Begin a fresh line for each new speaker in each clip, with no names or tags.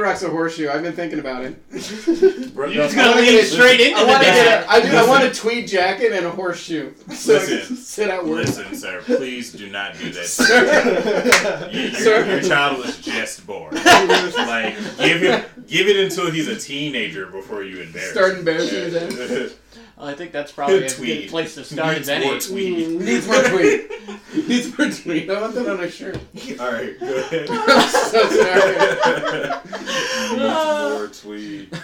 rock's a horseshoe. I've been thinking about it.
Bro,
You're just
I
gonna
wanna
lean
get it-
straight into
I want
the
to get
dad.
a, I, do, I
Listen.
want a tweed jacket and a horseshoe. So I can
Listen.
sit at work.
Listen, sir, please do not do that.
Sir.
You- you-
Sir.
Your child was just born. Like, give him, give it until he's a teenager before you embarrass.
Start
him.
embarrassing his ass.
Well, I think that's probably a good
Tweed.
place to start as
Needs
any.
more tweed.
Needs more tweed. Needs more tweed. I want that on a shirt.
All right, go ahead.
I'm so sorry.
Needs more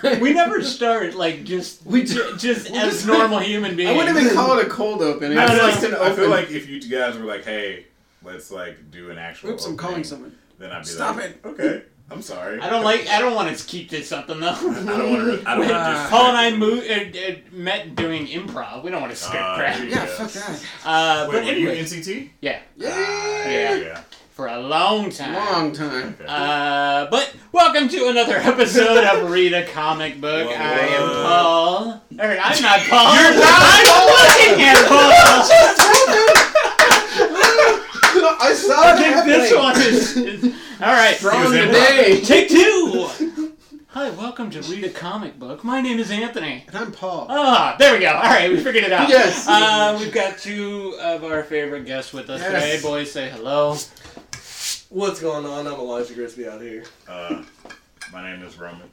tweed.
We never start like just we just, just as normal human beings.
I wouldn't even call it a cold open. It's
I, feel
just
like,
an
I feel
open.
like if you guys were like, hey, let's like do an actual.
Oops, I'm calling
opening,"
someone.
Then I'd be
Stop
like,
it.
Okay, I'm sorry.
I don't like. I don't want to keep this something
I
though.
don't want to. I don't want
Ah.
to.
Paul and I moved, uh, uh, met doing improv. We don't want to script
Ah,
crap.
yeah.
Yeah, fuck that.
Uh,
Wait,
but
were you
anyway,
NCT?
yeah,
Ah,
Yeah.
Yeah.
yeah.
for a long time.
Long time.
Okay.
Uh, but welcome to another episode of Read a Comic Book.
What?
I am Paul. Or I'm not Paul.
You're not
I'm looking at Paul.
I saw
I
it
think this
happening.
one is. is- all right,
From
He was in
today.
Take two. Hi, welcome to Read a Comic Book. My name is Anthony.
And I'm Paul.
Ah, there we go. All right, we figured it out.
Yes.
Uh, we've got two of our favorite guests with us
Yes.
today. Boys, say hello.
What's going on? I'm Elijah Grisby out here.
Uh, my name is Roman.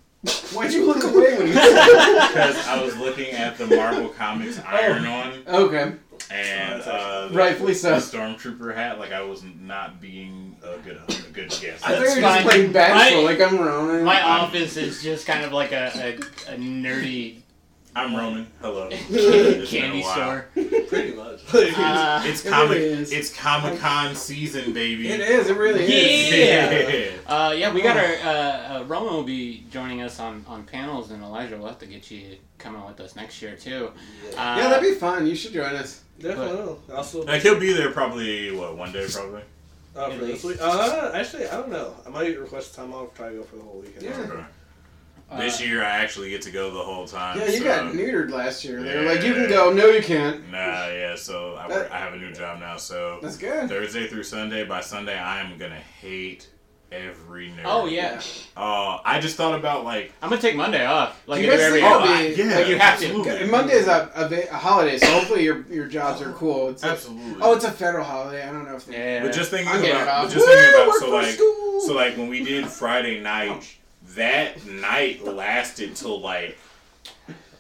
Why'd you look away when you said
Because I was looking at the Marvel Comics
Oh.
Iron On
Okay.
and uh, the,
Rightfully
the
so.
Stormtrooper hat. Like I was not being a good a good guest.
I thought you were
fine.
just playing bashful,
My-
like I'm Ronan.
My office is just kind of like a, a, a nerdy
I'm Roman. Hello.
candy,
It's been a
candy
while.
store.
Pretty much.
Uh,
It's
It
comic.
really is.
it's Comic Con season, baby.
it is. It really is.
Yeah. uh, yeah, we got our uh, uh, Roman will be joining us on, on panels, and Elijah will have to get you coming with us next year too. Uh,
Yeah, that'd be fun. You should join us.
Definitely. Also,
Like he'll be there probably what one day probably.
uh, for this week. Uh, actually, I don't know. I might request time off. Try to go for the whole weekend.
Yeah.
Okay.
uh,
this year I actually get to go the whole time.
Yeah, you
so-
got neutered last year. They were like, you can
Yeah.
go. No, you can't.
Nah, yeah. So I, work, I have a new job now. So
That's good.
Thursday through Sunday. By Sunday, I am gonna hate every nerd.
Oh yeah,
Oh, I just thought about like.
I'm gonna take Monday off. Like
You
if
guys
every
think
Oh,
it'll
I-
be-
yeah,
like,
you have to-
absolutely.
And Monday's a, a, va- a holiday, so hopefully your your jobs are cool. It's like,
Absolutely.
oh, it's a federal holiday. I don't know if they.
yeah.
But just thinking
I'm getting it
about,
off.
but just thinking
Woo,
about,
work
so
for
like,
school.
so like when we did Friday night, that night lasted till like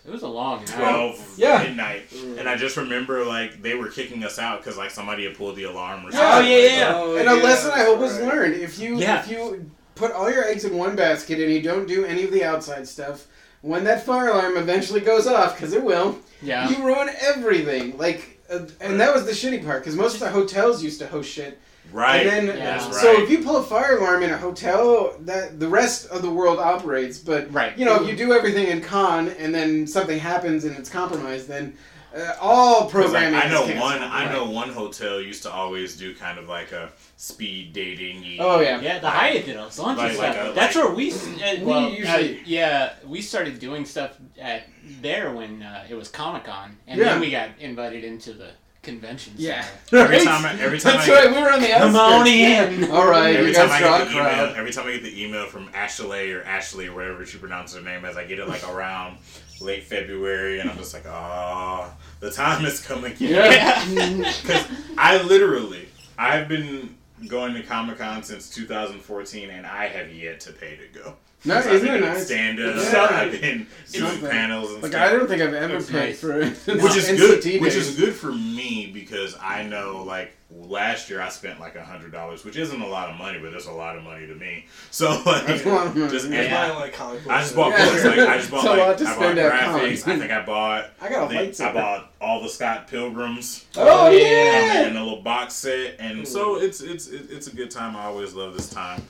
it was a long night.
twelve
Yeah.
midnight, and I just remember like they were kicking us out because like somebody had pulled the alarm or something.
Oh yeah,
like
yeah.
that.
And a lesson I hope was learned. If you
Yeah.
if you put all your eggs in one basket and you don't do any of the outside stuff, when that fire alarm eventually goes off, because it will,
Yeah.
you ruin everything. Like, uh, and that was the shitty part, because most of the hotels used to host shit.
Right.
And then,
Yeah.
That's
so
right.
if you pull a fire alarm in a hotel, that the rest of the world operates. But
Right.
you know, if you do everything in con and then something happens and it's compromised, then uh, all
'Cause, like,
programming.
I know
is canceled.
one. I
Right.
know one hotel used to always do kind of like a speed dating.
Oh yeah.
Yeah, the Hyatt did a bunch
Like-
of
uh,
stuff.
like a-
That's
like-
where we, s- uh,
We
well,
usually-
uh, yeah, we started doing stuff at there when uh, it was Comic Con, and
Yeah.
then we got invited into the convention.
Yeah.
center.
Every time. I, every time.
That's
I,
right. We were on the
Come on
outskirts.
in.
All right,
Every
you
time
guys
I
draw
get
a
the
crowd.
email, every time I get the email from Ashley or Ashley or whatever she pronounces her name as, I get it like around late February, and I'm just like, ah, the time is coming.
Yeah.
Because I literally, I've been going to Comic Con since 2014, and I have yet to pay to go.
No,
I've
isn't
been
it
doing
nice?
Stand up.
Yeah.
I've been doing
Something.
panels and
Like
stuff
I don't think I've ever
That's
paid
nice.
for it.
which is
NCT
good which
days.
is good for me because i know like last year i spent like a hundred dollars which isn't a lot of money but it's a lot of money to me so like
That's a lot of money.
just
That's
and
my only comic book
I just
set.
bought
Yeah.
books. Like, I just bought
It's a
like
lot to
I bought
spend at cons.
graphics. I think I bought.
I got a
the- I
lightsaber.
bought all the Scott Pilgrims
Oh
Yeah.
yeah.
and a little box set, and so it's it's it- it's a good time. I always love this time.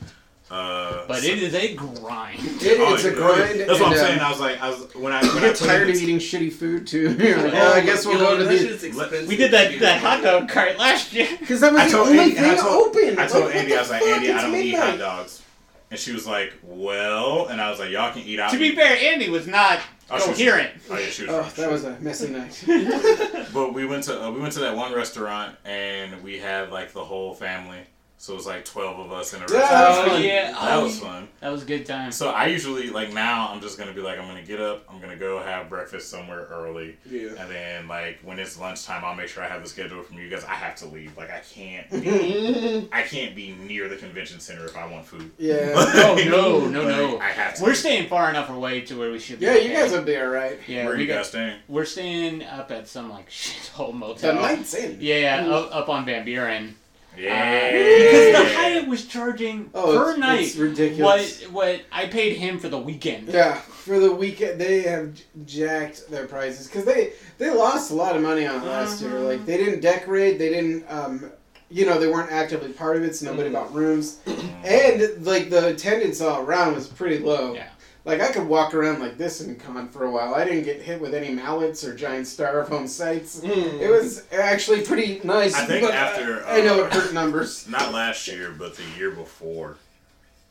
Uh,
but
so-
it is a grind.
It-
oh,
it's a
yeah.
grind.
That's what
and,
I'm
uh,
saying. I was like, I was when I
You
when I
get
put in
tired
the
of eating shitty food too. You're like, oh, I guess we'll go to the.
We did that, that hot dog cart last year.
Because that was
I
the
told
only
Andy, and
thing
I told,
open.
I told
like, what
Andy,
the
I was like,
fuck?
Andy, I
It's
don't eat
midnight."
hot dogs. And she was like, well, and I was like, y'all can eat out.
to be fair, Andy was not
Oh, she was-
coherent.
Oh yeah, she was.
Oh,
right.
that was a messy night.
But we went to uh, we went to that one restaurant and we had like the whole family. So it was like twelve of us in a
That was
restaurant.
Oh
fun.
yeah,
That
oh,
was
yeah.
fun.
That was a good time.
So I usually like now I'm just gonna be like I'm gonna get up, I'm gonna go have breakfast somewhere early,
Yeah.
and then like when it's lunchtime, I'll make sure I have the schedule from you guys. I have to leave. Like I can't,
Mm-hmm.
be,
yeah.
I can't be near the convention center if I want food.
Oh, no, no,
Like,
no.
I have to.
We're staying far enough away to where we should be.
Yeah, you
okay.
guys would be alright.
Yeah,
Where are
we
you
got.
guys staying?
We're staying up at some like shithole motel.
That night's in.
Yeah, yeah, up, up on Van Buren.
Yeah.
Uh, because the Hyatt was charging
Oh,
per
it's,
night
it's ridiculous.
what what I paid him for the weekend.
Yeah, for the weekend they have j- jacked their prices because they they lost a lot of money on it last year.
Uh-huh.
Mhm.
Like they didn't decorate, they didn't, um, you know, they weren't actively part of it, so
Mm.
nobody
Mhm.
bought rooms, and like the attendance all around was pretty low.
Yeah.
Like I could walk around like this in con for a while. I didn't get hit with any mallets or giant styrofoam sights. It was actually pretty nice.
I think
but
after,
I know
uh,
it hurt numbers.
Not last year, but the year before,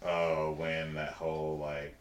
uh, when that whole like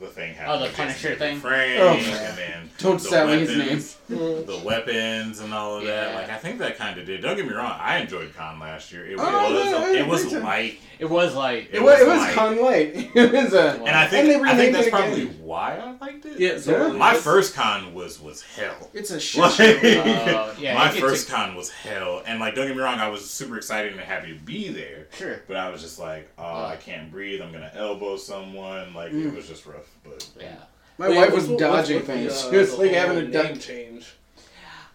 the thing happened.
Oh, the
with Jason
Punisher
David
thing?
Frank,
Oh.
and then
Don't
the
sound like his
weapons-
name.
Mm-hmm.
The weapons and all of that.
Yeah.
Like I think that kind of did. Don't get me wrong. I enjoyed Con last year. It was
Oh, no, I
it was
agree, too.
light,
It was like
It was, it was
light.
con light. It was a
and I
And
think
they
I think
remade
that's
it again.
probably why I liked it.
Yeah, so
Yeah.
My first con was was hell.
it's a shit.
Like,
show.
Oh, yeah,
my
it gets
first
ex-
con was hell, and like don't get me wrong, I was super excited and happy to be there.
sure.
But I was just like, oh,
Uh.
I can't breathe. I'm gonna elbow someone. Like it
Mm.
was just rough. But
Yeah.
My
Wait,
wife
what's-
was
what's
dodging
with the,
things.
uh,
she was
the
like
whole
having a
name
duck.
change.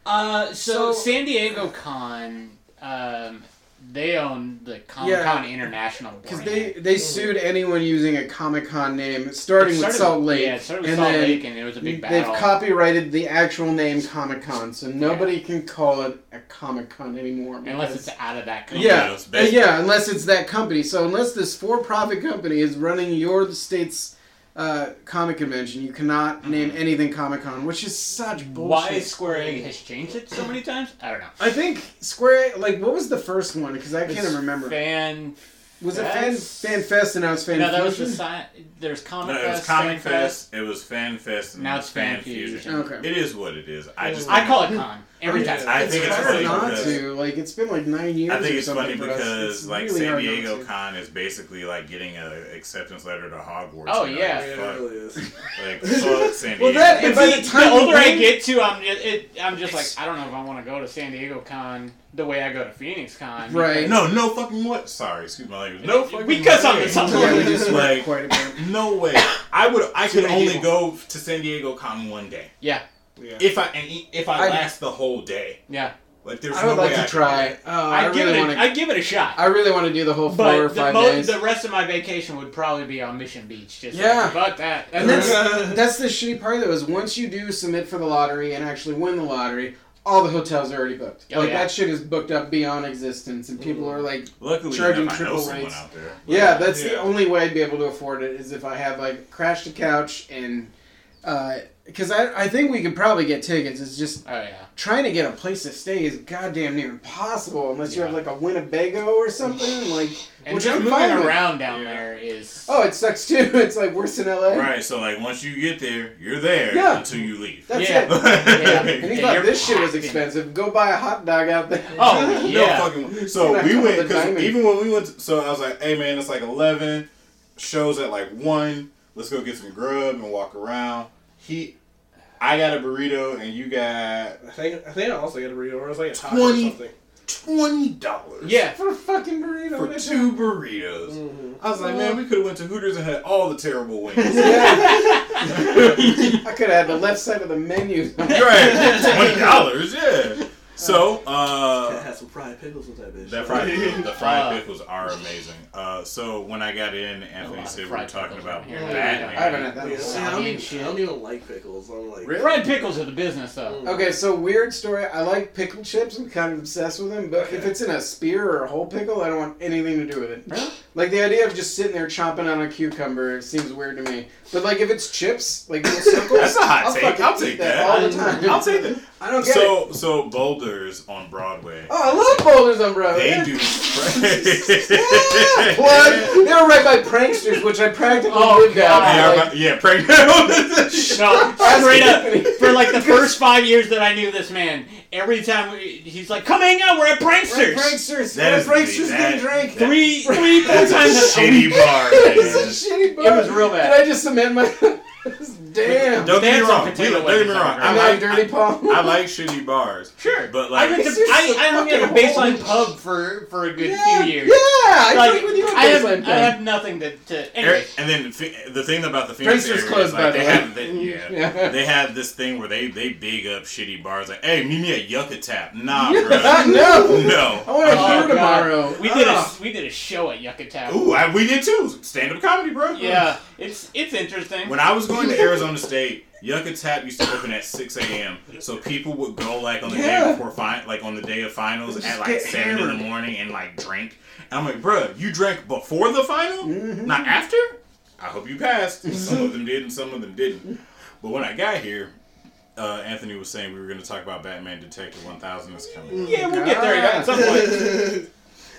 Uh, so,
So-
San Diego Con, um, they own the Comic
Yeah.
Con International
Because
brand.
they, they sued anyone using a Comic Con name, starting
It
with Salt Lake.
Yeah, it started with
and
Salt
then
Lake, and it was a big
They've
battle.
copyrighted the actual name Comic Con, so nobody can call it a Comic Con anymore.
unless
because-
it's out of that company.
yeah,
It's
uh,
based-
yeah, unless it's that company. So unless this for-profit company is running your state's uh, comic convention, you cannot name anything Comic Con, which is such bullshit.
Mm-hmm. Why Square Enix has changed it so many times? I don't know.
I think Square like what was the first one? Because I can't
It's
remember.
Fan.
was it Fan
Fest?
Fan Fest and now it's Fan
no, that was the
Fusion?
sign. There's Comic
no, it
Fest.
was Comic
Fan
Fest. It was Fan Fest. And
Now it's Fan Fusion.
Okay.
It is what it is. I just
I call it Con every
Yeah.
time.
I think it's
hard
funny
not
because-
to. Like it's been like nine years.
I think
or
it's funny
something for us.
because
It's
like
really
San
hard not
Diego
to.
Con is basically like getting an acceptance letter to Hogwarts.
Oh,
You're
Yeah,
yeah.
like,
it really is.
fuck, like fuck San Diego.
Well, that
And
and by
see,
the time
the older
you
I
win-
get to, I'm it, it, I'm just like I don't know if I want to go to San Diego Con the way I go to Phoenix Con.
Right.
no, no fucking what? Sorry, excuse my language. No fucking
Because I'm
way.
the son of
yeah, we just
Like-
like, quite a bit.
No way. I would. I could
many
only
people.
go to San Diego Con one day
Yeah.
Yeah.
if I and e- if I
I-
last the whole day.
Yeah.
Like there's
I would
no
like
way I
to
could-
try. Oh, I,
I, give
really
it.
want
A,
to.
I give it a shot.
I really want to do the whole four or
but the,
five
mo-
days.
the rest of my vacation would probably be on Mission Beach. Just
Yeah.
about that.
And that's that's the shitty part though is once you do submit for the lottery and actually win the lottery, all the hotels are already booked.
Oh,
like
yeah.
that shit is booked up beyond existence, and people are like,
Luckily,
Charging
enough, I know
triple
someone
rates.
out there. But-
yeah, that's the
Yeah.
only way I'd be able to afford it is if I have like crash the couch and. Because I, I think we could probably get tickets. It's just
oh yeah.
trying to get a place to stay is goddamn near impossible unless you
Yeah.
have like a Winnebago or something. Like,
And
which
just
I'm
moving
fine with.
around down
Yeah.
there is.
Oh, it sucks too. It's like worse in LA.
Right. So like once you get there, you're there
Yeah.
until you leave.
That's
Yeah.
it.
Yeah.
And he
Yeah,
thought
you're
this shit was
packed in.
expensive. Go buy a hot dog out there.
Oh
No
yeah.
fucking. So
You're
we
not coming
went
to
because
Diamond.
even when we went, to, so I was like, "Hey man, it's like eleven. Shows at like one. Let's go get some grub and walk around." He, I got a burrito and you got
I think I think I also got a burrito. Or it was like a taco or
20.
something.
twenty dollars.
yeah.
for a fucking burrito.
for
that's-
two burritos.
Mm. Mm-hmm.
I was like, man, we could have went to Hooters and had all the terrible wings. right,
Yeah. I could have had the left side of the menu.
twenty dollars, yeah. So, uh,
some fried pickles with that bitch.
That fried pick, the fried
Uh,
pick was are amazing. Uh, so when I got in,
lot
Anthony
Oh,
of
said we were
fried
talking
pickles
about
around here.
Batman.
I haven't had that. in a
See,
while.
I, don't even,
Shit.
I don't even like pickles. I'm like,
Really?
Fried pickles are the business
Mm.
though.
Okay, so weird story. I like pickle chips. I'm kind of obsessed with them, but if it's in a spear or a whole pickle, I don't want anything to do with it.
Really?
Like the idea of just sitting there chomping on a cucumber it seems weird to me. But like if it's chips, like little circles,
That's a hot
I'll
take.
fucking
I'll
eat
take
that,
that.
all the time.
I'll take that.
I don't get it.
So so Boulders on Broadway.
Oh, I love Boulders on Broadway.
They
Yeah.
do.
Yeah, plug. They were right by pranksters, which I practically
Oh,
lived
God.
They are
out.
about- yeah, pregnant.
No, straight up. for like the first five years that I knew this man, every time we, he's like, "Come hang out, we're at Pranksters."
Pranksters.
That
We're
is
Pranksters
the-
getting
that-
drank.
that-
Three, three, four
That's
times.
a shitty bar.
it was
man.
a shitty bar.
It was real bad.
Did I just cement my? Damn.
Don't get me
That's a
wrong. we-
potato
Don't get me
wedges
wrong.
on
I'm
I
the
not a
like,
dirty palm.
I like shitty bars.
Sure,
But
I went
like,
to,
This is
I, I hung at a
fucking
baseline
horrible.
pub for for a good
yeah,
few years.
Yeah, I
Like,
drink with you at
I have,
baseline
I
time.
have nothing to. to anyway.
Eric- and then the phe- the thing about the Phoenix
Pranksters
area
closed,
is
by
like
the
they
way.
have they, yeah,
Yeah.
they have this thing where they they big up shitty bars like hey meet me at Yucca Tap nah
Yeah, no.
bro no
I want to
Oh,
hear
God.
tomorrow.
We did a
Ah.
we did a show at Yucca Town.
ooh I, we did too stand up comedy bro
Yeah, it's it's interesting.
When I was going to Arizona State, Yucca Tap used to open at 6 a.m. So people would go like on the
Yeah.
day before fi- like on the day of finals
Just
at like
get
seven in
hammered.
the morning and like drink. And I'm like, bruh, you drank before the final,
Mm-hmm.
not after. I hope you passed. Some of them did, and some of them didn't. But when I got here, uh, Anthony was saying we were going to talk about Batman Detective 1000 that's coming.
yeah, we'll get there at
Ah.
some point.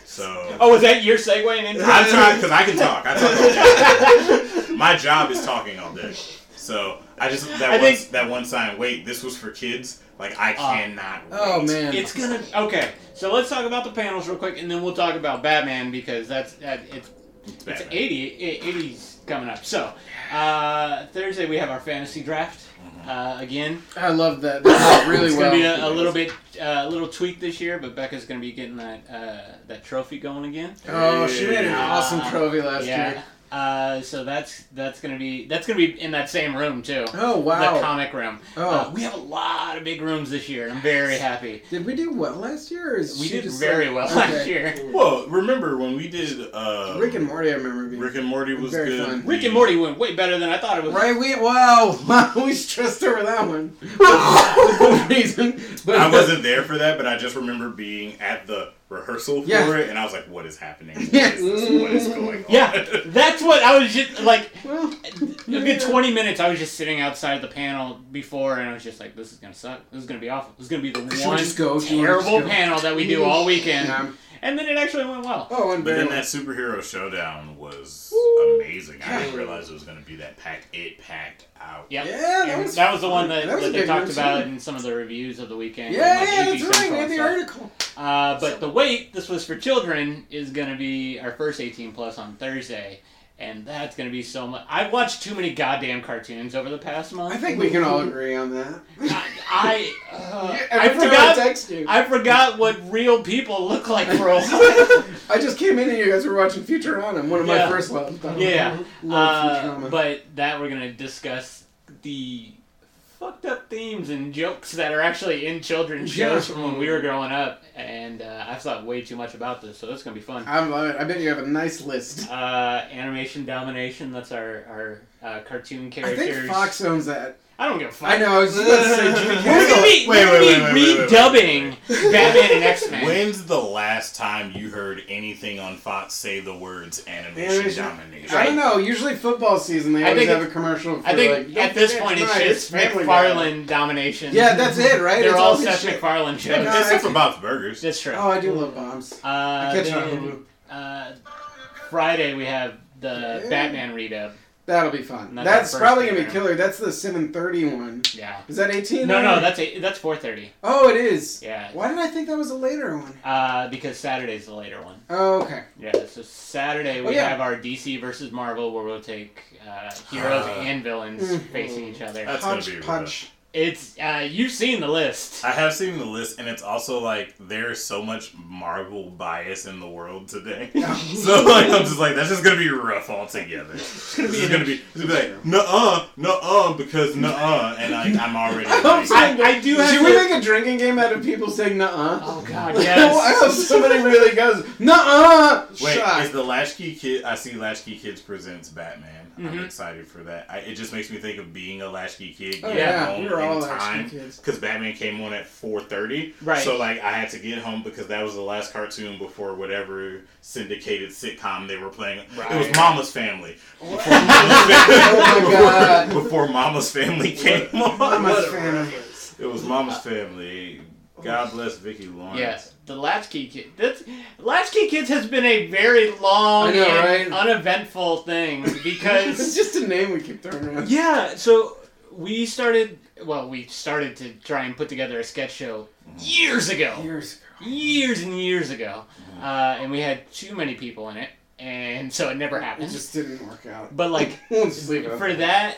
So
Oh, was that your segue into?
I tried because I can talk. I talk all day. My job is talking all day. So I just that
I
one
think-
that one sign. Wait, this was for kids. Like I cannot.
Oh
wait.
man.
It's gonna okay. So let's talk about the panels real quick, and then we'll talk about Batman because that's that it's
It's
it's
Batman.
80, 80s coming up. So uh, Thursday we have our fantasy draft uh, again.
I love that. That really
It's
well.
gonna be a, a little bit uh, a little tweak this year, but Becca's gonna be getting that uh, that trophy going again.
oh, she made an
Yeah.
awesome trophy last
yeah.
year.
Uh, so that's that's gonna be that's gonna be in that same room too.
Oh
The
wow.
comic room.
Oh.
Uh, we have a lot of big rooms this year, and I'm very happy.
Did we do well last year? Or is
We
she
did
just
very
like-
well
okay.
last year.
Well, remember when we did uh,
Rick and Morty, I remember being.
Rick and Morty was
Very
good.
fun.
Rick and Morty went way better than I thought it was.
Right, we wow, we stressed over that one for no reason. But
I wasn't there for that, but I just remember being at the rehearsal for
Yeah.
it, and I was like, "What is happening? What is,
Yeah.
this? What is going on?"
Yeah, that's what I was just like.
Well,
A good twenty minutes, I was just sitting outside the panel before, and I was just like, "This is gonna suck. This is gonna be awful. This is gonna be the
Should we
one
just go? Should we just
terrible
go?"
panel that we do all weekend."
yeah.
And then it actually went well.
Oh, and
But
very
then
well.
that superhero showdown was
Woo.
amazing. I didn't realize it was going to be that packed. It packed out.
Yeah,
Yeah,
And
that was
the one that,
that was
that
a
they
big
talked
room,
about
too.
in some of the reviews of the weekend.
yeah,
like
yeah, that's
AG
right.
Central
We had
and
the
stuff.
article.
Uh, but the wait, this was for children, is gonna be our first 18 plus on Thursday, and that's gonna be so much. I've watched too many goddamn cartoons over the past month.
I think we can all agree on that.
I I, uh,
Yeah,
I
every time I
forgot.
text you. I,
I forgot what real people look like for a while.
just came in and you guys were watching Futurama, one of
Yeah.
my first loves.
yeah,
love
uh,
Futurama.
but that we're gonna discuss the fucked up themes and jokes that are actually in children's
Yeah.
shows from when we were growing up, and uh, I've thought way too much about this, so that's gonna be fun.
I love it. I bet you have a nice list.
uh, animation domination. That's our our uh, cartoon
I
characters.
think Fox owns that.
I don't give a fuck.
I know. I was just about to say Jimmy
We're
Kimmel.
gonna
Wait, wait, wait, wait,
be, we're gonna be
wait, wait,
redubbing Batman and X Men.
When's the last time you heard anything on Fox say the words animation,
Animation.
domination?
I don't know. Usually football season, they
I
always
think
have a commercial. For
I think
like,
at
"Don't
this
forget
point it's
tonight,
just
Family
McFarlane domination.
Guy." Yeah, that's it, right?
They're
It's
all
his
Seth
shit.
McFarlane shows.
No,
Except for Bob's Burgers.
That's true.
Oh, I do love bombs.
Uh,
I catch it on
then, uh, Friday we have the
Yeah.
Batman redub.
That'll be fun.
Not
that's
that first
probably gonna be
either.
killer. That's the seven thirty one.
Yeah.
Is that eighteen?
No, no, that's a, that's four thirty.
Oh, it is.
Yeah.
Why did I think that was a later one?
Uh, because Saturday's the later one.
Oh, okay.
Yeah, so Saturday we
Oh, yeah.
have our DC versus Marvel where we'll take uh, heroes
Ah.
and villains
Mhm.
facing each other.
That's gonna
punch,
be rough.
punch.
It's uh, you've seen the list.
I have seen the list, and it's also like there's so much Marvel bias in the world today. so like I'm just like that's just gonna be rough altogether. It's gonna be, gonna be, it's gonna be like nuh-uh, nuh-uh, because nuh-uh, and like I'm already.
hope so.
like-
I, I do have
Should
to.
we make a drinking game out of people saying "nuh-uh"?
oh God,
I
yes.
hope somebody really goes "nuh-uh."
Wait,
Shot.
is the Latchkey Kid? I see Latchkey Kids presents Batman. I'm
Mhm.
excited for that. I, it just makes me think of being a Latchkey Kid.
Oh,
getting
yeah,
home
we were all
in
Latchkey
time,
Kids.
Because Batman came on at 4:30,
Right.
So like I had to get home because that was the last cartoon before whatever syndicated sitcom they were playing. It was
Right.
Mama's Family. Before Mama's
Oh, my God.
before, before Mama's Family came on,
Mama's
What a
family.
reference.
it was Mama's Family. God bless Vicki Lawrence.
Yes, the Latchkey Kid. That's Latchkey Kids has been a very long
I know,
and
right?
uneventful thing
it's
because
just a name we keep throwing around.
yeah. So we started. Well, we started to try and put together a sketch show
Mm-hmm.
years ago,
Years ago.
years and years ago,
Mm-hmm.
uh, and we had too many people in it, and so it never
It
happened.
just didn't work out.
but like
we'll just leave it.
for that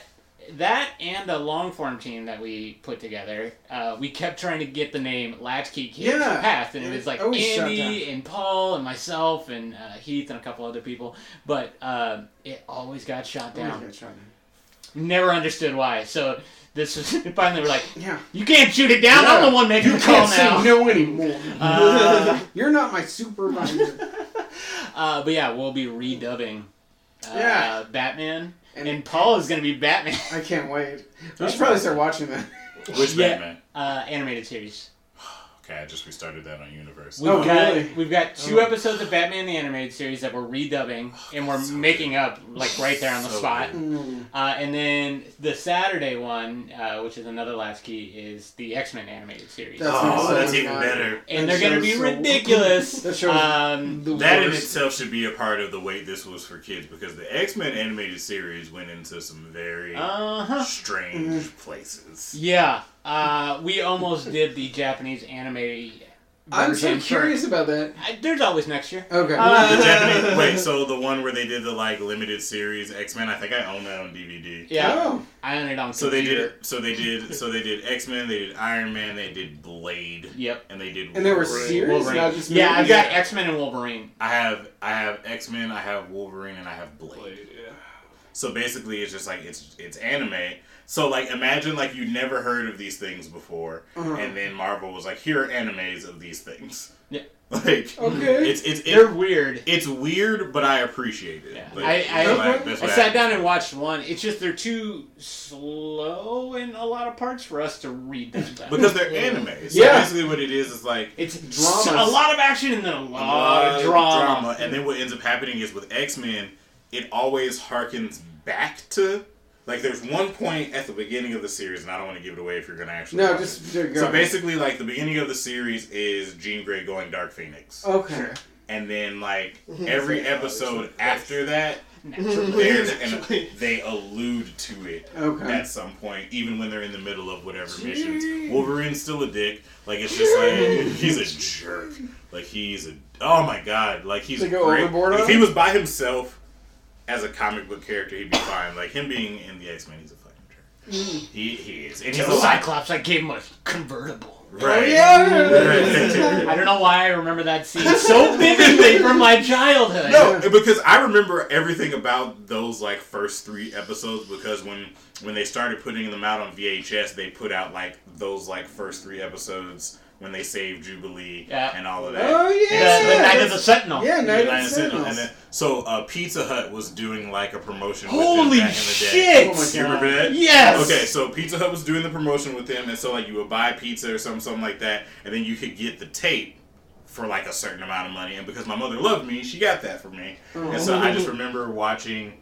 that and a long form team that we put together uh, we kept trying to get the name latchkey kids
Yeah.
past and it
It
was like
always shut
andy and paul and myself and uh, heath and a couple other people but um it always got shot
Yeah.
down never understood why so this was finally we're like
Yeah.
you can't shoot it down i'm
Yeah.
the one making
You
the call
can't say
now
no anymore.
Uh,
You're not my supervisor.
uh, but yeah we'll be redubbing uh,
Yeah.
batman
And-
and, paul is going to be batman
I can't wait. We should probably start watching that.
Which
Yeah.
Batman?
uh, animated series
Okay, I just restarted that on Universe.
We've
Oh,
got
really?
we've got two
Oh.
episodes of Batman the Animated Series that we're redubbing and we're
So
making up like right there on the
So
spot.
good.
Mm.
Uh, and then the Saturday one, uh, which is another last key, is the X Men animated series,
That's
oh,
so
that's
much
even
fun.
better.
and
that
they're gonna
show's
be
so-
ridiculous.
That show's
um,
The
That in
worst.
itself should be a part of the wait this was for kids because the X Men animated series went into some very
Uh-huh.
uh huh.
Mm-hmm.
strange places.
Yeah. Uh, we almost did the Japanese anime.
I'm so
version for-
curious about that.
I, there's always next year.
Okay.
The
Uh,
Japanese, wait, so the one where they did the like limited series X Men, I think I own that on DVD.
Yeah,
Oh.
I own it on.
So they did.
computer.
So they did. So they did X Men. They did Iron Man. They did Blade,
Yep.
and they did.
And there were
Wolverine.
series,
Wolverine.
not just
yeah,
movies?
I've got X Men and Wolverine.
I have. I have X Men. I have Wolverine, and I have Blade. So basically, it's just like it's it's anime. So like imagine like you never heard of these things before,
Uh-huh.
and then Marvel was like, here are animes of these things.
Yeah.
Like
Okay.
it's it's
They're
it,
weird.
it's weird, but I appreciate it.
Yeah.
Like,
I- I-
that's why- that's
I
why
sat down and watched one. It's just they're too slow in a lot of parts for us to read them. back.
because they're anime. So
Yeah.
basically, what it is is like
it's
Dramas.
dramas. a lot of action and then a
a
lot of drama.
And then what ends up happening is with X Men, it always harkens back to. Like, there's one point at the beginning of the series, and I don't want to give it away if you're going to actually.
No,
watch
just
it.
there you go.
So basically, like, the beginning of the series is Jean Grey going Dark Phoenix.
Okay.
Sure.
And then, like, every
It's like, oh,
episode
it's like-
after that,
Naturally.
there's an, they allude to it
Okay.
at some point, even when they're in the middle of whatever missions. Wolverine's still a dick. Like it's just like he's a jerk. Like he's a oh my god. Like he's
They go
great.
overboard
Like,
on
if he
him?
was by himself as a comic book character, he'd be fine. Like him being in the X Men, he's a fucking jerk.
Mm.
He, he is, and he's
Tell
a lot.
Cyclops, I gave him a convertible.
Oh,
Right.
yeah.
I don't know why I remember that scene so vividly from my childhood.
No, because I remember everything about those like first three episodes because when when they started putting them out on VHS, they put out like those like first three episodes when they saved Jubilee
Yeah.
and all of that.
oh,
The,
yeah.
the Night of the Sentinel.
Yeah,
The
Night
United
of the
Sentinels. And
Sentinels.
then, so uh, Pizza Hut was doing like a promotion. with them
Holy
back in the Day.
shit!
Oh my
You remember that?
Yes.
Okay, so Pizza Hut was doing the promotion with them, and so like you would buy pizza or something, something like that, and then you could get the tape for like a certain amount of money. And because my mother loved me, she got that for me. And so I just remember watching.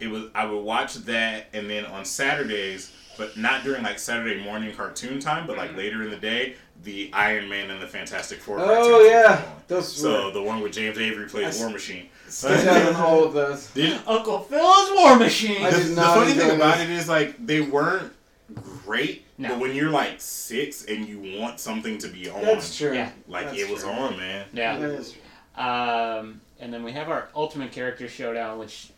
It was I would watch that, and then on Saturdays, but not during like Saturday morning cartoon time, but like later in the day, the Iron Man and the Fantastic Four.
Oh,
cartoons would
yeah.
come on.
Those
So
were.
the one with James Avery plays
s-
War Machine.
Stick out on all of those.
Did-
Uncle Phil's War Machine.
I
the,
did
the
not
funny
enjoy
thing about
this.
it is like they weren't great,
No.
but when you're like six and you want something to be on,
That's true.
Yeah.
like
That's
it was
true.
on, man.
yeah.
That is true.
Um, and then we have our ultimate character showdown, which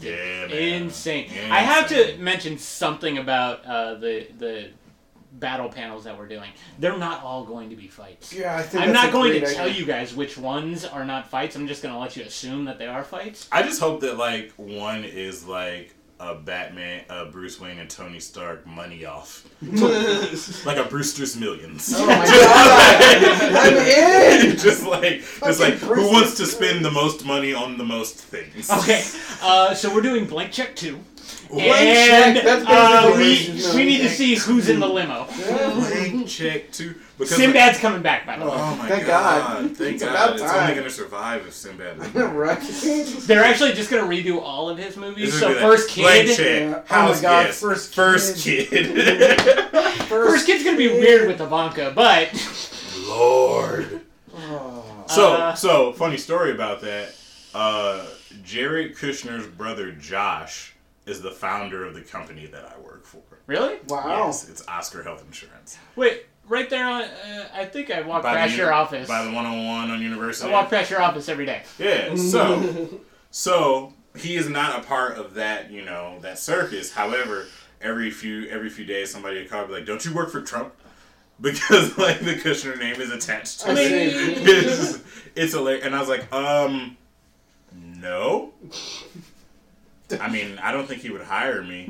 Yeah, man.
insane. I have to
Insane.
mention something about uh, the the battle panels that we're doing. They're not all going to be fights.
Yeah, I think
I'm
that's
not
a
going to
great
tell
idea.
you guys which ones are not fights. I'm just going to let you assume that they are fights.
I just hope that like one is like a Batman, a Bruce Wayne, and Tony Stark money off, like a Brewster's Millions.
Oh my god! I'm in!
just like, just like, who
Brewster's
wants to spend the most money on the most things?
Okay, uh, so we're doing blank check two,
Blank
and
check, that's basically
uh, we
what it is.
we need to see who's in the limo.
Blank check too. Because
Sinbad's coming back, by the way.
Oh my
Thank
god.
God.
Thank
It's
God.
about
it's
time.
only gonna survive if Sinbad is
Yeah.
there.
right?
They're actually just gonna redo all of his movies.
This
So
would be like,
first
blank
kid,
check,
Yeah. Oh my
house
God,
guest,
first
first
kid.
kid.
first kid's gonna be weird with Ivanka, but.
Lord.
Oh.
So
Uh,
so funny story about that. Uh, Jared Kushner's brother Josh is the founder of the company that I work for.
Really?
Wow.
Yes, it's Oscar Health Insurance.
Wait, right there on. Uh, I think I walk
the
past
uni-
your office.
By the 101 on
I
University.
walk past your office every day.
Yeah. So, so he is not a part of that, you know, that circus. However, every few every few days, somebody would call and be like, "Don't you work for Trump?" Because like the Kushner name is attached to
I
it.
see.
It's, it's hilarious. And I was like, um, no. I mean, I don't think he would hire me.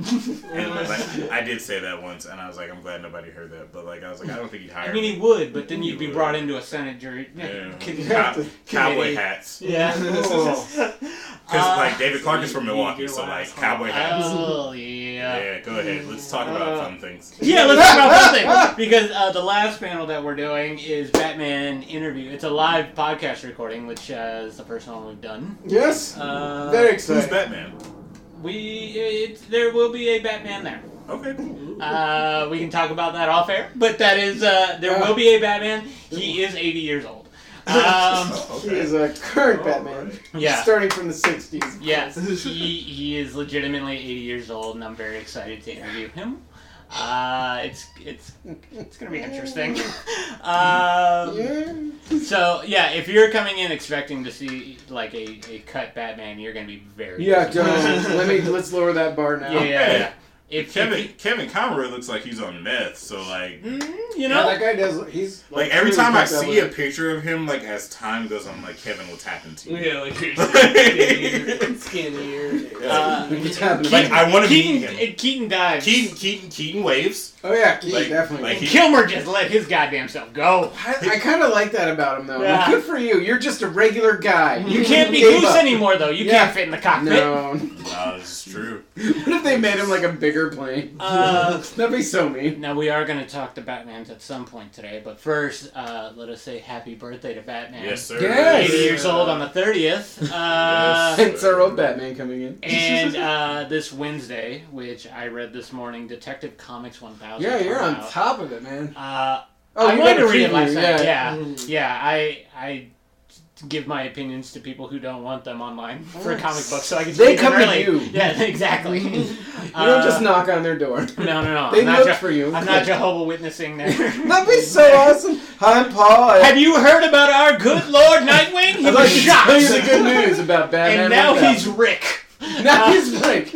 And like, I did say that once, and I was like, I'm glad nobody heard that. But like, I was like, I don't think he'd hire
I mean,
me.
he would, but then
He
you'd be
would.
brought into a Senate jury.
Yeah.
Can-
Cow-
Committee.
cowboy hats.
yeah.
Oh.
Because
Uh,
like David Clark is from
you-
Milwaukee,
you
so like
realize-
cowboy hats.
Oh, yeah.
yeah, go ahead. Let's talk about
Uh,
fun things.
Yeah, let's talk about something because uh, the last panel that we're doing is Batman interview. It's a live podcast recording, which uh, is the first one we've done.
Yes.
Uh,
Very
Who's
exciting.
Batman?
we it, there will be a Batman there.
Okay, cool.
Uh, we can talk about that off air, but that is uh, there will be a Batman. He is 80 years old. Um,
Oh,
He is
okay.
a current
Oh,
Batman.
yeah.
Starting from the 60s.
Yes, he, he is legitimately 80 years old, and I'm very excited to interview him. Uh, it's it's it's gonna be interesting. Um,
Yeah.
So yeah, if you're coming in expecting to see like a, a cut Batman, you're gonna be very
Yeah, don't.
disappointed.
Let me, let's lower that bar now.
yeah, yeah, yeah.
Hey,
If Mm,
Kevin
Kevin,
Kevin Conroy looks like he's on meth. So like,
you
Yeah,
know,
that guy does. He's
like every time I see a
him.
picture of him, like as time goes on, like Kevin will tap into. you.
Yeah, like here's
skinnier,
skinnier.
uh,
What's happening?
Like I want to meet
Keaton,
him.
uh, Keaton dives.
Keaton Keaton Keaton waves.
Oh yeah, he
Like-
definitely.
like
and
he-
Kilmer just let his goddamn self go.
I, I kind of like that about him though. Like,
Yeah.
good for you. You're just a regular guy.
You can't be
Mm-hmm. gave
goose
up.
anymore though. You
Yeah.
can't fit in the cockpit.
No.
Wow, this is true.
what if they made him like a bigger plane?
Uh,
That'd be so mean.
Now we are going to talk to Batman's at some point today, but first, uh, let us say happy birthday to Batman.
Yes, sir.
Yes.
80 years old on the 30th. Uh,
Yes.
it's our old Batman coming in.
And uh, this Wednesday, which I read this morning, Detective Comics 1000.
yeah, you're
came
on
out.
top of it, man.
Uh,
Oh,
I
you
wanted
got
to
a
read it
preview,
last night.
yeah. Mm-hmm.
Yeah,
Mm.
yeah. I I give my opinions to people who don't want them online for
Nice.
comic books, so I can.
They
read them
come to
early.
you.
Yeah, exactly. you
You don't just knock on their door.
No, no, no.
They
Uh, I'm not,
look
Je-
for you.
I'm not Jehovah witnessing there.
That'd be so awesome. Hi, I'm Paul. I-
Have you heard about our good Lord Nightwing? He
I'd
was
like to
shot,
tell you the good news about Batman. uh,
and now
Lookout.
he's Rick.
now
uh,
he's like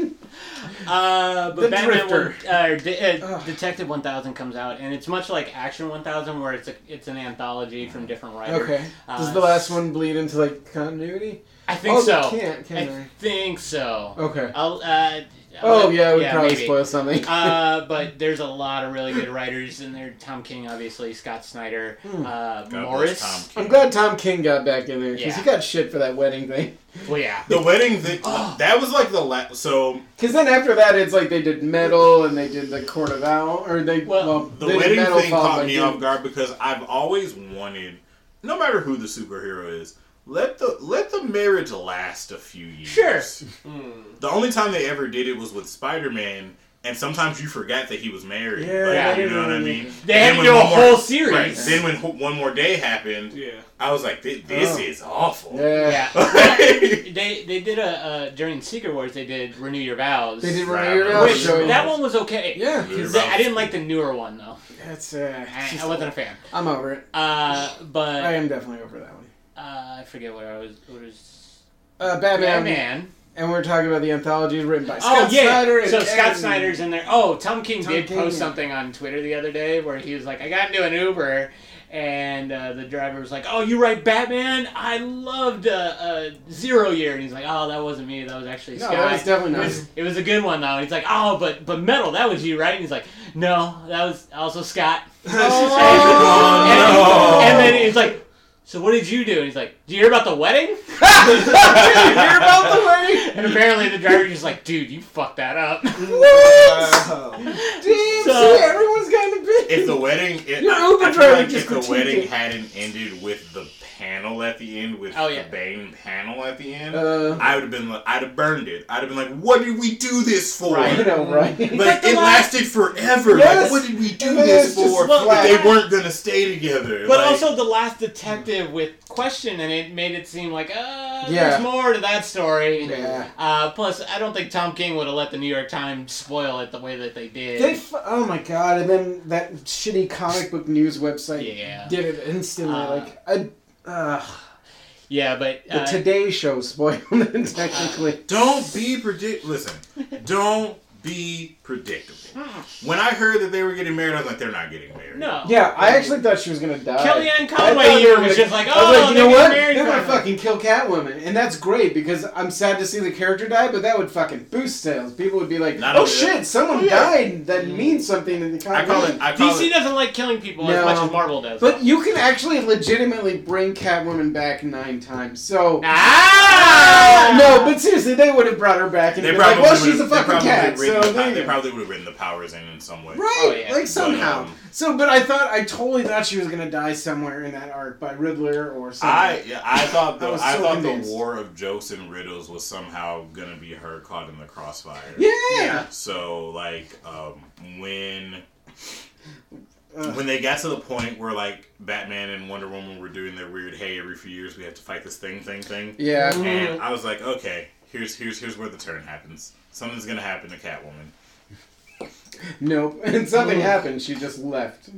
Uh, but
The
Batman
Drifter.
one, uh, De- uh,
Ugh.
Detective One Thousand comes out, and it's much like Action One Thousand, where it's a, it's an anthology from different writers.
okay.
Uh,
Does the last one bleed into like continuity?
I think
oh,
so.
They can't,
I
can they?
think so.
Okay.
I'll, uh,
Oh
I'll-
yeah, we would probably
maybe.
spoil something.
uh, but there's a lot of really good writers in there. Tom King, obviously, Scott Snyder,
Hmm.
uh,
God
Morris.
bless Tom King.
I'm glad Tom King got back in there because
Yeah.
he got shit for that wedding thing.
Well, yeah.
The wedding thing. That was like the last. So
Because then after that, it's like they did metal and they did the court of owl, or they
Well,
well,
The
they did
wedding
metal
thing
followed
caught
by
me
Doom.
off guard because I've always wanted, no matter who the superhero is, let the let the marriage last a few years.
Sure.
The only time they ever did it was with Spider Man, and sometimes you forgot that he was married.
Yeah,
like,
they
you know what I
didn't-
mean.
They
And
had to
when
do a
One More-
whole series.
Right. Then when Ho- one more day happened,
Yeah.
I was like, "Thi- "This
Oh.
is awful."
Yeah.
Yeah.
Right.
they they did a uh, during Secret Wars they did Renew Your Vows.
They did
Right.
Ryan Reynolds.
Which
Which-
show.
that one was okay.
Yeah.
Renew Your
Th- I
Vows.
didn't like the newer one though.
That's uh. it's
I,
just-
I wasn't a fan.
I'm over it.
Uh, but
I
uh,
am definitely over that one.
I forget what I was. What was
Uh, Batman,
Batman.
and we're talking about the anthologies written by
Oh
Scott
yeah.
Snyder. And
so Scott
and-
Snyder's in there. Oh, Tom King
Tom
did
King,
post
yeah.
something on Twitter the other day where he was like, "I got into an Uber." And uh, the driver was like, "Oh, you write Batman? I loved uh, uh, Zero Year." And he's like, "Oh, that wasn't me. That was actually
No,
Scott."
that was definitely
It
not.
was, it was a good one though. He's like, oh, but but metal, that was you, right? And he's like, no, that was also Scott.
Oh,
and,
no.
and then he's like, so what did you do? And he's like, do you hear about the wedding?
Did you hear about the wedding?
And apparently the driver's just like, dude, you fucked that up.
What?
Wow.
Damn,
So-
see, everyone's gotten a bit.
If the wedding, it,
Your
I,
Uber
I feel
driver
like
just
if the
critiqued
wedding
it.
hadn't ended with the panel at the end with
Oh, yeah.
the Bane panel at the end,
Uh,
I would have been like, I'd have burned it. I'd have been like, what did we do this for?
I
Right.
know, right?
Like
the
it
la-
lasted forever.
Yes.
Like what did we do
And then
this
it's just
for?
flat.
Like, they weren't gonna stay together.
But
like,
also the last detective with question and it made it seem like uh
Yeah.
there's more to that story.
Yeah.
Uh, plus, I don't think Tom King would have let the New York Times spoil it the way that they did.
They f- oh my god! And then that shitty comic book news website
Yeah.
did it instantly.
Uh,
like I, uh,
yeah, but
the
uh,
Today Show spoiled it technically.
don't be predict. Listen, don't be predictable. When I heard that they were getting married, I was like, they're not getting married.
ah, no.
Yeah, I actually thought she was gonna die.
Kellyanne
I thought
Conway
they
here
were
was
gonna-
just like,
I was
oh,
like, you
they're
know
getting
what?
married
They're gonna fucking
finally."
kill Catwoman, and that's great because I'm sad to see the character die, but that would fucking boost sales. People would be like,
Not
"Oh
only
shit,
that-
someone
Oh, yeah.
died that means something in the comic."
I call it. I call
DC
it.
doesn't like killing people as
No.
much as Marvel does.
But you can actually legitimately bring Catwoman back nine times. So
ah!
no, but seriously, they would have brought her back and
They
been like,
probably
"Well,
would've-
she's a
they
fucking
probably
cat."
would've written
So
the,
there
they
you go.
probably would have written the powers in in some way.
Right,
Oh, yeah.
like somehow.
um,
so, but I thought I totally thought she was gonna die somewhere in that arc by Riddler or something.
I yeah, I thought the,
I
I,
was so
thought
convinced.
the war of jokes and riddles was somehow gonna be her caught in the crossfire.
yeah.
So like um, when
Ugh.
when they got to the point where like Batman and Wonder Woman were doing their weird hey every few years we have to fight this thing thing thing
Yeah.
and I was like okay here's here's here's where the turn happens something's gonna happen to Catwoman
Nope. And something happened. She just left.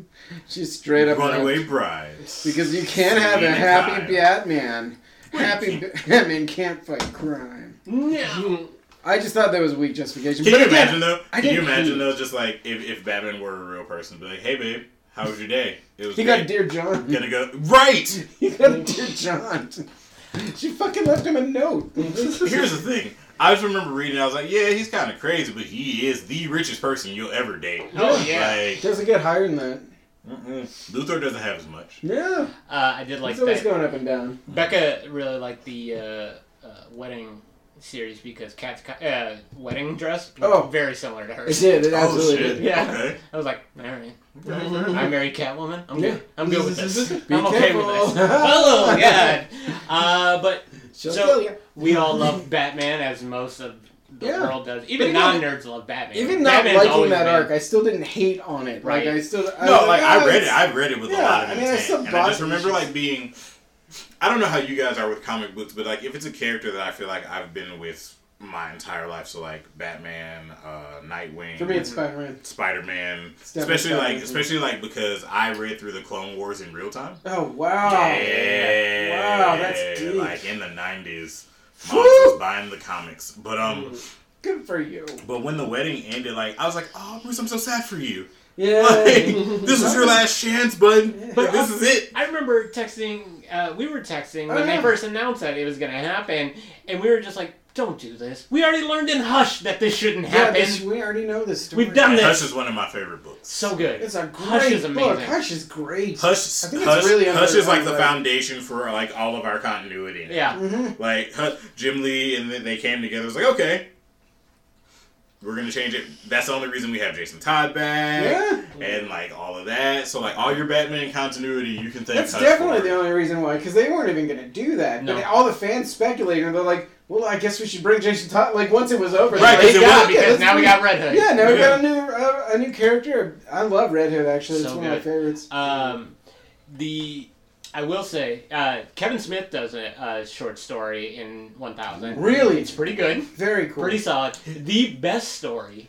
She straight up
runaway
left.
bride
Because you can't have a
Sweet
happy
time.
Batman. Happy Batman can't fight crime.
No.
I just thought that was weak justification.
can
but
you
again,
imagine though
I
can you
didn't
imagine
hate.
though just like if, if Batman were a real person be like hey babe how was your day it was
He
great.
got Dear John.
gonna go right
He got Dear John. She fucking left him a note.
Here's the thing. I just remember reading. I was like, "Yeah, he's kind of crazy, but he is the richest person you'll ever date."
Oh, yeah.
Like,
Doesn't get higher than that.
mm-mm. Luthor doesn't have as much.
Yeah.
Uh, I did like
it's always
that.
going up and down.
Becca really liked the uh, uh, wedding series because Kat's co- uh, wedding dress looked
Oh.
very similar to hers.
It did. It absolutely
oh shit!
did.
Yeah.
Okay.
I was like, all right. I married Catwoman. I'm
Mm-hmm. Yeah.
good. I'm good with this.
Be
I'm okay with
careful.
this. oh god. Uh, but
She'll
So-
kill you.
we all love Batman as most of the
Yeah.
world does. Even
Even-
non nerds love Batman.
Even not
Batman's
liking
always
that
been-
arc, I still didn't hate on it.
Right.
Like I still. I
No,
was
like
"Ah,
I read
it's-
it. I read it with
Yeah,
a lot of
I mean, I
intent,
still
and I just
bought it.
remember like being. I don't know how you guys are with comic books, but like if it's a character that I feel like I've been with my entire life, so like Batman, uh, Nightwing.
For me, it's Spider Man.
Spider Man,
definitely
especially like,
Spider-Man.
especially like because I read through the Clone Wars in real time.
Oh wow!
Yeah.
Wow, that's deep.
Like in the nineties,
Woo! Mm.
moms was buying the comics. But um,
Good for you.
but when the wedding ended, like I was like, oh Bruce, I'm so sad for you.
Yeah.
Like this was your last chance, bud.
But-
But this is it.
I remember texting. Uh, we were texting when
Oh, yeah.
they first announced that it was going to happen, and we were just like, "Don't do this." We already learned in Hush that this shouldn't
yeah,
happen.
this, we already know this story.
We've done
And
this.
Hush is one of my favorite books.
so good.
It's a great
Hush is amazing.
book. Hush is great.
Hush,
I think it's
Hush,
really
Hush is like the
underrated.
foundation for like all of our continuity.
Yeah.
Mhm.
Like huh, Jim Lee and then they came together. It was like, okay, we're gonna change it. That's the only reason we have Jason Todd back,
Yeah.
and like all of that. So like all your Batman continuity, you can thank.
That's
Hush
definitely
for.
the only reason why, because they weren't even going to do that.
No.
But all the fans speculated, and they're like, "Well, I guess we should bring Jason Todd." Like once it was over, they're
Right,
like,
'cause it
"Yeah,
was-
okay,
Because
let's
now we
bring-
got Red Hood.
Yeah, now we
Yeah.
got a new uh, a new character. I love Red Hood. Actually, it's
So
one of my
good.
favorites.
Um, the I will say uh, Kevin Smith does a, a short story in 1000.
Really?
it's pretty good,
Very cool.
pretty solid. The best story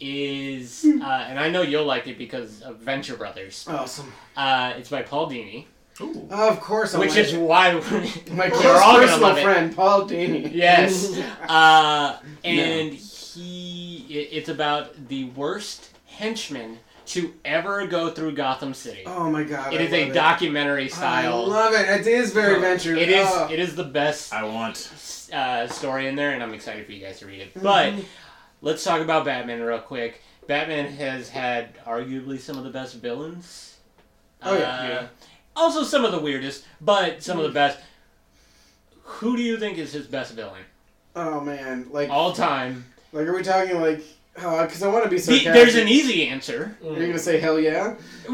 is,
Hmm.
uh, and I know you'll like it because of Venture Brothers.
awesome.
Uh, it's by Paul Dini,
Ooh.
Of course, I
which
like
is
it.
why
my
we're,
close
we're all gonna
personal
love it.
friend Paul Dini.
Yes, uh, and he it, it's about the worst henchman to ever go through Gotham City.
Oh my god.
It
I
is a
love
documentary
I
style.
love it. It is very venture.
It is.
Oh.
It is the best
I want.
uh, story in there, and I'm excited for you guys to read
Mm-hmm.
it. But let's talk about Batman real quick. Batman has had arguably some of the best villains.
Oh, yeah. Mm-hmm.
Uh,
Yeah.
Also, some of the weirdest, but some of the best. Who do you think is his best villain
oh man, like
all time?
like are we talking like because I want to be
The-
sarcastic.
there's an easy answer.
You're gonna say hell yeah?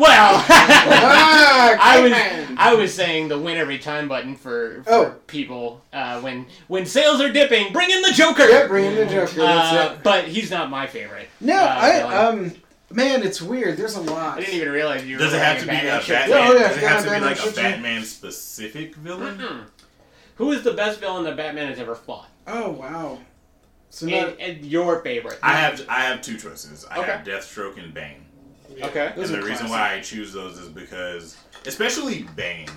Well,
Ah,
I was
Kingman.
I was saying the win every time button for, for
Oh.
people uh, when when sales are dipping, bring in the Joker.
Yeah, bring in the Joker. That's
Uh,
it.
but he's not my favorite.
No,
uh,
I
villain.
um, man, it's weird. There's a lot.
I didn't even realize you.
Does
were
it have to
wearing a
be a
Batman shirt.
Batman?
Yeah, oh, yeah,
Does it
yeah,
have to be
Batman
like a
shirt.
Batman specific villain?
Mm-mm. Who is the best villain that Batman has ever fought?
Oh wow. So not,
And, and your favorite?
I have I have two choices. I have Deathstroke and Bane.
Okay.
Those
and
are
the reason why I choose those is because, especially Bane,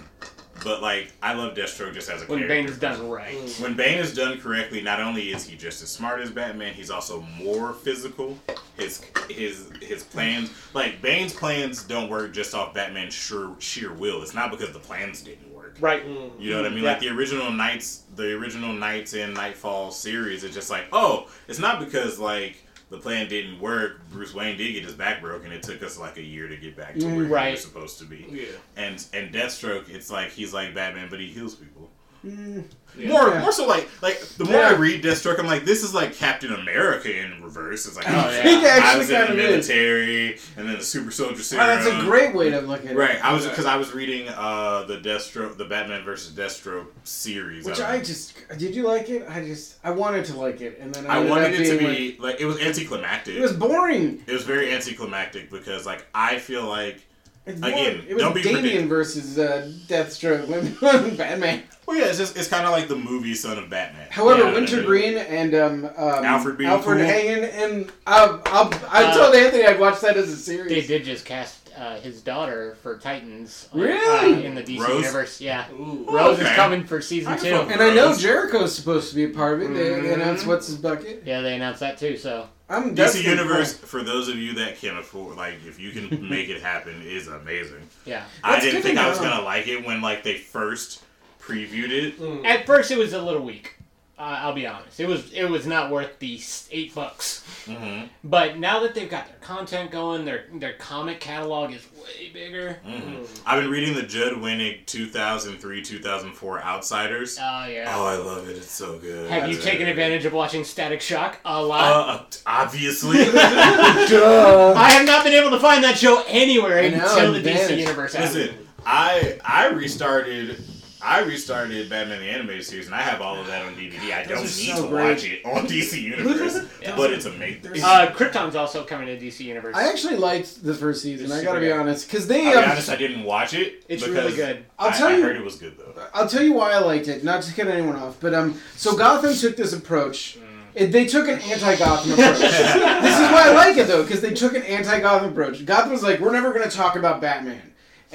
but like I love Deathstroke just as a
When
character.
Bane is done right.
Mm.
When Bane is done correctly, not only is he just as smart as Batman, he's also more physical. His his his plans, like Bane's plans, don't work just off Batman's sheer sheer will. It's not because the plans didn't work.
Right.
Mm.
You know what I mean?
Yeah.
Like the original Knights, the original Knights and Nightfall series is just like, oh, it's not because like the plan didn't work. Bruce Wayne did get his back broken. It took us like a year to get back to where we were
Right.
supposed to be.
Yeah.
And and Deathstroke, it's like he's like Batman, but he heals people.
Mm,
More
Yeah.
more so like like the more I
Yeah.
read Deathstroke, I'm like, this is like Captain America in reverse. It's like
Oh,
oh,
yeah.
It
I
actually
was in the
kind of is.
military, and then the Super Soldier
Wow,
Serum.
that's a great way to look at it.
Right, I was
Okay.
because I was reading uh, the Deathstroke, the Batman versus Deathstroke series,
Which
don't
I
know.
just did you like it? I just I wanted to like it, and then I,
I
ended up
wanted it to
being like-
be like it was anticlimactic.
it was boring.
very anticlimactic because like I feel like
It's
Again,
boring. it was
don't be
Damien
ridiculous.
versus uh, Deathstroke when Batman.
well yeah, it's just it's kind of like the movie Son of Batman.
However,
You know what I mean?
Wintergreen and um, um,
Alfred being
Alfred
cool.
hanging and um, I'll, I
Uh,
told Anthony I'd watch that as a
They
series.
did just cast uh, his daughter for Titans. uh,
Really?
in the DC
Rose?
universe, yeah.
Ooh.
Rose is
okay.
coming for season
I can
two.
fuck with
And I know
Rose.
Jericho's supposed to be a part of it. They, they
Mm-hmm.
Mhm.
announced what's his bucket.
Yeah, they announced that too. So
I'm that's
DC
been
Universe for those of you that can afford like if you can make it happen is amazing.
yeah.
I
That's
didn't
good
think
to
I was
know.
gonna like it when like they first previewed it.
Mm.
At first, it was a little weak. Uh, I'll be honest. It was it was not worth the s- eight bucks.
hmm
But now that they've got their content going, their their comic catalog is way bigger.
hmm
Mm.
I've been reading the Judd Winnick 2003 2004 Outsiders.
Oh yeah.
Oh, I love it. It's so
Oh,
good.
Have you taken advantage of watching Static Shock a lot?
Uh, obviously.
cool. Duh.
I have not been able to find that show anywhere
I know,
until the
it
DC
vanished.
universe. happened.
Listen, I I restarted I restarted Batman the animated series, and I have all of that on DVD. I don't need
Those are so
to
great.
watch it on DC Universe,
Yeah.
but it's amazing.
Uh, Krypton's also coming to DC Universe.
I actually liked the first season.
It's
I gotta
super
be
good.
honest, because they.
I'll be
um,
honest, I didn't watch it.
It's
because
really good.
I'll
I-
tell
I
you-
heard it was good though.
I'll tell you why I liked it. Not to cut anyone off, but um, so Gotham took this approach. It, they took an anti-Gotham approach. this is why I like it though, because they took an anti-Gotham approach. Gotham was like, we're never gonna talk about Batman,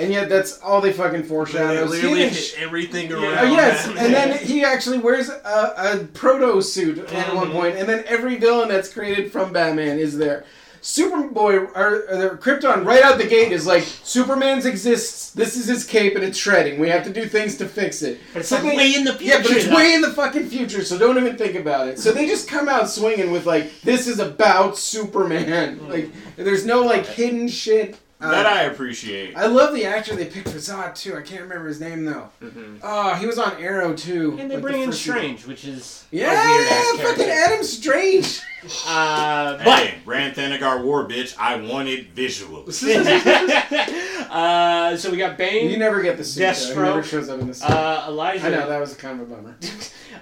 and yet that's all they fucking foreshadows. He didn't sh-
everything
Oh,
around
yes,
Batman.
and then he actually wears a, a proto suit at one point, and then every villain that's created from Batman is there. Superboy or, or Krypton right out the gate is like Superman's exists. This is his cape, and it's shredding. We have to do things to fix it.
But it's
So
like
they-
way in the
Yeah, but
future,
it's
though.
way in the fucking future, so don't even think about it. So they just come out swinging with like this is about
Mm.
Superman. Like there's no like hidden shit. Uh,
that I appreciate.
I love the actor they picked for Zod too. I can't remember his name though. Oh, he was on Arrow too.
and they
like,
bring
the
in
first
Strange, which is
season.
a weird ass
Yeah,
character.
fucking Adam Strange.
Uh, but
Hey, Rand Thanagar War, bitch. I wanted visuals.
uh, so we got
you
Bane,
never get the suit. though. He never
Deathstroke.
shows up in the suit.
uh,
I know
Elijah.
that was kind of a bummer.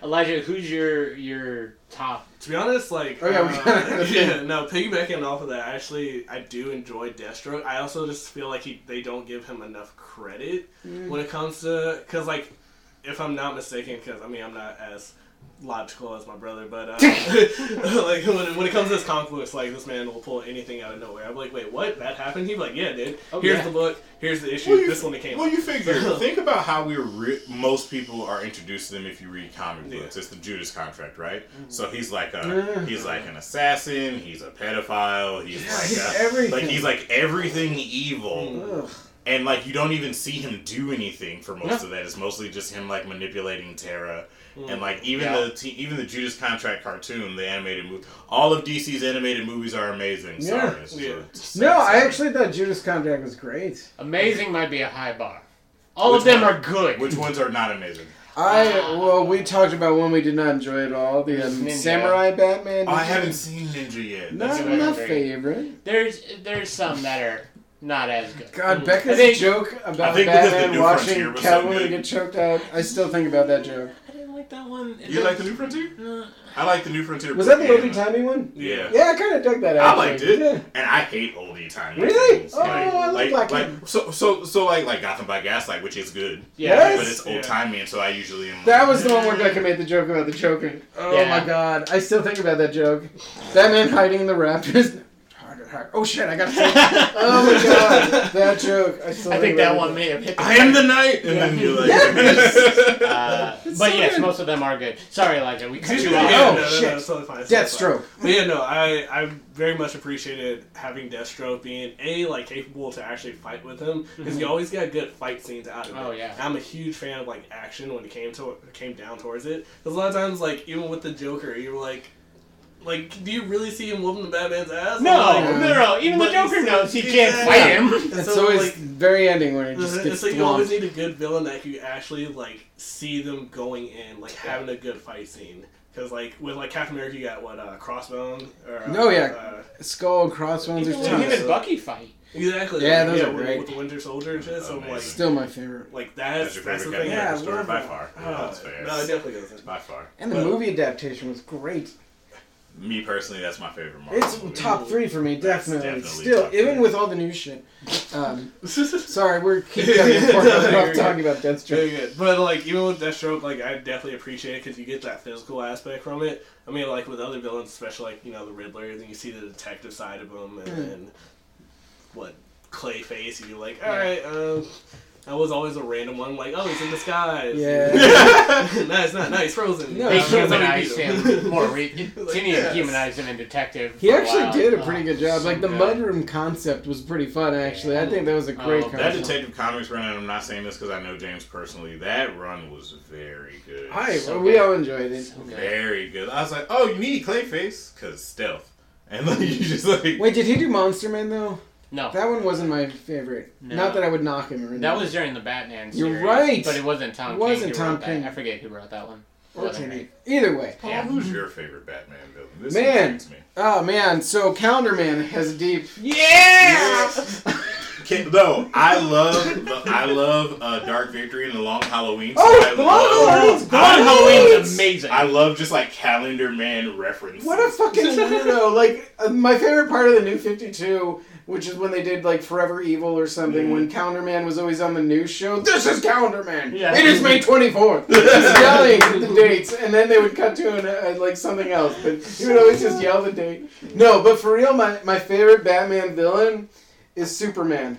Elijah, who's your your top?
To be honest, like
Oh, yeah, we
uh,
gotta-
yeah, no, piggybacking off of that, actually, I do enjoy Deathstroke. I also just feel like he they don't give him enough credit when it comes to because like if I'm not mistaken, because I mean I'm not as logical as my brother, but uh, like when, when it comes to this confluence, like this man will pull anything out of nowhere. I'm like, wait, what? That happened? He's like, yeah, it did.
Oh,
here's
yeah.
the book. Here's the issue.
Well, you-
this one it came.
Well,
out.
you figure. think about how we re- most people are introduced to them if you read comic
Yeah. Mm-hmm.
books. It's the Judas contract, right? So he's like
Yeah.
a he's like an assassin. He's a pedophile. He's
Yeah,
like
he's
a-
everything.
Like he's like everything evil,
Mm-hmm.
Ugh.
and like you don't even see him do anything for most
No.
of that. It's mostly just him like manipulating Terra.
Mm.
And like even
Yeah.
the te- even the Judas Contract cartoon, the animated movie, all of DC's animated movies are amazing.
Yeah.
Sorry, it's just-
Yeah.
it's-
No, I
it's-
actually thought Judas Contract was great.
Amazing might be a high bar. All
Which
of them
one?
are good.
Which ones are not amazing?
I well, we talked about one we did not enjoy at all. The um,
Ninja.
Samurai Batman.
I haven't seen Ninja yet. That's
Not
what
my
my
favorite.
favorite.
There's there's some that are not as good.
God,
I
Becca's
think-
joke about
I think because the
Batman
New
watching
Frontier was so
Catwoman
good.
get choked out. I still think about that joke.
I didn't like that one. It
You like the
didn't-
New Frontier?
No.
I like the New Frontier.
Uh. Was that the
Batman.
oldie timey one?
Yeah.
Yeah, I kind of dug that.
I
Actually.
liked it,
Yeah.
and I hate oldie time.
Really?
Things.
Oh, I love
like,
Black
like
Adam.
so so so like like Gotham by Gaslight, which is good,
Yeah.
Yes.
but it's old timey, and so I usually am. "Eh,
That was the one where Becca made the joke about the choking. Oh
Yeah.
my god, I still think about that joke. Batman hiding in the rafters. Harder, harder. Oh shit, I gotta. Think. Oh my god, that joke. I still.
I think that
about
one may have hit. The
I am the knight, and then you're like,
Uh, but
It's so
yes,
good.
most of them are good. Sorry, Elijah, we cut
Excuse
you
me.
off.
Yeah,
Oh,
no, no,
shit.
No, it's totally fine. It's totally fine.
Deathstroke.
But yeah, no, I I very much appreciated having Deathstroke being a like capable to actually fight with him because you always got good fight scenes out of it.
Mm-hmm. Oh, yeah.
I'm a huge fan of like action when it came to came down towards it. Because a lot of times, like even with the Joker, you were like, like, do you really see him whooping the Batman's ass?
No,
I'm like,
no, no. Even the
but
Joker
it's-
knows he
it's-
can't fight him.
That's
so,
always
like-
very ending when it just
Mhm.
gets
It's like you always
swamped.
need a good villain that you actually like see them going in, like having a good fight scene. Because like with like Captain America, you got what uh, Crossbone. Or, uh,
No, Oh, yeah.
uh,
Skull crossbones.
Even
There's
when him
tons.
and Bucky fight.
exactly.
Yeah,
like,
those
yeah,
are
with,
great.
with the Winter Soldier and shit. So like,
Amazing.
Still my favorite.
like that's
Oh, that's your
that's the
favorite Captain
thing.
Yeah,
America
I
story
love
by
that.
far.
Oh,
Yeah, that's fair.
No, it definitely isn't.
by far.
And the
But-
movie adaptation was great.
Me personally, that's my favorite Marvel.
It's
movie.
top three for me,
That's
definitely.
definitely
Still,
top
even
three.
with all the new shit. Um, sorry, we're keep coming forward about talking about Deathstroke.
Very good. But like even with Deathstroke, like I definitely appreciate it because you get that physical aspect from it. I mean, like with other villains, especially like you know the Riddler, then you see the detective side of him, and,
Mm.
and what Clayface, and you're like, all right, um, that was always a random one. Like, oh, he's in disguise.
Yeah.
no, it's not. No, he's frozen.
No,
They
Yeah,
Somebody beat
humanized him
Oh,
more. Re- Tinian
yes.
humanized him in Detective.
He
for a
actually
while.
did a
Oh,
pretty good job.
so
Like the
good.
mudroom concept was pretty fun. Actually, I think that was a great
Oh,
That
concept.
Detective Comics run, and I'm not saying this because I know James personally. That run was very good.
I
so
we
good.
all enjoyed it.
So good.
very good. I was like, oh, you need Clayface because stealth, and like you just like
Wait, did he do Monster Man though?
No,
That one wasn't my favorite.
No.
Not that I would knock him or anything.
that was during the Batman.
You're
series,
right.
But it wasn't Tom.
It
King
wasn't
who
Tom
wrote that.
King.
I forget who wrote that one. It
Or
wasn't
Timmy.
me.
Either way.
Paul,
Yeah.
who's your favorite Batman villain? This
Man.
intrigues me.
Oh man, so Calendar Man has a deep.
Yeah.
Can, no, I love the, I love uh, Dark Victory and the Long Halloween. so
Oh,
I
The Long Halloween's
I
great!
Long Halloween's amazing.
I love just like Calendar Man references.
What a fucking weirdo! Like uh, my favorite part of the New Fifty Two, which is when they did like Forever Evil or something, when Calendar Man was always on the news show. This is Calendar Man.
Yeah.
It is May twenty fourth. just yelling the dates, and then they would cut to an, uh, like something else. But he would always just yell the date. No, but for real, my my favorite Batman villain is Superman.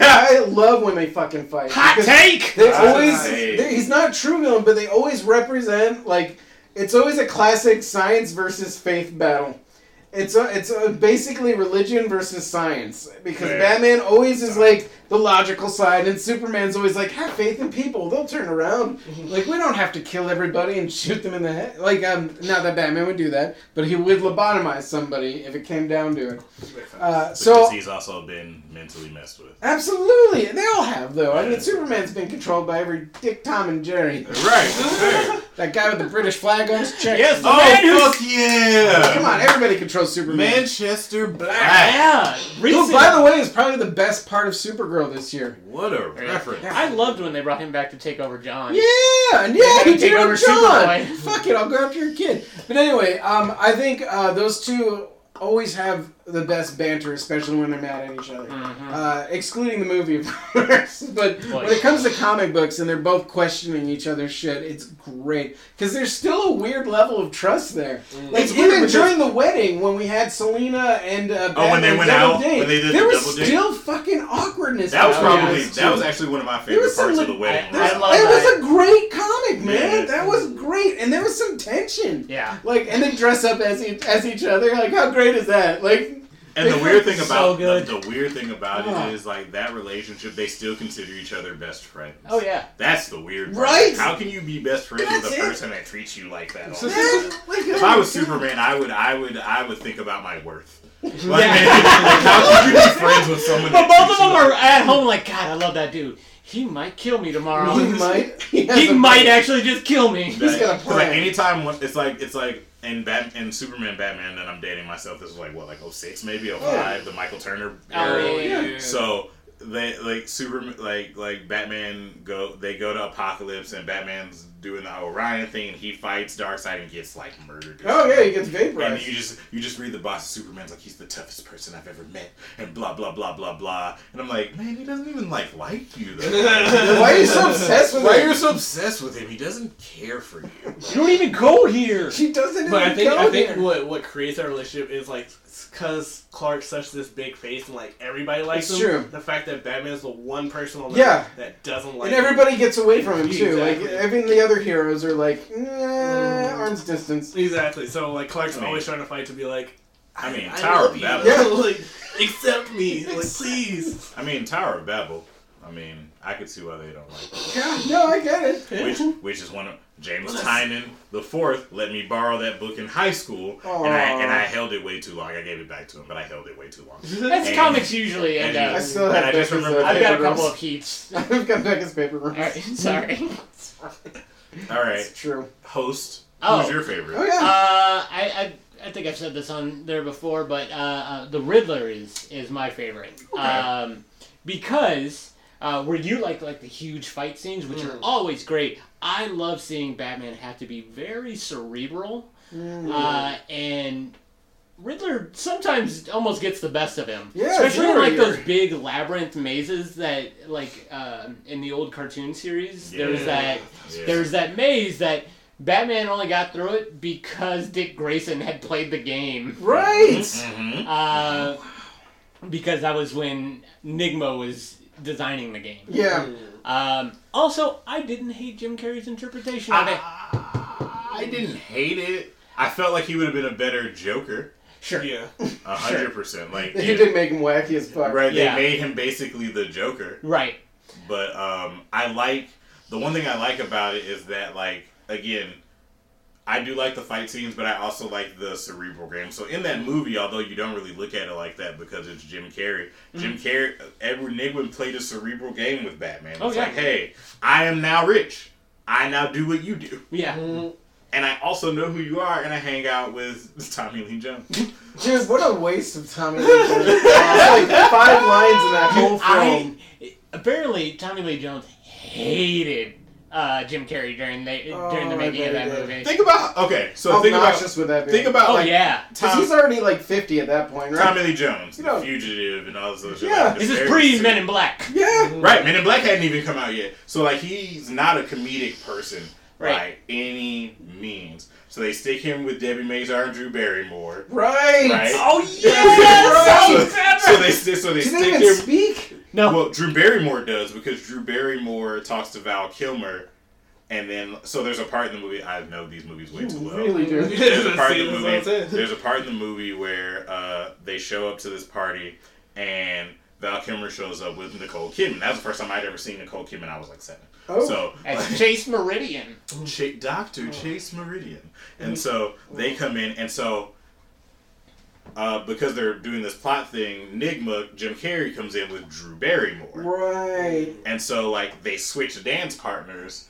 I love when they fucking fight.
Hot
because-
take.
They
Hot
always
take.
they- he's not a true villain, but they always represent like it's always a classic science versus faith battle. It's a, it's a basically religion versus science because
Fair.
Batman always is like the logical side, and Superman's always like have faith in people; they'll turn around.
Mhm.
Like we don't have to kill everybody and shoot them in the head. Like um, not that Batman would do that, but he would lobotomize somebody if it came down to it. Uh, so
Because he's also been mentally messed with.
Absolutely, they all have though. I
Yeah.
mean, Superman's been controlled by every Dick, Tom, and Jerry.
Right.
That guy with the British flag on his chest.
Yes. The man who's-
oh fuck yeah!
Come on, everybody controls Superman.
Manchester Black.
Yeah.
Who,
Recent-
by the way, is probably the best part of Supergirl this year.
What a reference.
I loved when they brought him back to take over John.
Yeah, and yeah,
They
he did
take
it
over
with John.
Superboy.
Fuck it, I'll go after your kid. But anyway, um, I think uh, those two always have the best banter, especially when they're mad at each other.
Mm-hmm.
Uh, excluding the movie, of course. But
Well,
when it comes to comic books and they're both questioning each other's shit, it's great because there's still a weird level of trust there.
Mm.
Like
It's weird
even
because-
during the wedding when we had Selena and uh,
Oh, when they
Batman
went
double
out,
date,
when they did the
there was
double date?
still fucking awkwardness.
That was
between
probably
us
that
two.
was actually one of my
There
favorite
was some,
parts of the
like,
wedding.
I- I
There's-
run.
love
it
that.
was a great comic, man.
Yeah.
That was great, and there was some tension.
Yeah.
Like, and they dress up as e- as each other. Like, how great is that? Like,
And the
They
weird
were
thing
so
about
good.
the, the weird thing about
Oh.
it is like that relationship, they still consider each other best friends.
Oh yeah.
That's the weird part.
Right?
How can you be best friends
That's
with a
it.
person that treats you like that? All the
man,
time?
like
If
oh
I
my
was
God.
Superman, I would, I would, I would think about my worth. Like, man, like, how could you be friends with so many.
But both of them
issues.
are at home like, God, I love that dude. He might kill me tomorrow.
He might. He, has
he
a-
might actually just kill me.
He's got a
It's
plan.
Like anytime, one- it's like it's like in Bat in Superman, Batman. Then I'm dating myself. This is like what, like 06 maybe 05, the Michael Turner era.
Oh, yeah.
So they like Superman, like like Batman go. They go to Apocalypse, and Batman's doing the Orion thing, and he fights Darkseid and gets like murdered.
Oh yeah, he gets
And
vaporized.
you just you just read the boss of Superman's like he's the toughest person I've ever met and blah blah blah blah blah and I'm like man he doesn't even like like you though
Why are you so obsessed with
why
him?
are you so obsessed with him he doesn't care for you
You don't even go here.
She doesn't even
But I think
go
I think
there.
what what creates our relationship is like because Clark's such this big face and like everybody likes
It's
him.
true.
The fact that Batman's the one person on the
Yeah.
that doesn't like
and everybody gets away from him
Yeah,
too.
exactly.
Like I mean, the other heroes are like nah, arms distance.
him. exactly. So like Clark's
I mean-
always trying to fight to be like.
I mean,
I
Tower
love
of
you.
Babel.
Yeah.
like accept me, like please.
I mean, Tower of Babel. I mean, I could see why they don't like it.
Yeah, no, I get it.
Which, which is one of James
Well, that's-
Tynan the fourth let me borrow that book in high school, and I and I
Aw.
held it way too long. I gave it back to him, but I held it way too long.
That's
And-
comics usually end
and
I
up.
he's-
still
And
have
I just
Becca's, uh,
remembered-
I've got a
paper
couple
rooms.
of keeps.
I've got Becca's paper rooms.
Alright, sorry.
All right,
It's true.
host.
Oh.
Who's your
Oh
favorite?
Uh,
yeah.
I, I I think I've said this on there before, but uh, uh, the Riddler is is my favorite um, because uh, where you like like the huge fight scenes, which
Mm.
are always great. I love seeing Batman have to be very cerebral,
Mm.
uh, and Riddler sometimes almost gets the best of him.
Yeah,
especially in like
sure.
those big labyrinth mazes that like um in the old cartoon series. There's
Yeah.
that
Yeah.
there's that maze that Batman only got through it because Dick Grayson had played the game.
right.
Mhm.
Uh, because that was when Nigma was designing the game.
Yeah.
Um, also, I didn't hate Jim Carrey's interpretation of
Ah,
it.
I, I didn't hate it. I felt like he would have been a better Joker.
Sure.
Yeah.
A hundred percent. Like,
You did make him wacky as fuck.
right?
Yeah.
They made him basically the Joker.
Right.
But um, I like the one thing I like about it is that like again, I do like the fight scenes, but I also like the cerebral game. So in that movie, although you don't really look at it like that because it's Jim Carrey,
Mm-hmm.
Jim Carrey, Edward Nigma played a cerebral game with Batman. It's
Oh, yeah.
like, hey, I am now rich. I now do what you do.
Yeah.
And I also know who you are, and I hang out with Tommy Lee Jones.
Dude, what a waste of Tommy Lee Jones. There's like five lines in that whole
I
film.
apparently Tommy Lee Jones hated uh, Jim Carrey during the during
Oh,
the
I
making
bet
of that
he did.
movie.
Think about okay. So
How
think about
obnoxious would that be?
think about
oh
like
yeah.
Because
Tom,
he's already like 50 at that point, right?
Tommy Lee Jones,
You
the
know-
fugitive, and all this other shit.
Yeah.
like, it's
This is
very
pre
serious.
Men in Black.
yeah.
Right, Men in Black hadn't even come out yet. So like he's not a comedic person
Right.
by any means. So they stick him with Debbie Mazar and Drew Barrymore.
Right.
Right.
Oh
yes!
so, so they sti- so they
Do
stick
they
him.
even speak?
No.
Well, Drew Barrymore does because Drew Barrymore talks to Val Kilmer, and then so there's a part in the movie I know these movies way
You
too well.
really do.
there's a part in the
See, that's what
movie.
I'm saying.
There's a part in the movie where uh, they show up to this party and Val Kilmer shows up with Nicole Kidman. That was the first time I'd ever seen Nicole Kidman. I was like seven.
Oh.
So
As Chase Meridian.
Cha- Doctor Chase Meridian,
Mm.
and so
Oh.
they come in, and so uh, because they're doing this plot thing, Nigma Jim Carrey comes in with Drew Barrymore.
Right.
And so like they switch dance partners.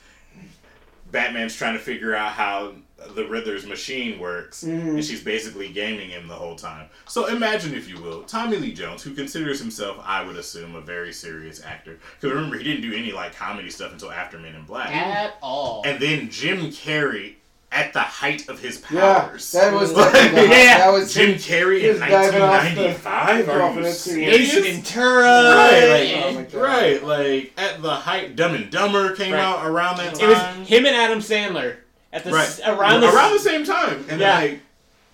Batman's trying to figure out how the Riddler's machine works,
Mm-hmm.
and she's basically gaming him the whole time. So imagine, if you will, Tommy Lee Jones, who considers himself, I would assume, a very serious actor. Because remember, he didn't do any like comedy stuff until after Men in Black.
At all.
And then Jim Carrey at the height of his
Yeah.
powers.
That was
Like,
Yeah.
That was
Jim Carrey
he
in
was diving off the-
1995.
off
Are
an
you
Instagram.
Ace
serious?
Ventura.
Right,
Oh my
and-
God.
Right, like at the height, Dumb and Dumber came
Right.
out around that
it
time.
was him and Adam Sandler at the s
right
around the s-
same time, and then,
Yeah.
like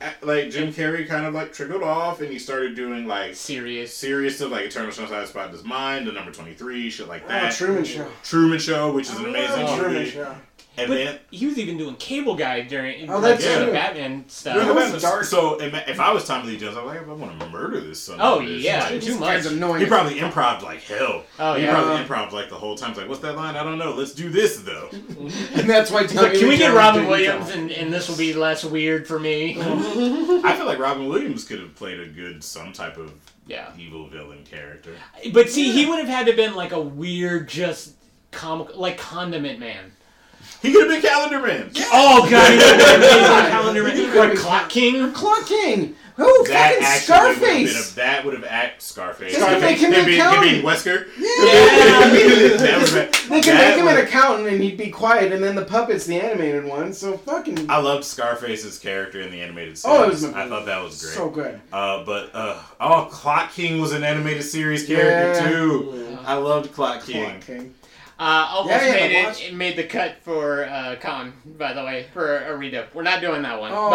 at- like Jim Carrey kind of like trickled off, and he started doing like
serious.
serious stuff like Eternal Sunshine of the Spotless Mind, The Number Twenty Three, shit like
Oh,
that.
Truman Show.
Truman Show, which is an amazing
Oh, Truman
movie,
Show.
and
But
then.
he was even doing Cable Guy during
Oh, that's
like, during
true.
the Batman stuff.
Yeah, that was
So-
dark.
So if if I was Tommy Lee Jones, I'm like, I want to murder this son. of
Oh,
a bitch.
yeah.
Like,
Too
This
much.
guy's annoying.
he probably improv like hell.
Oh,
he
yeah.
probably improv like the whole time. He's like, what's that line? I don't know. Let's do this though.
and that's why Tommy
Like, can
Lee
we get
Jones Mm-hmm.
Robin
didn't
Williams
talk.
and, and this will be less weird for me?
I feel like Robin Williams could have played a good some type of
Yeah.
evil villain character.
But see, he would have had to been like a weird, just comic, like Condiment Man.
He could have been Calendar Man.
Oh god, he would have been amazing Calendar
You
Man.
could've
Or
been-
Clock King.
Clock King. Who fucking
actually would've been
Scarface?
a- that would have act Scarface.
Yes, but they
Him
can
being-
make
him
out.
being Wesker. That would've been-
They can
that
make him an
would've-
accountant and he'd be quiet, and then the puppet's the animated one. So fucking
I loved Scarface's character in the animated series.
Oh, it was
I thought that was great.
so good.
Uh, but uh, oh, Clock King was an animated series character
Yeah.
too. I loved Clock King.
Clock King.
Uh, almost
Yeah, yeah,
made
the
it,
watch.
it made the cut for uh, Con, by the way, for a redo. We're not doing that one.
Oh,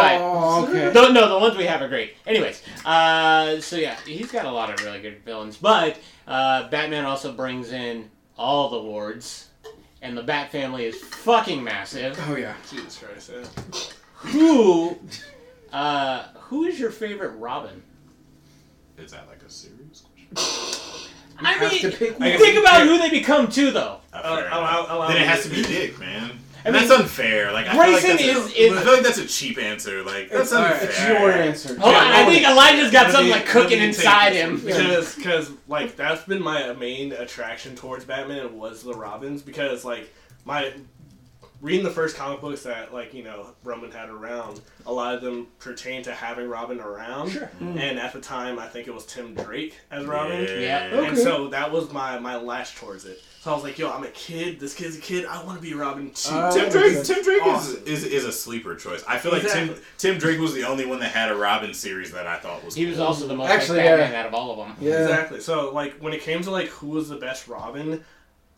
but
okay.
no, no, the ones we have are great. Anyways, uh, so yeah, he's got a lot of really good villains, but uh, Batman also brings in all the wards, and the Bat family is fucking massive.
Oh yeah.
Jesus Christ. Yeah.
Who, uh, who is your favorite Robin?
Is that like a serious question?
I
have
mean,
to pick
I
one.
guess-
think about who they become too, though.
Uh, fair
allow-
enough.
allow
then it
me
has to
to-
be Dick, man.
I
And
mean,
that's unfair. Like I feel like
Grayson
that's a,
is- is-
I feel like that's a cheap answer. Like that's
It's, all right,
unfair.
it's your answer.
Hold
Yeah,
on, I
no,
think Elijah's got
Let
something
me-
like
let me
cooking
take
inside
this.
him.
Because, because, like, that's been my main attraction towards Batman was the Robins. Because, like, my reading the first comic books that, like, you know, Roman had around, a lot of them pertain to having Robin around.
Sure.
And at the time, I think it was Tim Drake as Robin.
Yeah.
Yeah.
And so that was my my lash towards it. So I was like, yo, I'm a kid. This kid's a kid. I want to be Robin too.
Uh,
Tim Drake, Tim Drake
Awesome.
is, is is a sleeper choice. I feel like
Exactly.
Tim Tim Drake was the only one that had a Robin series that I thought was.
He was
cool.
also the most
Actually,
like Batman
yeah.
out of all of them.
Yeah.
Exactly. So like when it came to like who was the best Robin,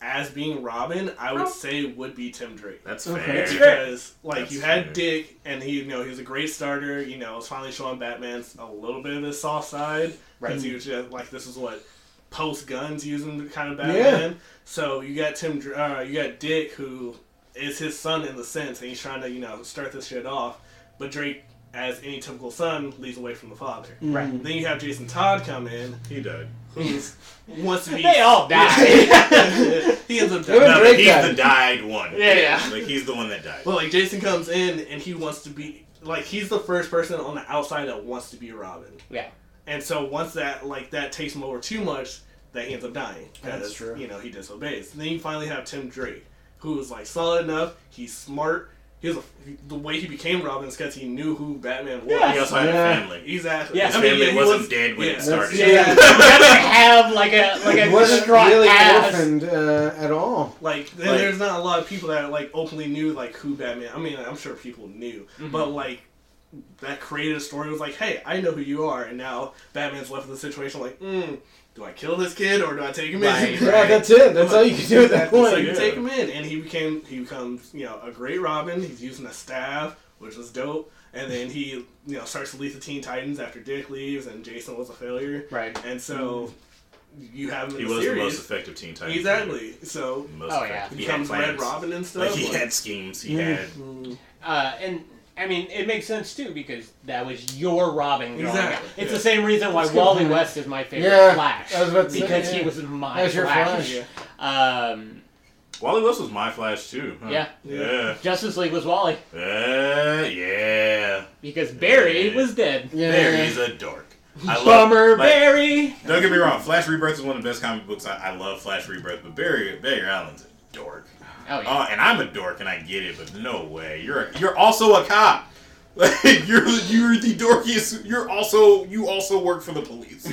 as being Robin, I would say would be Tim Drake.
That's
Okay.
fair.
That's
Because like
That's
you had
fair.
Dick, and he you know he was a great starter. You know, was finally showing Batman's a little bit of his soft side. Because he was just like this is what post guns using the kind of Batman. So you got Tim, Dr- uh, you got Dick, who is his son in the sense, and he's trying to you know start this shit off. But Drake, as any typical son, leads away from the father.
Right.
Then you have Jason Todd come in,
He died.
who's wants to be.
They all die.
he ends up
It was
dying.
No,
Drake
but he's
died.
the died one.
Yeah, yeah.
Like he's the one that died.
Well, like Jason comes in and he wants to be like he's the first person on the outside that wants to be Robin.
yeah.
And so once that like that takes him over too much, that he ends up dying. 'cause,
That's true.
You know he disobeys. then you finally have Tim Drake, who's like solid enough. He's smart. He was a, the way he became Robin is because he knew who Batman was.
Yeah.
he also had
Yeah.
a family.
Exactly.
Yeah.
His
I
family
yeah, he
wasn't
was-
dead when
yeah.
it
That's-
started.
Yeah.
He doesn't have like a like a
It wasn't
distraught
really
ass.
orphaned uh, at all.
Like, th-
Like-
there's not a lot of people that like openly knew like who Batman. I mean, I'm sure people knew,
Mm-hmm.
but like that creative story was like, hey, I know who you are, and now Batman's left in the situation like, mm, do I kill this kid or do I take him
Right.
in?
Yeah, that's it. That's all you can do at that
Exactly. So
point.
you
Yeah.
take him in, and he became he becomes you know a great Robin. He's using a staff, which was dope. And then he you know starts to lead the Teen Titans after Dick leaves, and Jason was a failure.
Right.
And so
Mm-hmm.
you have him in
He
the
was the
series.
most effective Teen Titan.
exactly. So
Most
Oh,
effective.
yeah.
he
He had
becomes Red
plans.
Robin and stuff.
Like he
like-
had schemes. He
Mm.
had
Uh, and I mean, it makes sense too because that was your Robin. Growing up.
Exactly,
It's
yeah.
the same reason why
That's a good
Wally
point.
West is my favorite
Yeah,
Flash
I was about to say,
because he
yeah.
was my
That's your
Flash.
Flash.
Um,
Wally West was my Flash too. huh?
Yeah.
Yeah.
Justice League was Wally
Uh, yeah.
because Barry
Yeah.
was dead.
Yeah.
There he's a dork. I love-
Bummer,
like,
Barry.
Don't get me wrong. Flash Rebirth is one of the best comic books. I, I love Flash Rebirth, but Barry Barry Allen's a dork.
Oh yeah.
Oh, and I'm a dork, and I get it, but no way. You're a, you're also a cop. Like you're you're the dorkiest. You're also you also work for the police.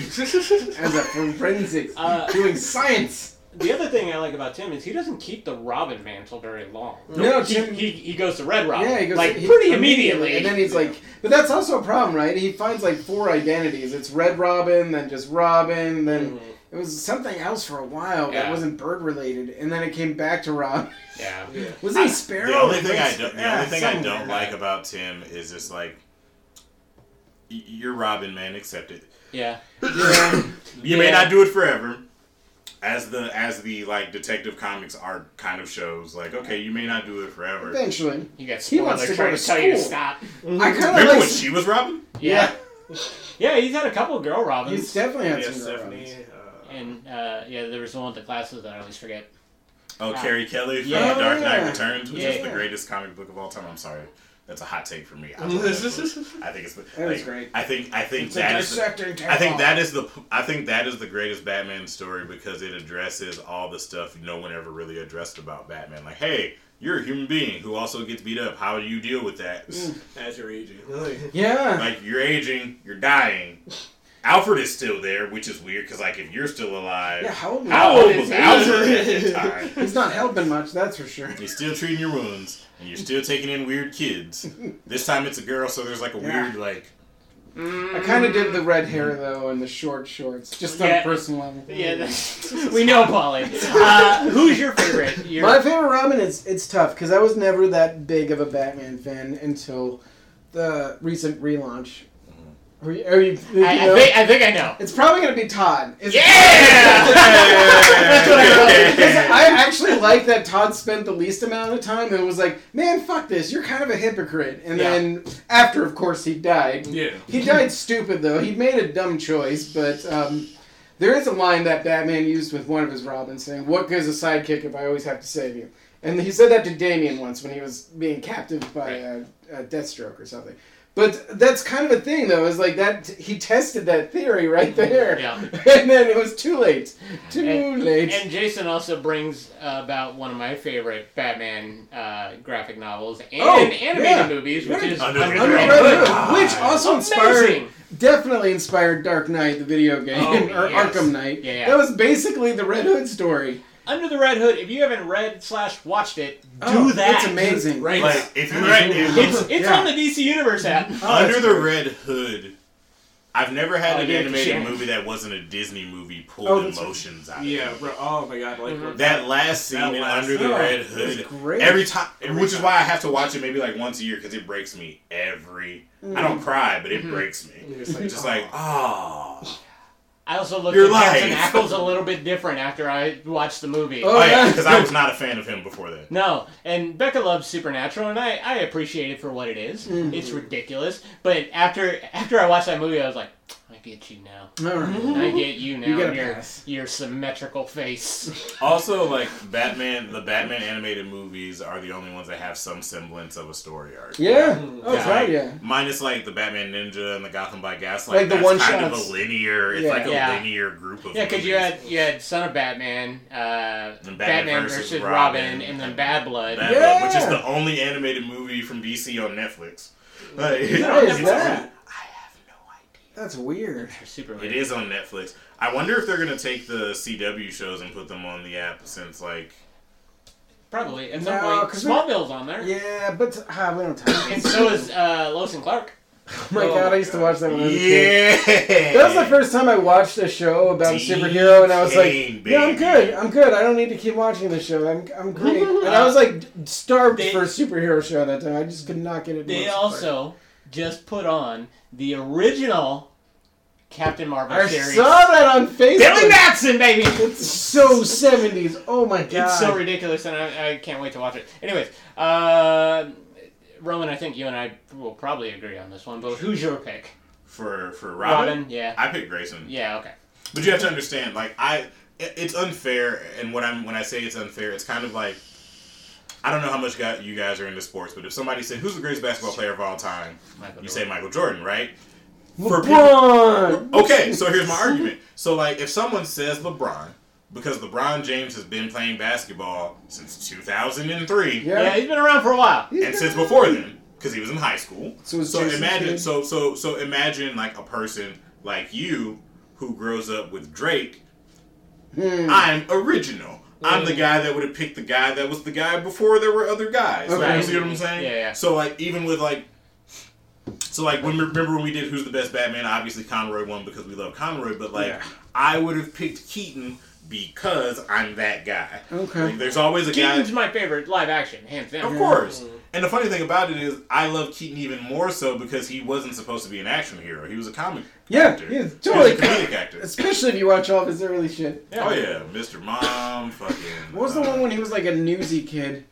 As a forensics,
Uh,
doing science.
The other thing I like about Tim is he doesn't keep the Robin mantle very long.
No,
he,
Tim-
he, he goes to Red Robin.
Yeah, he goes
like
he-
pretty immediately.
and then he's like, but that's also a problem, right? He finds like four identities. It's Red Robin, then just Robin, then it was something else for a while that
Mm-hmm. Yeah.
wasn't bird related, and then it came back to Robin.
yeah.
Yeah.
Was he Sparrow?
The only thing
Like,
I don't, the
yeah,
only thing I
something
don't
that.
like about Tim is just like y- you're Robin, man. Accept it.
Yeah.
You may
Yeah.
not do it forever. As the as the like Detective Comics art kind of shows, like okay, you may not do it forever. Remember
Eventually,
He got
He
spoiled.
wants
They're
to go
trying
to
to, tell you to
school.
stop.
I kind of
when
like.
she was Robin?
Yeah. Yeah, he's had a couple of girl Robins.
He's definitely had
Yeah,
some girl
Stephanie.
Robins.
Uh,
and uh, yeah, there was the one with the glasses that I always forget.
Oh,
Yeah.
Carrie Kelly from
Yeah.
Dark Knight
Yeah.
Returns, which is
Yeah.
the greatest comic book of all time. I'm sorry. That's a hot take for me. I, love that
uh,
book. I think it's
That was
like,
great.
I think I think
It's a
that is the-
dissecting
I think
table.
that is the I think that is the greatest Batman story because it addresses all the stuff no one ever really addressed about Batman. Like, hey, you're a human being who also gets beat up. How do you deal with that?
Mm.
as you're aging.
Yeah.
Like, you're aging, you're dying. Alfred is still there, which is weird because like if you're still alive,
Yeah, how old was
how
Alfred?
old was Alfred at that time?
He's not helping much, that's for sure.
You're still treating your wounds, and you're still taking in weird kids. This time it's a girl, so there's like a
Yeah.
weird like
I kind of did the red hair though and the short shorts, just on
Mm. Yeah.
a personal level.
Yeah, that's, we know, Polly. Uh, who's your favorite? Your,
My favorite Robin is it's tough because I was never that big of a Batman fan until the recent relaunch.
Mm-hmm.
Are you, are you, you
I, I,
know?
think, I think I know.
it's probably gonna be Todd. It's-
That's what I
Because I actually like that Todd spent the least amount of time and was like, "Man, fuck this! You're kind of a hypocrite." And
Yeah.
then after, of course, he died.
Yeah.
He died stupid though. He made a dumb choice, but um, there is a line that Batman used with one of his Robins saying, "What good is a sidekick if I always have to save you?" And he said that to Damien once when he was being captive by a, a Deathstroke or something. But that's kind of a thing though. Is like that he tested that theory right there,
Yeah.
and then it was too late. Too
And-
late.
And Jason also brings about one of my favorite Batman uh, graphic novels and
Oh,
animated
yeah.
movies, which
Right.
is
Under the
Under the
Under
Red
Red
Hood.
Hood.
Hood, which also inspired,
Amazing.
definitely inspired Dark Knight, the video game,
Oh,
or
yes.
Arkham Knight.
Yeah, yeah.
That was basically the Red Hood story.
Under the Red Hood. If you haven't read slash watched it,
Oh,
do that.
It's amazing.
Right.
like if you right
It's it's
Yeah.
on the DC Universe app.
Under the Red Hood. I've never had
Oh,
an
yeah,
animated
yeah.
movie that wasn't a Disney movie pulled
Oh, that's right.
emotions out.
Yeah,
of
bro. Oh my god, like
it. That last scene
That
in
last-
Under the
Oh,
Red
it's
Hood,
great.
every time, which is
time.
why I have to watch it maybe like once a year because it breaks me every. I don't
Mm.
cry, but it breaks me.
It's like,
Just like ah,
I also looked
You're
at Captain
lying.
Ackles a little bit different after I watched the movie.
Oh.
oh yeah,
yeah.
because I was not a fan of him before that.
No, and Becca loves Supernatural, and I, I appreciate it for what it is.
Mm-hmm.
It's ridiculous, but after after I watched that movie, I was like, I get you now.
All right.
I get you now.
You gotta
and your,
pass.
your symmetrical face.
Also, like Batman, the Batman animated movies are the only ones that have some semblance of a story arc.
Yeah. Oh,
It's
yeah.
like-
yeah.
Minus like the Batman Ninja and the Gotham by Gaslight.
Like the
that's
one-shots.
kind of a linear. It's
Yeah.
like a
Yeah.
linear group of.
yeah, because you
movies.
had you had Son of Batman, uh,
And Batman
Batman,
versus
versus,
Robin,
Robin, and then Bad Blood.
Bad
Yeah.
Blood, which is the only animated movie from DC on Netflix. Like,
What is that?
I have no
That's weird.
for Superman.
idea. It is on Netflix. I wonder if they're gonna take the CW shows and put them on the app since like
probably at some
No,
point.
'cause we're-
Smallville's on there,
Yeah, but ah, we don't talk.
and so is uh, Lois and Clark.
Oh my god, I used to watch that when I was a kid.
yeah.
That was the first time I watched a show about a superhero, and I was like,
Dang,
"Yeah, I'm
baby.
good. I'm good. I don't need to keep watching this show. I'm, I'm great." And I was like starved
They-
for a superhero show at that time. I just could not get it.
They
once.
also just put on the original Captain Marvel
I
series.
saw that on Facebook.
Billy Batson, baby!
It's so seventies. Oh my god.
It's so ridiculous, and I, I can't wait to watch it. Anyways, uh, Roman, I think you and I will probably agree on this one, but who's your pick?
for for Robin.
yeah.
I picked Grayson.
Yeah, okay.
But you have to understand, like I, it- it's unfair. And what I'm when I say it's unfair, it's kind of like I don't know how much guy- you guys are into sports, but if somebody said who's the greatest basketball player of all time,
Michael
you
Jordan.
say Michael Jordan, right? For people,
LeBron.
okay, so here's my argument. So like, if someone says LeBron, because LeBron James has been playing basketball since 2003,
Yeah.
Yeah, he's been around for a while.
and since before then, because he was in high school.
So
So,
is Jason
imagine,
Kidd.
so so so imagine like a person like you who grows up with Drake.
Hmm,
I'm original. I'm the guy that would have picked the guy that was the guy before there were other guys. Like, you
Okay.
see what I'm saying?
Yeah, yeah.
So like even with like. So like when remember when we did Who's the Best Batman? Obviously Conroy won because we love Conroy, but like
Yeah.
I would have picked Keaton because I'm that guy.
Okay.
Like, there's always a guy.
Keaton's my favorite live action, hands down.
Of
Mm.
course. And the funny thing about it is, I love Keaton even more so because he wasn't supposed to be an action hero. He was a comic
Yeah,
actor.
yeah, totally.
He was a comedic actor.
Especially if you watch all of his early shit.
Oh yeah, Mr. Mom, fucking.
What was the
uh,
one when he was like a newsy kid?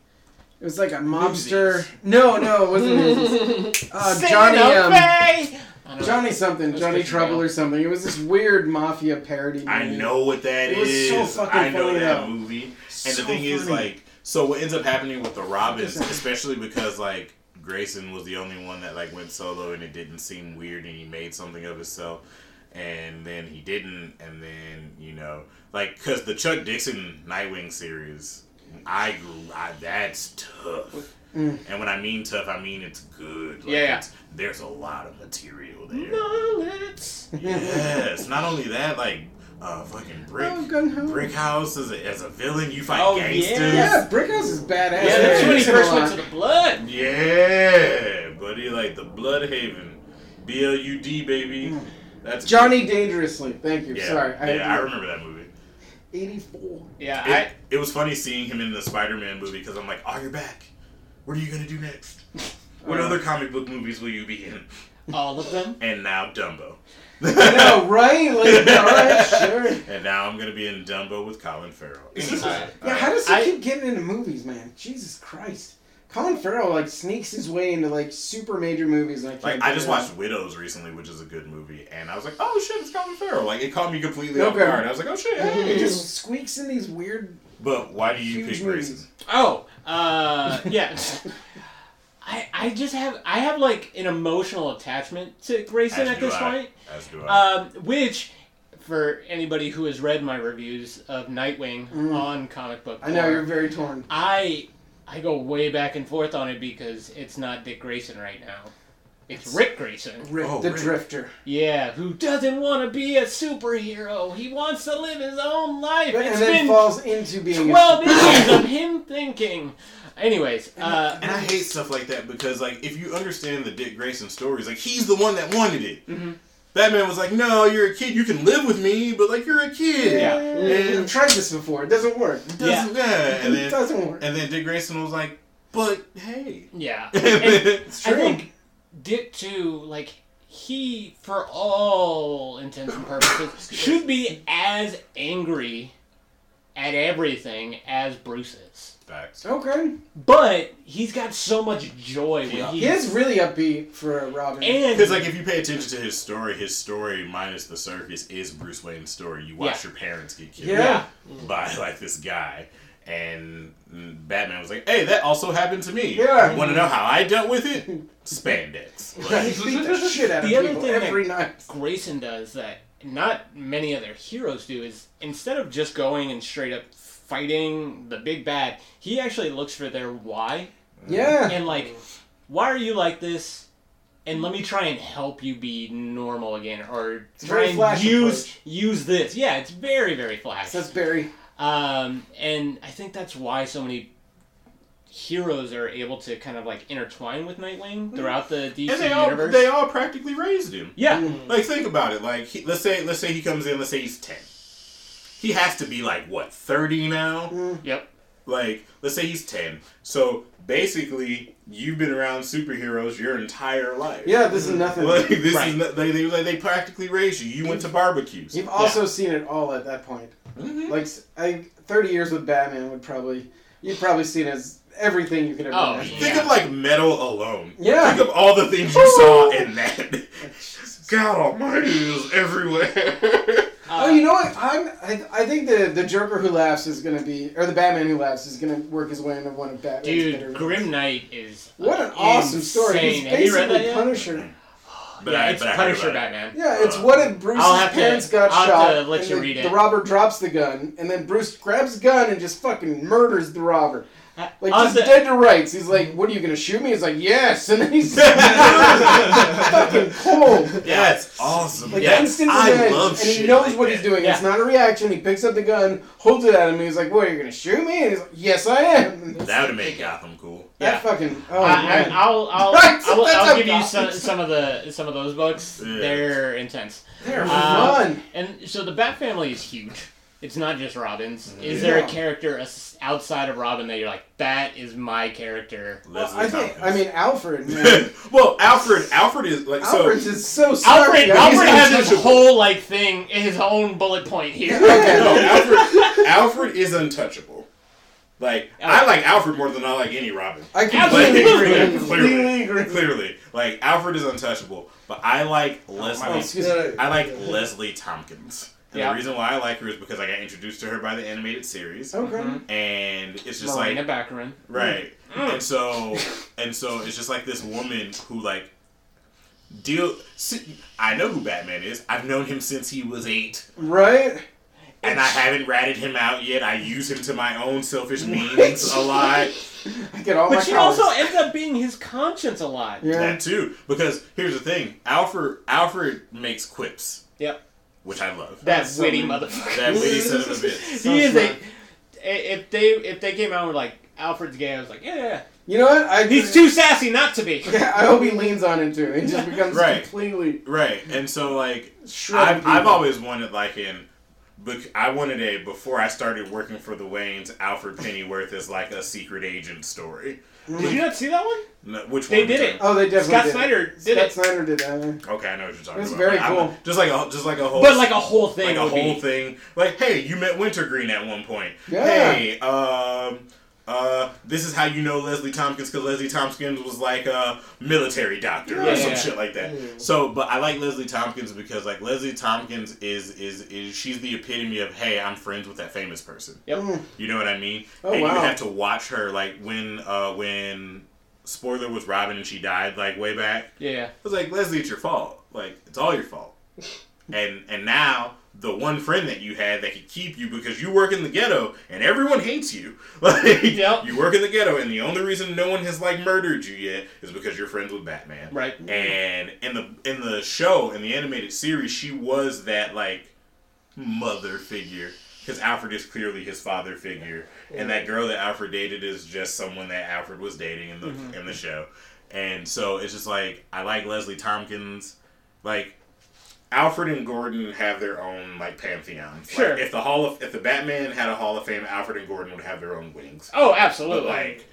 It was like a mobster. No, no, it wasn't. Newsies. Uh, Johnny, um,
Okay. I don't know.
Johnny something,
That's
Johnny
Christian
Trouble
Bale.
or something. It was this weird mafia parody.
I
movie.
know what that is.
It was so fucking
I know
funny,
that
though.
movie. And
So
the thing is,
funny.
like, so what ends up happening with the Robins, especially because like Grayson was the only one that like went solo and it didn't seem weird and he made something of himself. And then he didn't, and then you know, like, cause the Chuck Dixon Nightwing series, I grew, I that's tough.
Mm.
And when I mean tough, I mean it's good. Like,
Yeah.
it's, there's a lot of material there.
Mullets.
Yes. Not only that, like uh, fucking brick,
Oh, Gung Ho.
brick house as a, as a villain. You fight
Oh, yeah.
gangsters.
Yeah, Brickhouse is badass.
Yeah, that's when he
Brickhouse
first
in a
went to
lot.
the blood.
Yeah, buddy, like the Blood Haven, B L U D,
Hmm.
baby. That's
Johnny Dangerously. Thank you.
Yeah,
Sorry.
I, yeah, I remember that movie.
84.
Yeah,
It, it was funny seeing him in the Spider-Man movie because I'm like, oh, you're back. What are you gonna do next? What
Uh.
other comic book movies will you be in?
I all of them.
And now Dumbo.
I know, right? Like, alright, sure.
And now I'm gonna be in Dumbo with Colin Farrell.
Is this-
Anyway,
Yeah, how does he
I-
keep getting into movies, man? Jesus Christ. Colin Farrell, like, sneaks his way into, like, super major movies. And I can't
Like I
figure
just
it out.
watched Widows recently, which is a good movie, and I was like, "Oh shit, it's Colin Farrell!" Like it caught me completely off
Okay.
guard. I was like, "Oh shit!" hey."
He just squeaks in these weird,
But why do you
huge
pick
movies.
Grayson?
Oh, uh, yeah. I, I just have I have like an emotional attachment to Grayson
As
at
do
this
I.
point,
As do I.
um, which for anybody who has read my reviews of Nightwing
Mm.
on comic book,
I know,
Lore,
you're very torn.
I I go way back and forth on it because it's not Dick Grayson right now. It's Rick Grayson.
Rick,
Oh,
the
Rick.
Drifter.
Yeah, who doesn't want to be a superhero. He wants to live his own life.
But-
It's
and then
been
falls into being a-
12 issues of him thinking. Anyways, uh,
And I hate stuff like that because, like, if you understand the Dick Grayson stories, like, he's the one that wanted it. Batman was like, "No, you're a kid. You can live with me, but like, you're a kid."
Yeah.
I've tried this before. It doesn't work.
It doesn't- yeah. And
It
then,
doesn't work.
and then Dick Grayson was like, "But hey."
yeah. And
It's
I
true.
think Dick too, like he, for all intents and purposes, should be as angry at everything as Bruce is.
Facts.
Okay.
But he's got so much joy when
Yeah.
he
He is really upbeat for Robin.
and
Because like if you pay attention to his story, his story minus the circus is Bruce Wayne's story. You watch your parents get killed
Yeah.
by like this guy, and Batman was like, "Hey, that also happened to me.
Yeah.
You want to know how I dealt with it? Spandex."
he
Like,
beat the shit out of
The other
people
thing that-
every night.
Grayson does that not many other heroes do is instead of just going and straight up fighting the big bad, he actually looks for their why
Yeah.
and like, why are you like this? And let me try and help you be normal again, or
a
try
very
and
Flash
use
approach.
use this. Yeah, it's very very flash.
That's Barry.
Um, and I think that's why so many heroes are able to kind of like intertwine with
Mm-hmm.
Nightwing throughout the DC
and they all
universe.
they all practically raised him.
yeah,
Like think about it. Like he, let's say let's say he comes in. Let's say he's ten. He has to be like what thirty now.
Mm.
yep.
like let's say he's 10 so basically you've been around superheroes your entire life
Yeah, this is nothing.
like this
Right.
is not, they, they, like, they practically raised you you went to barbecues
You've also seen it all at that point.
Mhm.
Like, s- I, 30 years with Batman would probably, you'd probably seen as everything you could ever
Oh,
imagine.
think
Yeah.
of like metal alone
Mm-hmm. Yeah.
think of all the things you saw in that god almighty it was everywhere
Uh,
Oh, you know what? I'm, I, I think the, the Joker who laughs is going to be, or the Batman who laughs is going to work his way into one of Batman's better
Dude,
villains.
Grim Knight is
What an awesome story. He's
insane. Have you read that
basically
yet?
Punisher.
but
yeah,
I,
it's
but I heard
Punisher
about it.
Batman.
Yeah, it's
Uh,
what if Bruce's
I'll have to-
parents got
I'll have
shot?
to let
and
you
the,
read it.
The robber drops the gun, and then Bruce grabs the gun and just fucking murders the robber. Like
Also-
he's dead to rights. He's like, "What are you gonna shoot me?" He's like, "Yes," and then he's fucking cold.
that's awesome
Like
yeah.
instant
i
revenge,
love
and
shit
he knows
like
what
that.
he's doing. It's
Yeah.
not a reaction. He picks up the gun, holds it at him, and he's like, "What are you gonna shoot me?" And he's like, "Yes, I am." And
that would make gotham cool
that
yeah.
fucking oh
I, I,
man.
I'll, I'll,
Right,
I'll,
that's
I'll
how
give you
God-
some, some of the some of those books.
Yeah.
They're intense.
They're
Uh,
fun.
And so the Bat family is huge. It's not just Robin's.
Mm-hmm.
Is there
Yeah.
a character as- outside of Robin that you're like, that is my character?
Well,
Leslie
I think. I
Tompkins.
mean, Alfred. Man.
well, Alfred. Alfred is like
Alfred's
so.
is so smart.
Alfred,
guys.
Alfred
He's
has his
untouchable.
whole like thing, his own bullet point here.
Okay.
No, Alfred. Alfred is untouchable. Like
Oh.
I like Alfred more than I like any Robin.
I
Like,
completely agree.
clearly,
Completely
clearly,
agree.
clearly, like Alfred is untouchable, but I like
Oh,
Leslie.
excuse me.
I like Leslie Tompkins. And
Yeah.
the reason why I like her is because I got introduced to her by the animated series.
Okay.
And it's just
Marina
like
Baccarin.
right. And so and so it's just like this woman who like deal see, I know who Batman is. I've known him since he was 8
Right?
and I haven't ratted him out yet. I use him to my own selfish means a lot.
I get all Oh my
But she
powers.
also ends up being his conscience a lot.
Yeah.
That too, because here's the thing: Alfred Alfred makes quips,
Yep.
which I love.
That
That's
witty
so-
motherfucker.
That witty son of a bitch.
So
he is a.
smart.
i- If they if they came out with like Alfred's gay, I was like, yeah, yeah, yeah.
You know what? I
He's too sassy not to be.
Yeah, I hope he leans on it too. It just becomes
Right.
completely
Right, and so like
shredded.
I've, I've
people.
always wanted like in, bec- I wanted a before I started working for the Waynes, Alfred Pennyworth is like a secret agent story.
Did you not see that one?
No, which
They
one we
did
talking
it.
Oh, they definitely
Scott
did.
Snyder
it.
did
Scott
it.
Snyder did uh, that. yeah.
Okay, I know what you're talking
It's
about.
very
but I'm-
cool.
Just like a just like a whole
But like a whole thing
like a
would
whole
be.
thing. Like, hey, you met Wintergreen at one point.
Yeah.
Hey, um, uh, this is how you know Leslie Tompkins because Leslie Tompkins was like a military doctor
Yeah.
or some
Yeah.
shit like that. So, but I like Leslie Tompkins because like Leslie Tompkins is is is she's the epitome of hey, I'm friends with that famous person.
Yep.
You know what I mean?
Oh,
and
wow.
you have to watch her like when uh when spoiler was Robin and she died like way back.
Yeah.
I was like, Leslie, it's your fault. Like, it's all your fault. and and now the one friend that you had that could keep you because you work in the ghetto and everyone hates you. Like
Yep.
you work in the ghetto and the only reason no one has like murdered you yet is because you're friends with Batman.
Right.
And in the in the show, in the animated series, she was that like mother figure. Because Alfred is clearly his father figure, and that girl that Alfred dated is just someone that Alfred was dating in the in the show, and so it's just like I like Leslie Tompkins, like Alfred and Gordon have their own like pantheon.
Sure.
Like, if the Hall of if the Batman had a Hall of Fame, Alfred and Gordon would have their own wings.
Oh,
But
absolutely.
like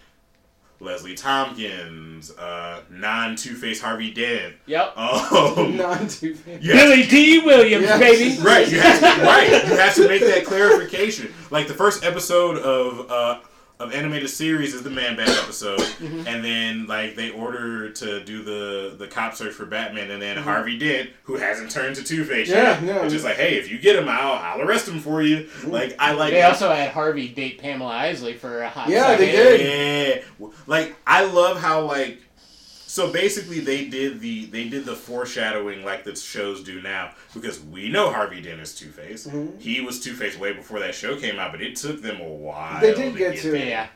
Leslie Tompkins, uh, non Two Face Harvey Dent.
yep.
Um,
non too fan.
you have-
Billy D. Williams,
Yeah.
baby.
Right, you have to, right. You have to make that clarification. Like the first episode of uh, of animated series is the Man Bat episode, and then like they order to do the the cop search for Batman, and then Harvey Dent, who hasn't turned to Two Face
Yeah,
yet,
yeah.
is just like, hey, if you get him, I'll I'll arrest him for you. Like I like.
They also had Harvey date Pamela Isley for a hot
Yeah, they
second.
did.
Yeah, like I love how like so basically they did the they did the foreshadowing like the shows do now because we know Harvey Dent is Two Face.
Mm-hmm.
He was Two Face way before that show came out, but it took them a while.
They did get to it.
Yeah.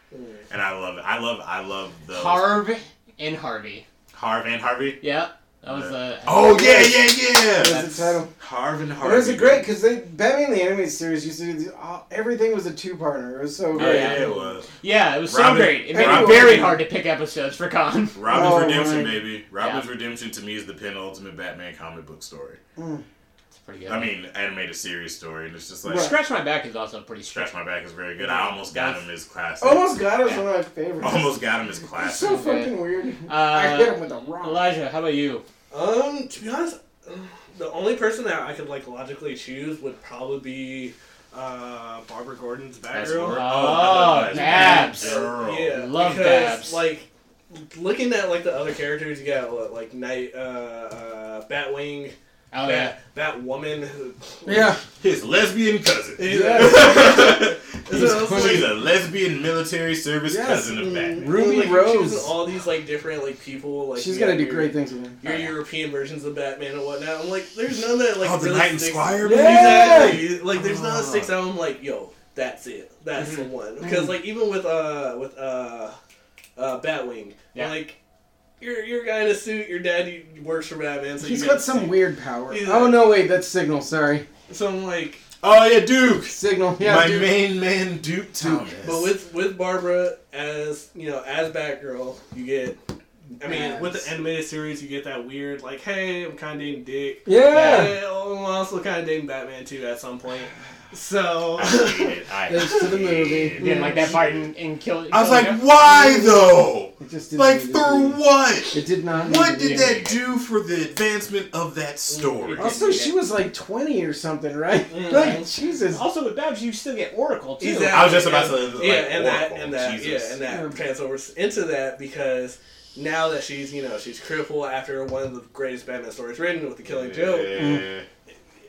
and I love it. I love I love the
Harv and Harvey.
Harv and Harvey.
Yep. That was uh, the.
Oh yeah, yeah, yeah.
That's the title.
Harv and
And
Harvey.
it was great because they Batman the animated series used to do these, all, everything was a two partner. It was so
Oh,
great.
yeah, it was.
Yeah, it was so
Robin-
great. It made
Robin-
it very hard to pick episodes for Con.
Robin's
Oh,
Redemption,
right.
baby. Robin's Redemption to me is the penultimate Batman comic book story.
It's pretty good.
I mean, animated series story, and it's just like
Right.
Scratch My Back is also pretty
Stretch
stretch.
My Back is very good. I almost got him as classic.
Almost got it was one of my favorites.
Almost got him as
It's so
classic.
fucking weird. I hit him
Uh,
with a rock.
Elijah, how about you?
Um, to be honest, the only person that I could like logically choose would probably be uh, Barbara Gordon's Batgirl.
Oh, Babs.
Girl.
Yeah,
Love
because,
Babs.
Like looking at like the other characters, you got what, like Night, uh, uh, Batwing,
Oh, yeah.
Bat, Batwoman. who-
Yeah.
His lesbian cousin.
Yeah. Is it also,
She's
like, Mm.
a lesbian military service
Yes.
cousin of Batman.
Ruby
like, you're choosing
Rose.
all these like different like people. Like
She's
you
gonna
got
do
your-
great things with him.
Your European versions of Batman and whatnot. I'm like, there's none that like
oh, the
really
Knight and
sticks-
Squire.
Yeah.
movie?
Exactly. Like there's not
Ah.
a six out. I'm like, yo, that's it. That's
Mm-hmm.
the one. Because like even with uh with uh uh Batwing,
Yeah.
like you're you're a guy in a suit. Your daddy works for Batman, so
He's
you
got
a
some
suit.
weird power.
He's
Oh
like-
no, wait, that's Signal. Sorry,
So I'm like,
Oh yeah, Duke.
Signal. Yeah,
My
dude.
main man, Duke Thomas.
but with with Barbara as you know as Batgirl, you get. I mean, with
Babs.
the animated series, you get that weird like, hey, I'm kind of dating Dick.
Yeah.
Hey, oh, I'm also kind of dating Batman too at some point. So.
I hate it. I
Thanks to the
hate
movie.
it.
You didn't like that part in, in Kill
Mm. I was
Kill
like,
Bill?
why though?
It just didn't
Like
need to
for
be.
what?
It did not.
What
need to
did
be.
that do for the advancement of that story?
Also, she was like twenty or something, right? Like Jesus.
Also, with Babs, you still get Oracle, too.
Exactly.
I was just about to, like,
yeah, and that,
Oracle,
and that,
Jesus.
yeah, and that
Yeah.
transfers into that because now that she's you know she's crippled after one of the greatest Batman stories written with the Killing Joke,
Yeah.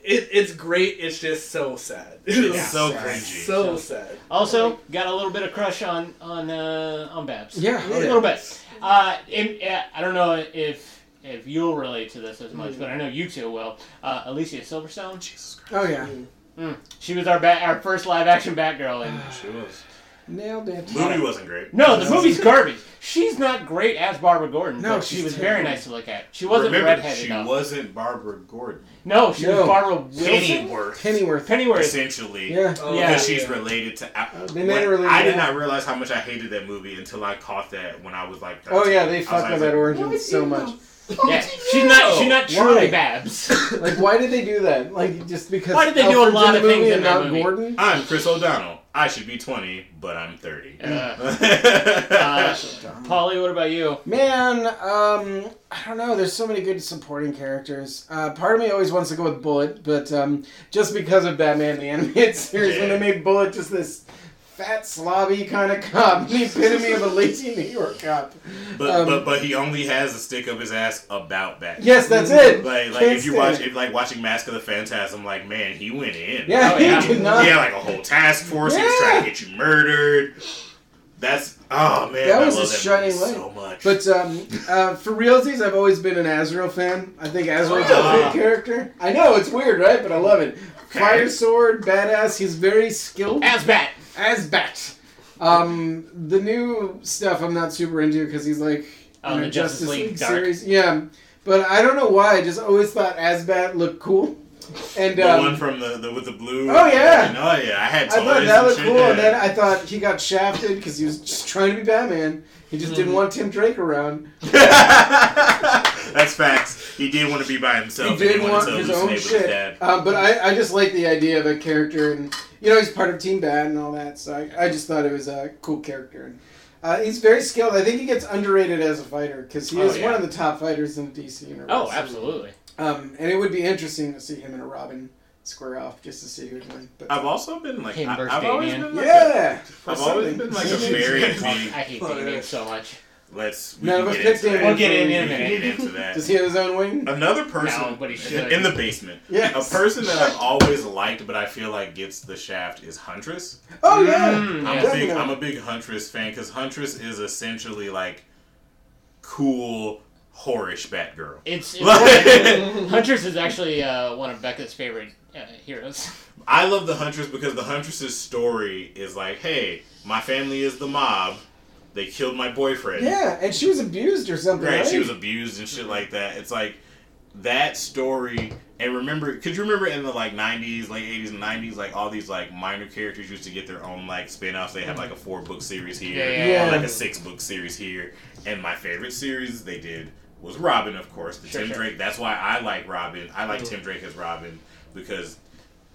it, it's great. It's just so sad.
It's
Yeah.
so
Sorry.
cringy.
so sad.
Also, got a little bit of crush on on uh, on Babs.
Yeah.
a little bit. Uh, and, uh, I don't know if if you'll relate to this as much,
Hmm.
but I know you two will. Uh, Alicia Silverstone.
Jesus Christ.
Oh yeah,
She was our ba- our first live action Batgirl, and
She was.
nailed it.
Movie wasn't great.
no, the movie's garbage. She's not great as Barbara Gordon.
No,
but she
she's
was
terrible.
very nice to look at. She wasn't
Remember,
redheaded
she
though.
wasn't Barbara Gordon.
no, she
No.
was Barbara Wilson.
Pennyworth,
Pennyworth.
Pennyworth.
essentially.
Yeah. Uh,
Oh,
Yeah.
Because she's related to. Al-
They made her related
I
to
did
Al.
not realize how much I hated that movie until I caught that when I was like.
Oh
13.
yeah, they
I was
fucked
like,
up that origin
"What
so
in the
much.
Yeah,
fuck did
she's
you
not
know?"
she's not
Why?
truly Babs.
Like, why did they do that? Like, just because?
Why did they do a
Alfred's
lot
in the
of
movie
things in
and
that
not
movie?
Gordon?
I'm Chris O'Donnell. I should be 20, but I'm 30.
Uh, Polly, what about you?
Man, um, I don't know. There's so many good supporting characters. Uh, part of me always wants to go with Bullet, but um, just because of Batman the Animated Series, when they made Bullet just this fat, slobby kind of cop, the epitome of a lazy New York cop.
but,
Um,
but but he only has a stick up his ass about Batman.
Yes, that's it.
Like like
Can't
if you
stand
watch
it.
if like watching Mask of the Phantasm, like man, he went in.
yeah,
Oh, yeah.
he did not.
He had like a whole task force. He was
Yeah.
trying to get you murdered. That's oh man,
That
I
was
love
a
that
shining
movie
light.
so much.
But um, uh, for realsies, I've always been an Azrael fan. I think Azrael's a
Ah.
great character. I know it's weird, right? But I love it. Fire sword, badass. He's very skilled.
As Bat.
As bat. Um, the new stuff I'm not super into because he's like
Oh,
in
the
a
Justice League Dark.
series. Yeah, but I don't know why. I just always thought Asbat looked cool, and
the one
um,
from the, the with the blue.
Oh, yeah.
and, oh yeah, I had.
I
Toys
thought that
and
looked
shit.
cool. And then I thought he got shafted because he was just trying to be Batman. He just
Mm-hmm.
didn't want Tim Drake around.
That's facts. He did want to be by himself.
He did
and
want
wanted to
his
hallucinate
own
with
shit.
dad.
Um, but I, I just like the idea of a character, and you know he's part of Team Bad and all that. So I, I just thought it was a cool character, and uh, he's very skilled. I think he gets underrated as a fighter because he
Oh,
is
yeah.
one of the top fighters in the DC universe.
Oh, absolutely.
Um, and it would be interesting to see him and a Robin square off just to see who'd win. But
I've also been like
Him
I,
versus
have always
Damien.
been like a-
yeah, for
I've always
something.
been like a very big.
I hate
Fuck.
Damien so much.
Let's.
None
can
of us
get
picked
into Uh,
him.
that.
We'll get in
We
in a
can
minute.
get into that.
Does he have his own wing?
Another person
No, but he should.
in the basement.
Yes.
A person that I've always liked, but I feel like gets the shaft is Huntress.
Oh yeah,
Mm,
I'm,
yeah.
a big, I'm
Definitely.
a big Huntress fan because Huntress is essentially like cool, whorish Batgirl.
It's,
Like-
it's Huntress is actually uh, one of Becca's favorite uh, heroes.
I love the Huntress because the Huntress's story is like, hey, my family is the mob. They killed my boyfriend.
yeah, and she was abused or something.
Right,
Right,
she was abused and shit like that. It's like that story. And remember, could you remember in the like '90s, late '80s, and '90s, like all these like minor characters used to get their own like spin-offs. They had like a four book series here,
Yeah,
yeah,
or, like
yeah.
a six book series here. And my favorite series they did was Robin, of course, the
Sure,
Tim
sure.
Drake. That's why I like Robin. I like Tim Drake as Robin because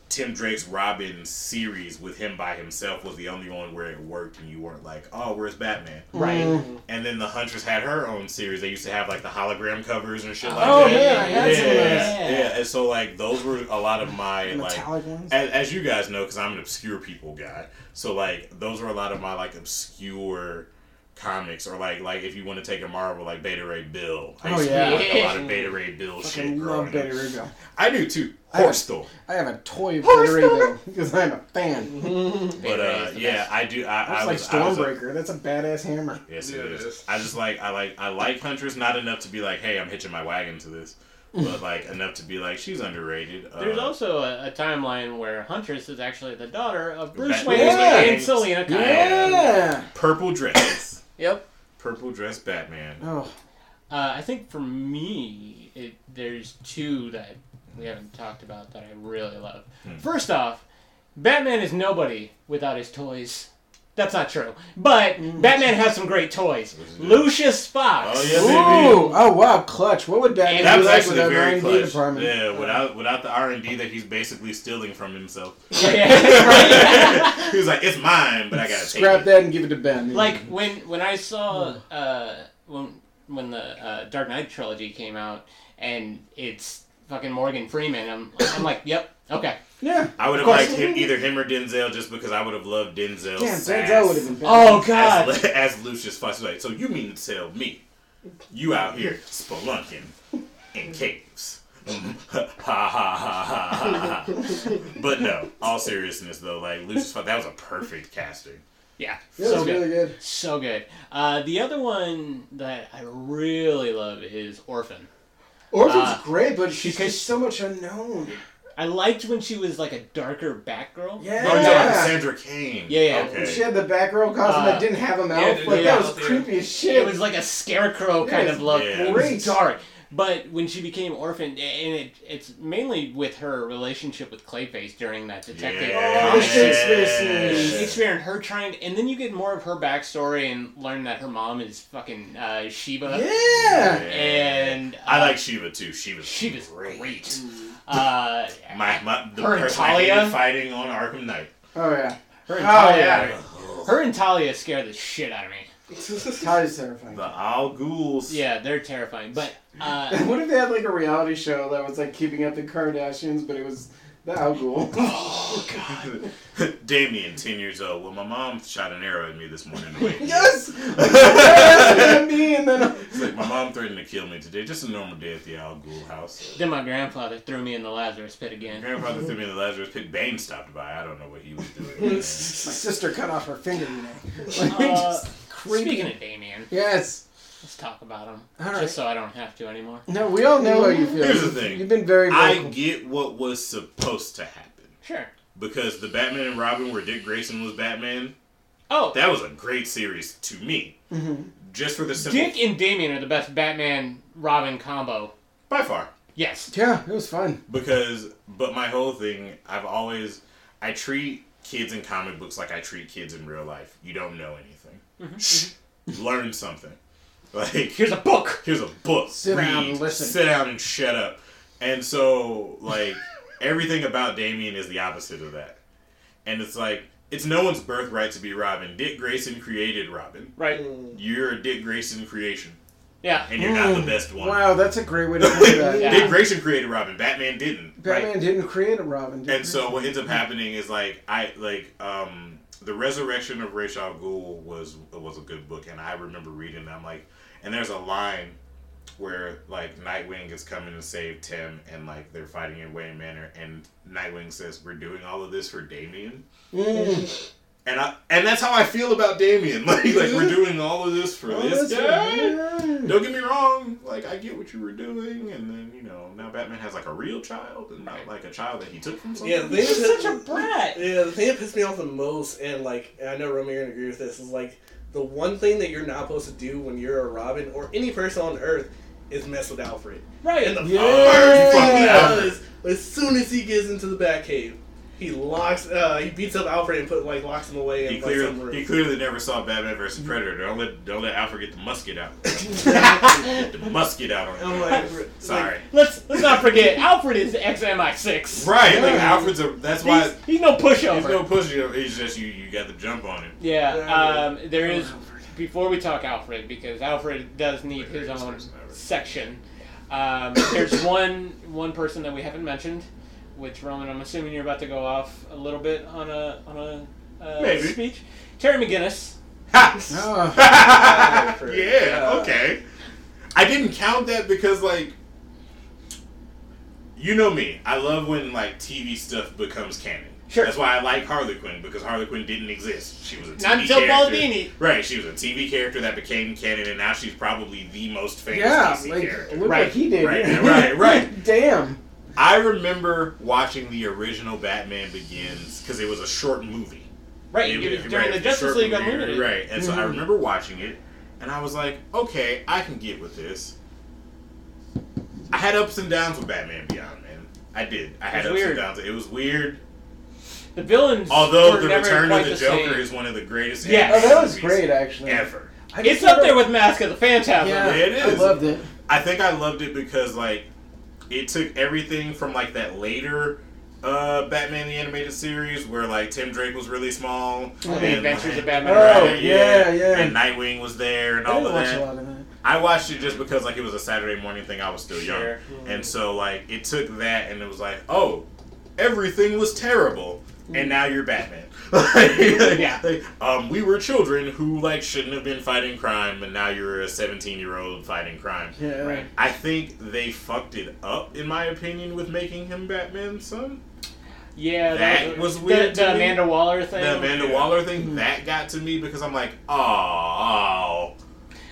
Tim Drake's Robin series with him by himself was the only one where it worked, and you weren't like, oh, where's Batman?
Right.
Mm.
And then the Huntress had her own series. They used to have like the hologram covers and shit like
Oh,
that.
man, I had
yeah,
some of those.
yeah, yeah. And so like those were a lot of my like,
metallic ones.
as, as you guys know, because I'm an obscure people guy. So like those were a lot of my like obscure comics or like like if you want to take a Marvel like Beta Ray Bill. I
Oh,
used
yeah.
to like a lot of Beta Ray Bill shit.
Fucking love
growing
Betty
up.
Rubio.
I do too.
I-
Horse store.
I have a toy of
Horse
Betty Rubio because I'm a fan.
But uh, yeah, I do. I, I
That's like
was, I was a-
Stormbreaker. That's a badass hammer.
Yes,
Yeah,
it
it
is.
is.
I just like I like I like Huntress not enough to be like, hey, I'm hitching my wagon to this, but like enough to be like she's underrated. Uh,
There's also a, a timeline where Huntress is actually the daughter of Bruce
Bat-
Wayne
Yeah.
and Selena Kyle.
Yeah.
purple dress,
Yep.
purple dress Batman.
Oh,
Uh, I think for me, it, there's two that we haven't talked about that I really love. First off, Batman is nobody without his toys. That's not true. But Batman has some great toys. Lucius Fox.
Oh,
ooh,
yeah, baby.
oh wow, clutch. What would Batman
That
be
was
like
actually
without an
very
R&D
clutch.
department?
Yeah, without without the R and D that he's basically stealing from himself.
Yeah, right?
he was like, it's mine, but I gotta
Scrap
take it.
that and give it to Ben.
like when when I saw uh, when when the uh, Dark Knight trilogy came out, and it's fucking Morgan Freeman. I'm I'm like, yep, okay.
yeah,
I would have
course.
liked him, either him or Denzel, just because I would have loved Denzel.
damn, Denzel would have been. Bad.
Oh god.
As, as Lucius Fox was like, so you mean to tell me you out here spelunking in caves? ha ha ha ha ha. ha. But no, all seriousness though, like Lucius, Fox, that was a perfect casting.
Yeah,
Yeah,
so
it's
good.
really good.
So good. Uh, the other one that I really love is Orphan.
Orphan's
Uh,
great, but she's
because-
just so much unknown.
I liked when she was like a darker Batgirl.
Yeah.
Oh, yeah, Cassandra Cain.
Yeah, yeah.
When She
Okay.
had the Batgirl costume
Uh,
that didn't have a mouth.
dude,
like
yeah.
that was creepy as shit.
It was like a scarecrow
Yeah,
kind
it's
of look.
Yeah.
It was
great.
dark. But when she became orphan, a- and it, it's mainly with her relationship with Clayface during that detective
Yeah.
Oh,
comic.
Shakespeare
Shakespeare and her trying, and then you get more of her backstory and learn that her mom is fucking uh, Sheba.
yeah.
And uh,
I like Shiva too. Shiva's
Sheba's
great.
great. Uh,
My, my, the
Her and
person I hated
Talia?
fighting on Arkham Knight.
Oh yeah.
her and
Oh,
Talia,
yeah.
her and Talia scare the shit out of me.
Tyler's terrifying.
The Al Ghouls.
Yeah, they're terrifying. But uh,
what if they had like a reality show that was like keeping up the Kardashians, but it was the Al Ghul?
Oh God. Damien, ten years old. Well, my mom shot an arrow at me this morning. to wake me up.
yes. Like, yes, and me, and then
It's like my mom threatened to kill me today. Just a normal day at the Al Ghul house.
then my grandfather threw me in the Lazarus pit again.
Grandfather threw me in the Lazarus pit. Bane stopped by. I don't know what he was doing.
my sister cut off her finger. You know.
Uh, speaking of Damien,
Yes.
let's talk about him.
All
just
right.
so I don't have to anymore.
No, we all know how you feel.
Here's the thing.
You've been very
I
vocal.
get what was supposed to happen
Sure.
because the Batman and Robin, where Dick Grayson was Batman,
Oh,
that was a great series to me. Just for the simple,
Dick and Damien are the best Batman Robin combo.
by far.
Yes.
yeah, it was fun.
Because, but my whole thing, I've always, I treat kids in comic books like I treat kids in real life. You don't know anything. Shh. Learn something. Like
Here's a book.
here's a book.
Sit
read,
down and listen.
Sit down and shut up. And so, like, everything about Damien is the opposite of that. And it's like, it's no one's birthright to be Robin. Dick Grayson created Robin.
Right.
You're a Dick Grayson creation,
Yeah.
and you're not the best one.
Mm. Wow, that's a great way to put that.
Yeah.
Dick Grayson created Robin. Batman didn't.
Batman didn't create a Robin. Did
And so what ends up happening is like I like um the resurrection of Ra's al Ghul was was a good book, and I remember reading. it, I'm like, and there's a line where like Nightwing is coming to save Tim, and like they're fighting in Wayne Manor, and Nightwing says, "We're doing all of this for Damien."
Mm.
And I, and that's how I feel about Damien. Like like we're doing all of this for
Oh,
this
that's
guy.
right.
Don't get me wrong. Like I get what you were doing, and then you know now Batman has like a real child, and not like a child that he took from someone.
Yeah, they-
He's such a brat.
Yeah, the thing that pissed me off the most, and like, and I know Romy, you're gonna agree with this, is like the one thing that you're not supposed to do when you're a Robin or any person on Earth is mess with Alfred.
Right.
And the
Yeah.
first thing he
Yeah.
does, as soon as he gets into the Batcave, he locks, uh, he beats up Alfred and put like locks him
He
away in like, some
clearly, he
room.
clearly never saw Batman versus Predator. Don't let don't let Alfred get the musket out. Get the musket out on him.
I'm like, r-
Sorry.
Let's let's not forget Alfred is XMI6.
right, like
Yeah.
Alfred's a. That's why
He's, he's no pushover.
he's no pushy. He's just you. You got the jump on him.
Yeah,
Yeah.
um, there
Oh,
is.
Alfred.
Before we talk Alfred, because Alfred does need his
Greatest
own
person ever.
section. Um, there's one one person that we haven't mentioned, which Roman, I'm assuming you're about to go off a little bit on a on a uh,
Maybe.
speech. Terry McGinnis.
Ha!
Oh,
yeah.
Alfred, yeah.
Okay. I didn't count that because like. You know me. I love when like TV stuff becomes canon.
Sure.
That's why I like Harley Quinn because Harley Quinn didn't exist. She was a TV
Not until
character.
Baldini.
Right. She was a TV character that became canon, and now she's probably the most famous
yeah,
DC
like
character.
look
Right,
what he did.
right, right, right.
Damn.
I remember watching the original Batman Begins because it was a short movie.
Right,
It-
it was
it- right,
during
it
the
was a
Justice
short
League Mm-hmm.
movie,
Unlimited.
Right, and so I remember watching it, and I was like, okay, I can get with this. I had ups and downs with Batman Beyond, man. I did. I had
It
ups
was
and
weird.
downs. It was weird.
The villains.
Although
were
the
never
Return
quite
of the, Joker is one of the greatest.
Yes.
Oh,
animated
that was
movies
great, actually.
Ever.
I just
It's up
never-
there with Mask of the Phantasm.
Yeah,
It is.
I loved it.
I think I loved it because like it took everything from like that later uh, Batman the animated series where like Tim Drake was really small.
Oh, The Adventures of Batman.
Oh, yeah, yeah.
And Nightwing was there and
I
all
didn't
of
watch
that.
a lot of that.
I watched it just because like it was a Saturday morning thing. I was still young,
Sure.
and so like it took that, and it was like, oh, everything was terrible. and now you're Batman. like,
Yeah.
like, um, we were children who like shouldn't have been fighting crime, and now you're a 17 year old fighting crime.
Yeah.
Right.
I think they fucked it up, in my opinion, with making him Batman's son.
Yeah,
That was weird
The, the
to me.
Amanda Waller thing.
The Amanda Waller
Hmm.
thing that got to me because I'm like, oh,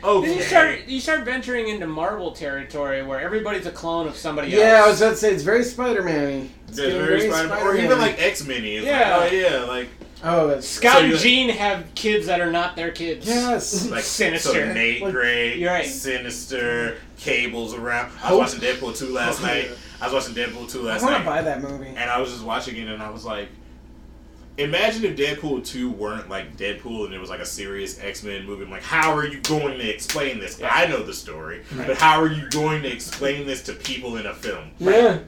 okay.
Then you start you start venturing into Marvel territory where everybody's a clone of somebody else.
Yeah, I was about to say it's very Spider Man.
That's very Spider- or even like X Men.
Yeah.
Like, oh yeah, like
oh, that's
Scott
so
and
you're-
Jean have kids that are not their kids.
yes.
like
Sinister.
So Nate
Like,
Gray,
you're right.
Sinister, Cable's around. I
Hope-
was watching Deadpool two last night. I was watching Deadpool two
I
last
want
night,
to buy that movie.
and I was just watching it, and I was like, imagine if Deadpool two weren't like Deadpool, and it was like a serious X Men movie. I'm like, how are you going to explain this? I know the story, but how are you going to explain this to people in a film?
Yeah.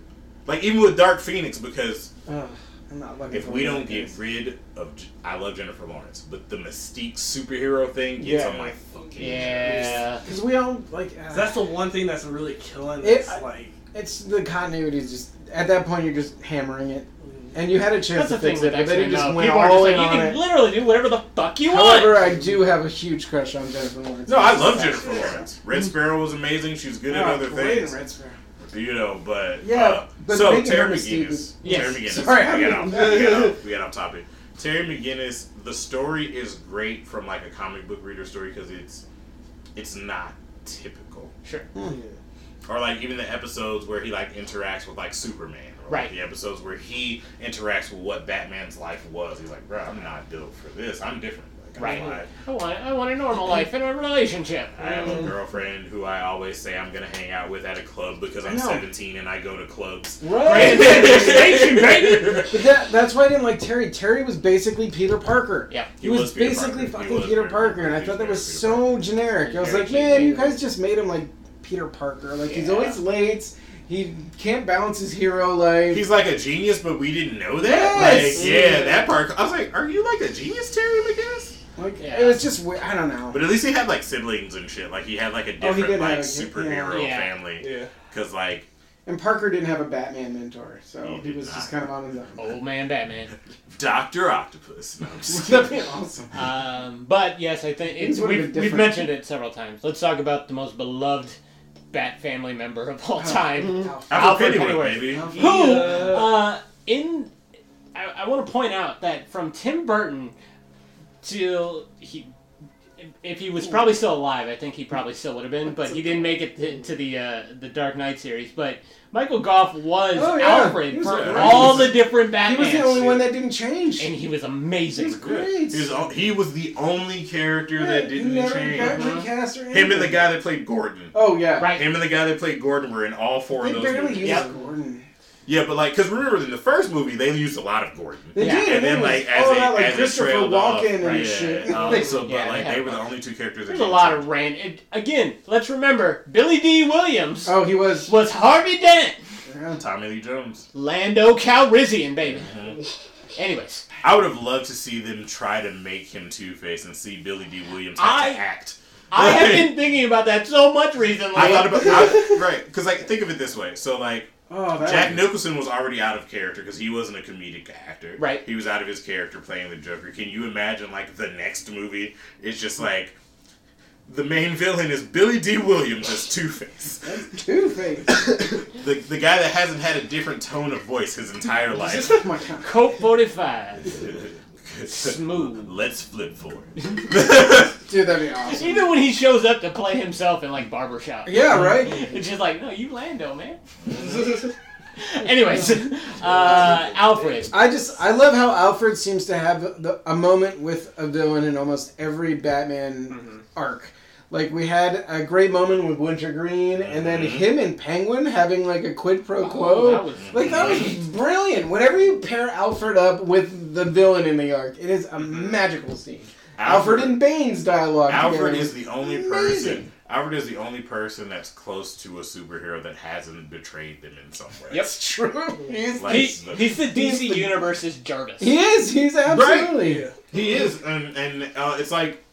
Like even with Dark Phoenix, because
Ugh, I'm not looking.
if
for
we
one
don't
of
get
these.
rid of, J- I love Jennifer Lawrence, but the Mystique superhero thing gets
Yeah.
on my fucking
Yeah.
Because we all like uh,
That's the one thing that's really killing
It-
this. like,
it's the continuity is just at that point you're just hammering it, and you had a chance
That's
to
the thing
fix
with
it, but then
X-Men
you just
now.
went
People are
all
just
in
like, you
on
can
it.
literally do whatever the fuck you
However,
want.
I do have a huge crush on Jennifer Lawrence.
No, I love
She's
Jennifer Lawrence. Red Sparrow was amazing. She was good at
Oh,
other
great in
things,
Red Sparrow.
you know. But
Yeah,
uh,
but
so
making her
Terry
mistake
McGinnis.
is-
Yes.
Terry McGinnis.
Sorry, I
we, got off,
mean-
we, got off, we got off topic. Terry McGinnis. The story is great from like a comic book reader story because it's it's not typical.
Sure.
Or like even the episodes where he like interacts with like Superman. Or
Right.
Like the episodes where he interacts with what Batman's life was. He's like, bro, I'm not built for this. I'm different. Like, I'm
Right.
like-
I want I want a normal life and a relationship.
I have
Mm.
a girlfriend who I always say I'm gonna hang out with at a club because I'm
know.
17 and I go to clubs.
Right.
Station, baby.
But that, that's why I didn't like Terry. Terry was basically Peter Parker.
Yeah.
He,
He
was,
was Peter Parker.
basically
He
fucking
was
Peter
Peter
Parker, and
Parker.
I
He
thought that
was very
was
Peter
so generic. I was
Very
like, man, you
generic.
guys just made him like Peter Parker. Like he's
Yeah.
always late. He can't balance his hero life.
He's like a genius, but we didn't know that.
Yes. Mm.
Like, yeah, that part. I was like, are you like a genius, Terry McGinnis?
like
Yeah.
it was just we- I don't know.
But at least he had like siblings and shit. Like he had like a
Oh, he
different
did
like
have a-
superhero
yeah.
family.
yeah.
Because like
And Parker didn't have a Batman mentor, so
He
he,
did
was
not.
just kind of on his own.
Old man Batman.
Doctor Octopus. No, I'm just
That'd be awesome.
Um, but yes, I think it's,
Things would've
we've,
been
we've
different.
mentioned it several times. Let's talk about the most beloved Bat family member of all
Mm-hmm.
time, Alfred
Alfred Pennyworth,
Pennyworth.
baby.
Alfred.
who, uh, in I, I want to point out that from Tim Burton till he. If he was probably still alive, I think he probably still would have been, but he didn't make it to, to the uh, the Dark Knight series. But Michael Goff was
Oh, yeah.
Alfred
He was
for
great.
all the different
He
Batmans,
was the only one that didn't change.
and he was amazing.
He was great.
He was, o- he was the only character
Yeah,
that
he
didn't
never
change.
got recast or
Him and the
anything.
guy that played Gordon.
Oh yeah.
Right.
Him and the guy that played Gordon were in all four
They
of those.
barely
movies.
used
Yep.
Gordon.
Yeah, but like, cause remember in the first movie they used a lot of Gordon.
They
Yeah.
did,
And then,
it was
like, as
all
they-
about, like
as they
Christopher
trailed
Walken
off,
and
right,
shit.
Yeah. Um, so, but
Yeah,
like,
they had
they
a
were the
bunch.
only two characters. that
There's a
didn't
lot
change.
of rant. And again, let's remember Billy D. Williams
oh, he was.
was Harvey Dent,
Oh,
Tommy Lee Jones.
Lando Calrissian, baby. Anyways,
I would have loved to see them try to make him Two Face and see Billy D. Williams have
I-
to act.
I have been thinking about that so much recently.
I thought about I, right because like think of it this way. So like
Oh, that
Jack
was-
Nicholson was already out of character because he wasn't a comedic actor.
Right.
He was out of his character playing the Joker. Can you imagine like the next movie is just like the main villain is Billy D. Williams as Two Face,
Two Face.
the the guy that hasn't had a different tone of voice his entire life.
oh my god.
Coke 45. Smooth.
Let's flip for it.
Dude, that'd be awesome.
Even when he shows up to play himself in like barbershop.
Yeah, right?
It's just like, no, you Lando, man. Anyways, uh, Alfred.
I just I love how Alfred seems to have the, a moment with a villain in almost every Batman
Mm-hmm.
arc. Like we had a great moment with Wintergreen, and then
Mm-hmm.
him and Penguin having like a quid pro quo.
Oh, that was
like that was brilliant. Whenever you pair Alfred up with the villain in the arc, it is a
Mm-hmm.
magical scene. Alfred, and Bane's dialogue.
Alfred
together
is
was
the only
amazing.
person. Alfred is the only person that's close to a superhero that hasn't betrayed them in some way.
Yep.
It's true. He is.
Like-
He, he's the DC
the-
Universe's Jarvis.
He is. He's absolutely.
He is, and, and uh, it's like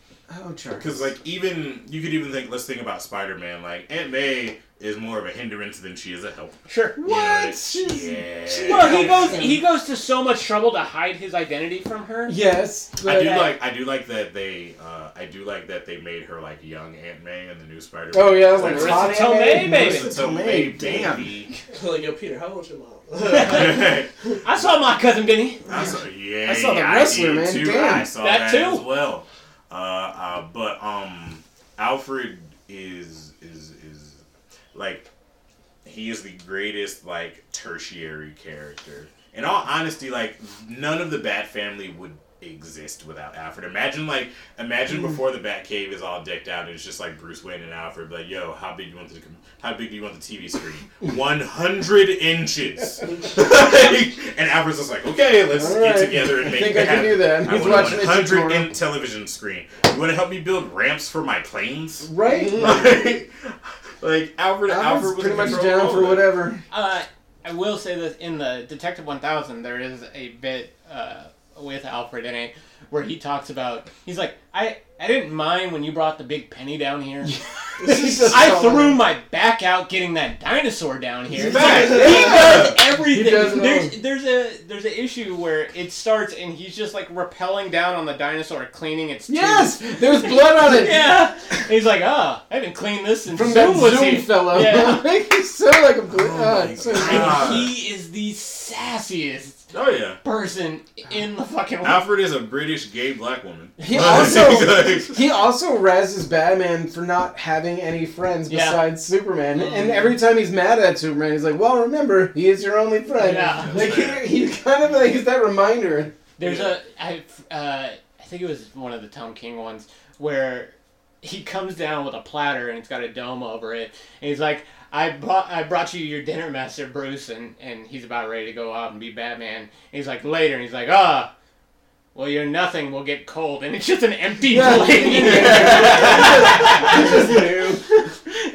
Oh, Charles.
Because like even you could even think let's think about Spider Man like Aunt May is more of a hindrance than she is a help.
Sure.
You know
What?
it- yeah.
Well, he goes he goes to so much trouble to hide his identity from her.
Yes.
I do
but-
like I do like that they uh, I do like that they made her like young Aunt May in the new Spider.
Oh yeah, I was like
Marissa
hot
Tomei,
Aunt
baby.
Marissa Tomei, damn.
like, yo, Peter, how old's your mom?
damn.
I saw my cousin didn't he?
I saw, yeah,
I saw the
yeah, I
wrestler,
did
man.
Too.
Damn.
I saw that,
That too.
as well. Uh, uh, but um, Alfred is is is like he is the greatest like tertiary character. In all honesty, like none of the Bat Family would exist without Alfred. Imagine like
Mm.
imagine before the Bat Cave is all decked out and it's just like Bruce Wayne and Alfred. Like, yo, how big you want the com- how big do you want the TV screen? One hundred inches. and Alfred's just like, okay, let's
All
get
right.
together and
I
make
think I can do that. He's watching it
one hundred
tomorrow.
inch television screen. You want to help me build ramps for my planes?
Right.
like, like Alfred,
Alfred's
Alfred was
pretty
in
much
control of
down
all
for
of it.
whatever.
Uh, I will say this in the Detective One Thousand, there is a bit uh, with Alfred in it where he talks about he's like I I didn't mind when you brought the big penny down here. I threw my back out getting that dinosaur down here.
Back.
He does everything.
He does it all.
there's, there's a there's an issue where it starts and he's just like rappelling down on the dinosaur, cleaning its teeth.
Yes, there's blood on it.
Yeah. And he's like, ah, I haven't cleaned this since
From that
Zoom was
Zoom
here.
fellow.
Yeah.
He's so like a blue.
Oh
uh,
my
so-
God.
And he is the sassiest
Oh yeah.
person in the fucking world.
Alfred is a British gay black woman.
He
Like,
also-
like,
He also razzes Batman for not having any friends
Yeah. Mm-hmm.
besides Superman, and every time he's mad at Superman, he's like, "Well, remember, he is your only friend."
Yeah.
Like he, he kind of like is that reminder.
There's a, I, uh, I think it was one of the Tom King ones where he comes down with a platter and it's got a dome over it, and he's like, "I brought, I brought you your dinner, Master Bruce," and and he's about ready to go out and be Batman. And he's like, "Later," and he's like, "Ah." Well, your nothing will get cold, and it's just an empty
Yeah.
plate.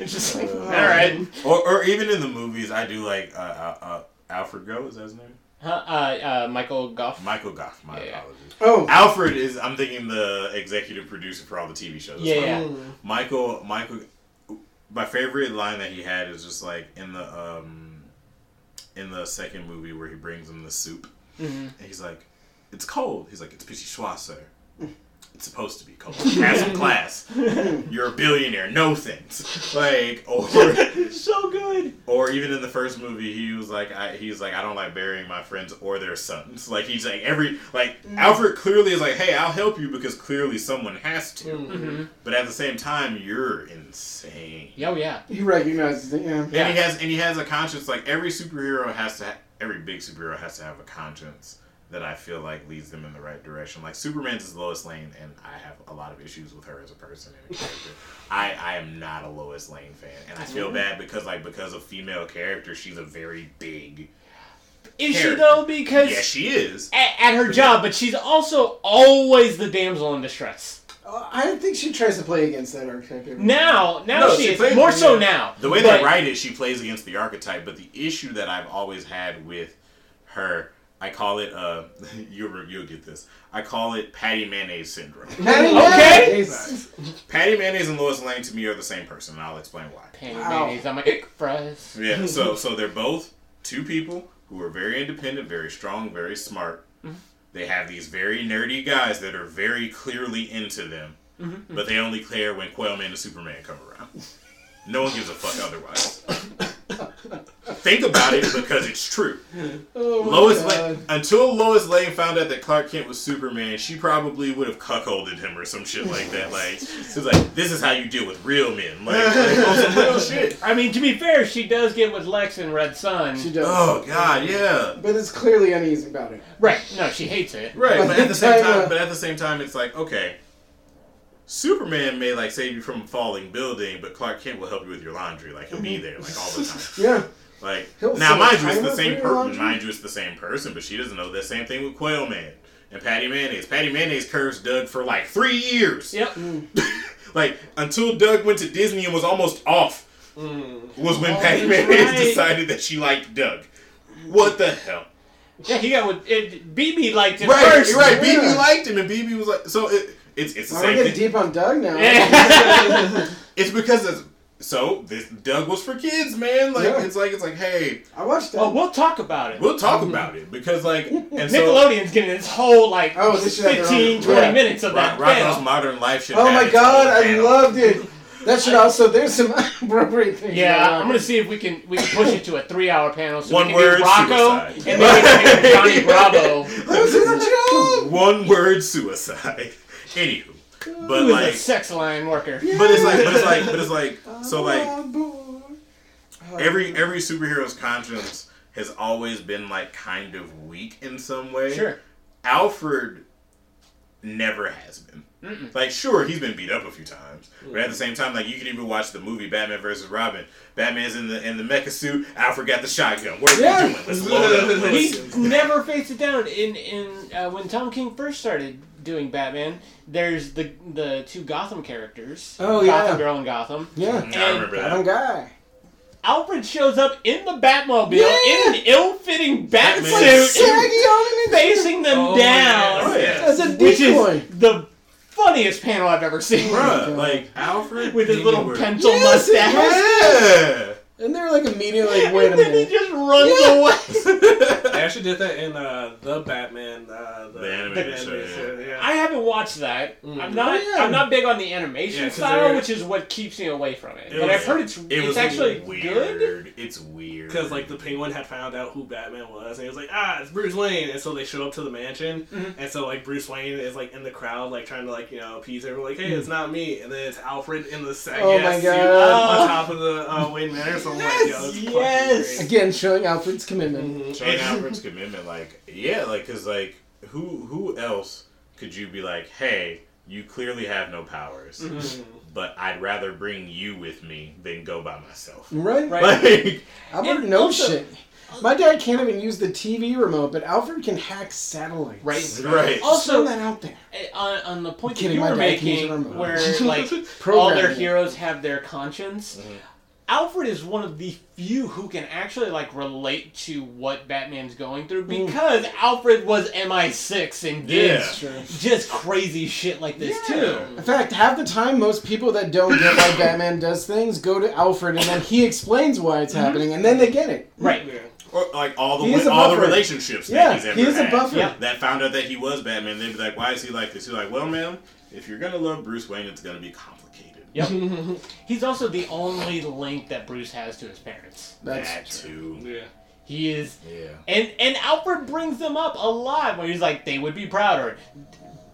it's just like, all right.
or, or even in the movies, I do like uh, uh, uh, Alfred Go is that his name?
Huh, Uh, uh, Michael Goff.
Michael Goff. My
Yeah.
apologies.
Oh,
Alfred is I'm thinking the executive producer for all the TV shows.
Yeah, yeah.
Michael Michael my favorite line that he had is just like in the um in the second movie where he brings him the soup
Mhm.
and he's like it's cold he's like it's petit choix sir it's supposed to be cold have some class you're a billionaire no thanks like or
so good.
or even in the first movie he was like I, he's like I don't like burying my friends or their sons like he's like every like Alfred clearly is like hey I'll help you because clearly someone has to
Mm-hmm.
but at the same time, you're insane.
Oh Mm-hmm. yeah.
he recognizes it. Yeah.
And he has and he has a conscience. Like every superhero has to, ha- every big superhero has to have a conscience that I feel like leads them in the right direction. Like Superman's is Lois Lane, and I have a lot of issues with her as a person and a character. I I am not a Lois Lane fan, and I feel bad because like because of female character, she's a very big.
Is she
Character.
though? Because
Yeah, she is.
at, at her job, but she's also always the damsel in distress.
Uh, I don't think she tries to play against that archetype. every-
Now, now
No,
she,
she
is
played-
more so
yeah.
now.
The way
but,
they write it, she plays against the archetype, but the issue that I've always had with her, I call it uh you'll you'll get this. I call it Patty Mayonnaise syndrome.
Patty
Okay.
Mayonnaise.
Patty Mayonnaise and Lois Lane to me are the same person, and I'll explain why.
Penny
Wow.
mayonnaise on my ick fries.
Yeah, so so they're both two people who are very independent, very strong, very smart.
Mm-hmm.
They have these very nerdy guys that are very clearly into them,
Mm-hmm.
but they only care when Quailman and Superman come around. No one gives a fuck otherwise. Think about it because it's true.
Oh, my
Lois
God.
Lane, until Lois Lane found out that Clark Kent was Superman, she probably would have cuckolded him or some shit like that. Like, she's like, this is how you deal with real men. Like, like on some real shit.
I mean, to be fair, she does get with Lex and Red Sun.
She does.
Oh God, yeah.
But it's clearly uneasy about it.
Right? No, she hates it.
Right, but at the same
Kinda.
time, but at the same time, it's like okay, Superman may like save you from a falling building, but Clark Kent will help you with your laundry. Like he'll be there like all the time.
Yeah.
Like
Mm-hmm. He'll
now,
save
mind you, it's
time
the
for
same
your
person.
laundry?
Mind you, it's the same person, but she doesn't know the same thing with Quail Man and Patty Mayonnaise. Patty Mayonnaise curves Doug for like three years.
Yep.
Like until Doug went to Disney and was almost off.
Mm.
Was when Patty
that's
Mayonnaise
right.
decided that she liked Doug. What the hell?
Yeah, he got with it, BB liked it
right,
first.
right.
Yeah.
BB liked him, and BB was like, so it, it's it's the
Well,
same
we're getting
thing.
deep on Doug now.
Yeah.
It's because it's So this Doug was for kids, man. Like
Yeah.
it's like it's like, hey,
I watched that.
Well, Oh, we'll talk about it.
we'll talk about it because like and so
Nickelodeon's getting this whole like
Oh, they should have their own-
15, 20
yeah.
minutes of
Rock,
that.
Rock
panel.
House Modern Life should.
oh
have
my
its own
god, I
panel.
loved it. That should also. There's some appropriate things.
Yeah,
about
I'm gonna see if we can we can push it to a three hour panel so
One
we can
word,
do Rocco
suicide.
and then we can do Johnny Bravo.
it. Losing the job.
One word suicide. Anywho, but
Who is
like,
a sex line worker?
but it's like, but it's like, but it's like, so like
Oh, boy.
every every superhero's conscience has always been like kind of weak in some way.
Sure.
Alfred never has been. Like, sure, he's been beat up a few times, but at the same time, like you can even watch the movie Batman versus Robin. Batman's in the in the mecha suit. Alfred got the shotgun. What are
Yeah.
we doing? Let's load up. Let's-
He's never faced it down. In in uh, when Tom King first started doing Batman, there's the the two Gotham characters,
Oh,
Gotham
yeah.
Girl and Gotham.
Yeah.
I remember that.
Adam guy.
Alfred shows up in the Batmobile
Yeah.
in an ill-fitting bat
Batman.
Like
Dude,
saggy
suit, and
on him and
facing them
Oh,
down,
Oh yeah.
as a
which is
decoy.
the funniest panel I've ever seen.
Bruh, like Alfred
With his
didn't
little
work.
pencil
Yes, it
mustache.
Yeah.
And they're like immediately like, wait a
and then he
minute.
just runs
Yeah.
away.
They actually did that in uh, the Batman, uh, the,
The animated show,
show, yeah.
I haven't watched that. I'm
Mm.
not.
Oh, yeah.
I'm not big on the animation
Yeah, 'cause
style,
they're-
which is what keeps me away from it.
It
but
was-
I've heard it's
It
it's
was
actually
weird.
good.
It's weird.
Because like the penguin had found out who Batman was, and he was like, "Ah, it's Bruce Wayne." And so they show up to the mansion, and so like Bruce Wayne is like in the crowd, like trying to like you know appease everyone, like, "Hey, it's not me." And then it's Alfred in the saggy
Oh my
ass suit
God.
on top of the uh, Wayne Manor. So I'm like, "Yo, it's fucking
Yes.
great. Mm-hmm.
Again, showing Alfred's commitment.
showing Alfred's commitment, like yeah, like because like who who else could you be like, hey, you clearly have no powers,
Mm-hmm.
but I'd rather bring you with me than go by myself.
Right?
Right.
Like
Alfred
And
knows
also-
shit. My dad can't even use the TV remote, but Alfred can hack satellites.
Right.
right.
Oh,
Also,
Also-
that out there.
Uh, On, on the point that
Kidding,
you
my
were
dad can use a remote.
making, where like all
Programming
their
it.
heroes have their conscience,
Mm-hmm.
Alfred is one of the few who can actually like relate to what Batman's going through
Mm.
because Alfred was MI6 and did
Yeah.
Sure.
just crazy shit like this too.
In fact, half the time, most people that don't get why Batman does things go to Alfred, and then he explains why it's happening, and then they get it.
Right.
Yeah.
Or like all the
He is
wi-
a
all the
buffer.
relationships
Yeah,
that he's ever
he is a
had
buffer.
Yeah.
that found out that he was Batman, they'd be like, "Why is he like this?" He's like, "Well, man, if you're gonna love Bruce Wayne, it's gonna be complicated."
Yep. He's also the only link that Bruce has to his parents.
That's
that
true.
too.
Yeah.
He is
Yeah.
and and Alfred brings them up a lot when he's like, they would be prouder.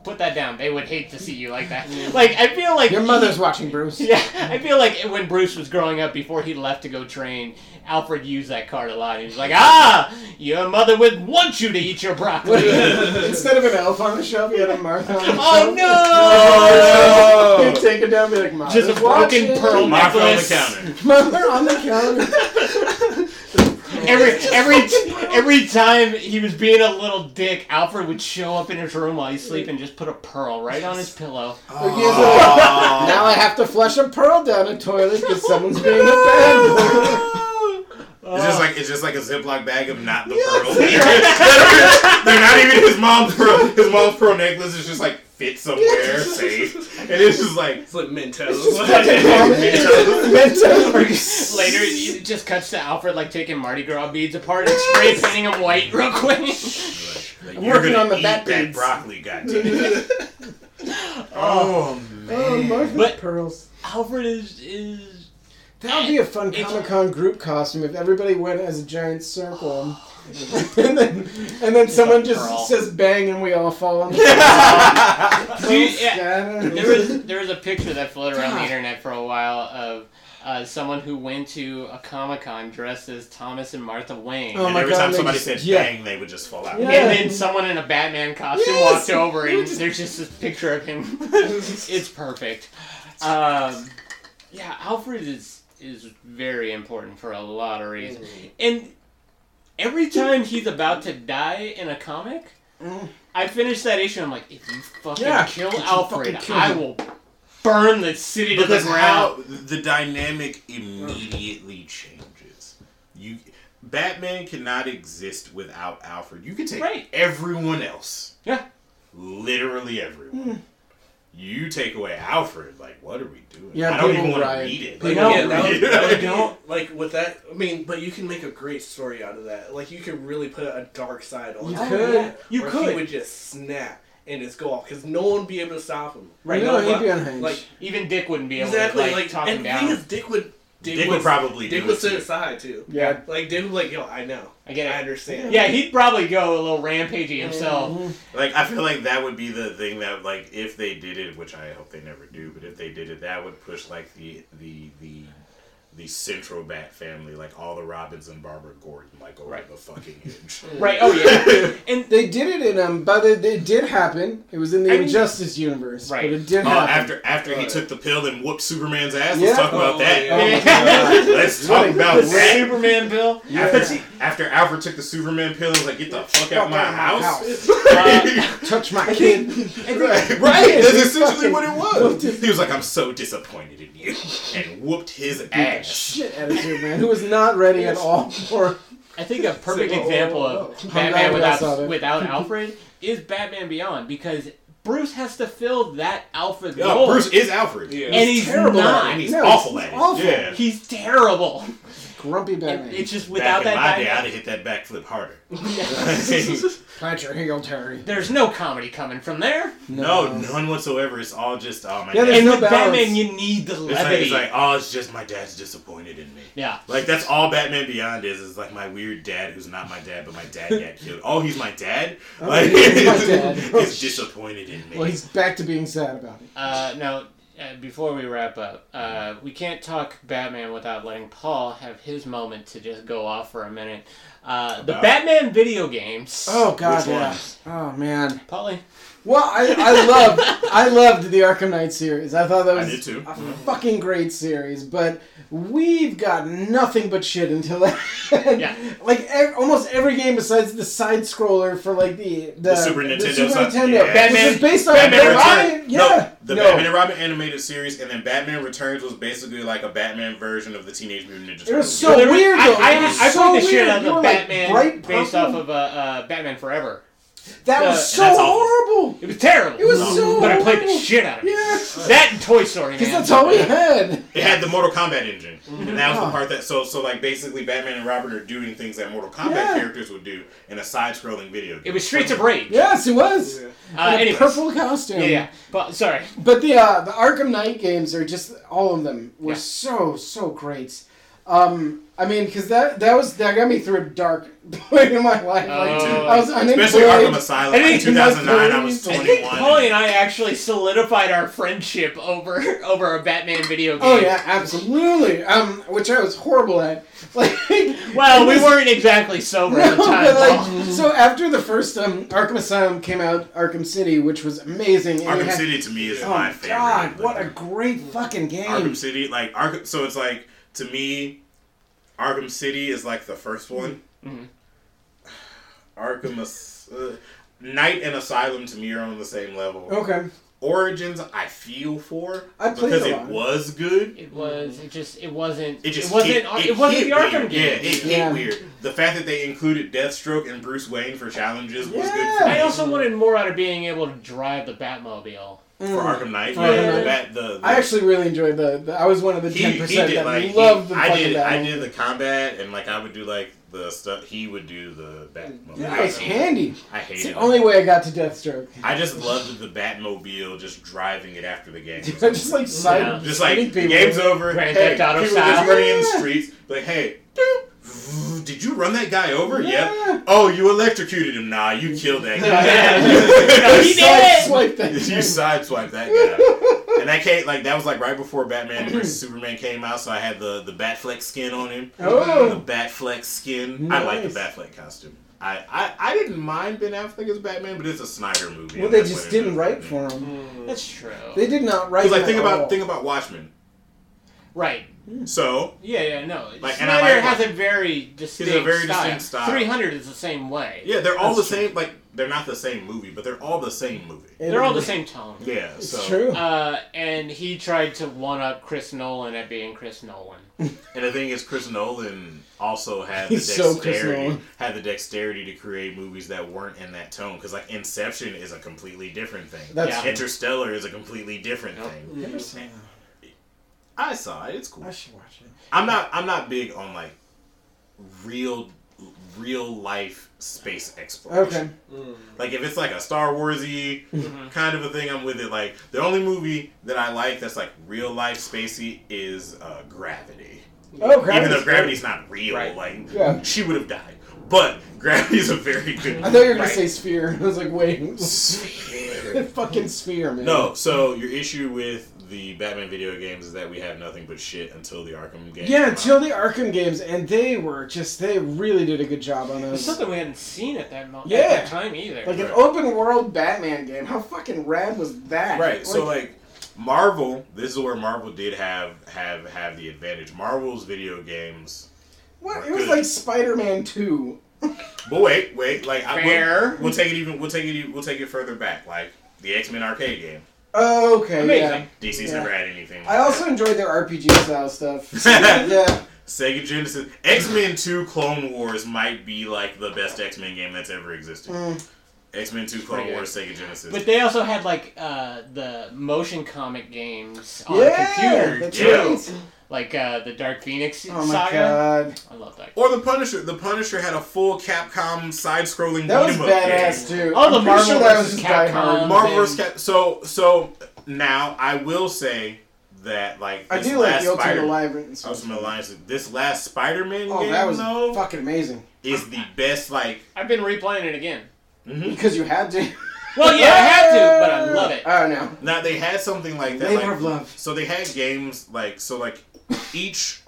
Put that down. They would hate to see you like that. Like I feel like
Your mother's watching, Bruce.
Yeah, I feel like when Bruce was growing up, before he left to go train, Alfred used that card a lot. He was like, "Ah, your mother would want you to eat your
What
broccoli."
if- Instead of an elf on the shelf, you had a Martha on the
oh
shelf.
no!
you take it down and be like, Mom.
Just a broken pearl
Mark on the
necklace.
counter.
Mother on the counter.
Every every every time he was being a little dick, Alfred would show up in his room while he's sleeping and just put a pearl right on his pillow.
Like, he's like, now I have to flush a pearl down a toilet because someone's being a bad boy.
It's
Oh.
just like it's just like a Ziploc bag of not the pearl. They're not even his mom's pearl. His mom's pearl necklace is just like fit somewhere safe, and it's just like
It's like Mentos.
Mentos.
Later, it just cuts to Alfred like taking Mardi Gras beads apart and spray painting them white real quick.
like,
I'm
you're
working
gonna
on the
eat
bat
that
beads.
broccoli, goddamn. oh
Oh, Martha's
But-
pearls.
Alfred is is
That would be a fun
It's-
Comic Con group costume if everybody went as a giant circle, and then and then someone
pearl.
just says bang and we all fall on the floor.
Dude, yeah.
Scatter.
There was there was a picture that floated around the internet for a while of uh, someone who went to a comic con dressed as Thomas and Martha Wayne,
Oh
and
my
every
God,
time
they
somebody
just-
said
yeah.
bang, they would just fall out.
Yeah.
and then someone in a Batman costume
Yes!
walked over,
You
and
just-
there's just this picture of him. it's perfect. Um, yeah, Alfred is is very important for a lot of reasons, and every time he's about to die in a comic.
Mm.
I finished that issue. I'm like, if you fucking
Yeah,
kill
if you
Alfred,
fucking kill
I
him.
will burn the city to the
because
ground.
how the dynamic immediately changes. You Batman cannot exist without Alfred. You could take
Right.
everyone else.
Yeah. Hmm.
Literally everyone. You take away Alfred, like what are we doing?
Yeah,
I don't
people
even want to
riot.
read it.
They
Like,
Like,
No,
yeah, that would, that would
Yeah.
be, like with that. I mean, but you can make a great story out of that. Like you could really put a dark side on.
You
that.
could.
Where
You
He
could.
would just snap and just go off because no one would be able to stop him.
Right,
Like,
no, he'd be
but-
unhinged.
Like
Even Dick wouldn't be able
exactly.
to
Like,
like, talk him
and the
down.
thing is, Dick would. Dick,
Dick
would,
would probably
Dick
do
would
it
sit
too.
aside too.
Yeah.
Like Dick would be like, yo, I know.
I get it.
I understand.
yeah, he'd probably go a little rampagey himself.
Like I feel like that would be the thing that like if they did it, which I hope they never do, but if they did it, that would push like the the the the central bat family, like all the Robins and Barbara Gordon, like over
Right.
the fucking edge.
Right. Oh yeah. And
They did it in um, but it, it did happen. It was in the
I mean-
Injustice universe,
Right.
but it did
Oh,
happen.
after after he
Right.
took the pill and whooped Superman's ass,
Yeah.
let's talk about
Oh,
that.
yeah.
Oh, my God.
Let's talk
What a-
about
the
that.
Superman pill.
After, after Alfred took the Superman pill, and was like, "Get the fuck out of my house!"
Uh,
touch my kid. Yeah,
right, That's
he
essentially
fucking
what it
whooped
was.
his-
He was like, "I'm so disappointed in you," and whooped his ass.
Shit attitude, man. Who was not ready at all for
I think a perfect
whoa, whoa,
example
whoa.
of
I'm glad
Batman
we all saw
without
that.
without Alfred is Batman Beyond because Bruce has to fill that Alfred
Yeah,
role,
Uh, Bruce is Alfred.
Yeah.
and he's
terrible at
not.
and he's
No,
awful
he's
at it.
awful.
Yeah.
He's terrible.
grumpy Batman.
And it's just
Without
without
Back that in my
that
day, I'd
guy,
have hit that backflip harder.
Plant your heel, Terry.
there's no comedy coming from there.
no, none whatsoever. It's all just oh my
Yeah,
dad.
there's
And
no
with
balance.
Batman, you need the
It's like,
levity.
it's like, oh, it's just my dad's disappointed in me.
yeah.
Like that's all Batman Beyond is. Is like my weird dad, who's not my dad, but my dad got killed. Oh, he's my dad. Like
Oh, he's my dad. Oh.
he's disappointed in me.
Well, he's back to being sad about it.
Uh, now, uh, before we wrap up, uh, we can't talk Batman without letting Paul have his moment to just go off for a minute. Uh, the
About-
Batman video games.
Oh God,
Which
yeah.
one?
Oh man.
Paulie.
Well, I I loved I loved the Arkham Knight series. I thought that
I
was
did too.
a fucking great series, but we've got nothing but shit until that.
Yeah.
Like ev- almost every game besides the side scroller for like the the,
The Super Nintendo
Super
side-
Nintendo,
yeah.
which
Batman-
is based on
Batman
Batman.
Returns.
Yeah.
No, the Batman and Robin animated series, and then Batman Returns was basically like a Batman version of the Teenage Mutant Ninja Turtles.
It was so
Well, there-
weird
I,
though.
I,
It
I,
was
played
so
the shit
weird.
out of
You
the
were, like,
Batman
bright
based off
purple.
of uh, uh, Batman Forever.
That
the-
was so
and that's awful.
horrible.
It was terrible.
It was so
But I played the
horrible.
shit out of it.
Yeah.
That and Toy Story, man.
Because that's all we had.
It had the Mortal Kombat engine, and that was
Yeah.
the part that so so like basically Batman and Robin are doing things that Mortal Kombat
Yeah.
characters would do in a side-scrolling video game.
It was Streets of Rage.
Yes, it was.
Uh,
In a
anyways.
purple costume.
Yeah, yeah. But, sorry.
But the uh, the Arkham Knight games are just all of them were
Yeah.
so so great. Um, I mean, because that that was that got me through a dark point in my life. Like,
Oh.
I was
Uh, Especially Arkham
unemployed.
Asylum.
I
In
think-
2009, I was
I think
21.
Paulie and I actually solidified our friendship over over a Batman video game.
Oh yeah, absolutely. Um, which I was horrible at. Like,
Well,
it
we
was-
weren't exactly sober
No,
at the time.
but
Paul.
like, so after the first um, Arkham Asylum came out, Arkham City, which was amazing. and it
Arkham
had-
City to me is
Oh
my
my
favorite.
god, what a great fucking game!
Arkham City, like Arkham. So it's like to me, Arkham City is like the first one.
Mm-hmm.
Mhm.
Arkham As- uh, Night and Asylum to me are on the same level.
Okay,
Origins, I feel for
Oh. I played
because
a
it
lot.
was good.
It was. It just. It wasn't.
It just
wasn't.
hit-
Ar- it, wasn't
hit
the Arkham
weird.
game.
Yeah, it
Yeah.
hit weird. The fact that they included Deathstroke and Bruce Wayne for challenges was good.
Yeah.
For me.
I also wanted more out of being able to drive the Batmobile.
Mm.
for Arkham Knight.
For
yeah,
Arkham
the
Knight.
bat- the- the-
I actually really enjoyed the. the I was one of the
he,
ten
he
percent
did
that
like he-
loved the
I
fucking
did
battle.
I did the combat and like I would do like the stuff he would do the Batmobile.
Yeah, it's handy.
I hated
It's the
it.
only way I got to Deathstroke.
I just loved the Batmobile just driving it after the game.
I just like side
Yeah.
just like
hitting people.
game's over.
Grand
hey,
Theft Auto
people
style.
just running in the
Yeah.
streets. Like hey, boop, did you run that guy over?
Yeah.
Yep. Oh, you electrocuted him. Nah, you killed that
Yeah.
guy.
No, he did it!
Swipe that.
you sideswipe that guy. and that came like that was like right before Batman versus Superman came out, so I had the the Batfleck skin on him.
Oh.
The Batfleck skin. I like the
Nice.
Batfleck costume. I, I, I didn't mind Ben Affleck as Batman, but it's a Snyder movie.
Well,
and
they
that's
just
what it
didn't
is.
write for him.
That's true.
They did not write.
Because like think
at
about
all. Hmm.
think about Watchmen.
Right.
So
Yeah, yeah, no.
Like, and I might-
Snyder has a very distinct
very
style.
distinct style.
300 is the same way.
yeah, they're all the
That's
same. Like they're not the same movie, but they're all the same movie.
They're all the same tone.
Yeah,
It's
so
true.
Uh, and he tried to one up Chris Nolan at being Chris Nolan.
and the thing is, Chris Nolan also had the
He's so Chris
dexterity
Nolan.
had the dexterity to create movies that weren't in that tone. Because like Inception is a completely different thing.
That's
Yeah.
true.
Interstellar is a completely different
Yep.
thing.
Never saw it.
I saw it. It's cool.
I should watch it.
I'm not. I'm not big on like real, real life space exploration.
Okay.
Like if it's like a Star Warsy
Mm-hmm.
kind of a thing, I'm with it. Like the only movie that I like that's like real life spacey is uh, Gravity.
Oh,
Even
Gravity's
though Gravity's not real,
Right.
like
Yeah.
she would have died. But Gravity's a very good.
I thought you were gonna
right.
say sphere. I was like, wait,
Sphere.
fucking sphere, man.
No, so your issue with the Batman video games is that we have nothing but shit until the Arkham games.
Yeah,
come
until
out.
the Arkham games, and they were just they really did a good job on
It's
those.
something we hadn't seen at that, mo- at
Yeah.
that time either.
Like an
Right.
open world Batman game. How fucking rad was that?
Right. so like Marvel, this is where Marvel did have have have the advantage. Marvel's video games.
what? It was
good.
like Spider Man Two.
But wait, wait, like I,
Fair.
we'll, we'll take it even we'll take it even- we'll take it further back, like the X Men arcade game.
Oh, okay.
Amazing.
Yeah.
DC's
Yeah.
never had anything. Like
I also
that.
enjoyed their RPG style stuff. yeah.
Sega Genesis X Men Two Clone Wars might be like the best X Men game that's ever existed.
Mm.
X Men Two Clone
Pretty
Wars Sega Genesis.
but they also had like uh, the motion comic games on
yeah.
Oh, computer,
that's
too.
yeah.
right.
like uh, the Dark Phoenix
Oh my
saga.
god.
I love that.
or the Punisher. The Punisher had a full Capcom side-scrolling.
That was
beat 'em up game.
badass too.
All Oh, the
I'm pretty
Marvel
sure that was
versus
just Die Hard.
Capcom.
Marvel
Then-
vs. Cap. So so now I will say that like
I
this
do like
last
the Ultimate
Spider-
Alliance.
Ultimate Alliance. This last Spider-Man
Oh,
game
that was
though
fucking amazing.
is the best. Like
I've been replaying it again.
mhm.
Because you had to.
Well, yeah, I had to, but I love it.
Oh no.
now they had something like that.
Labor
like-
of love.
So they had games like so like each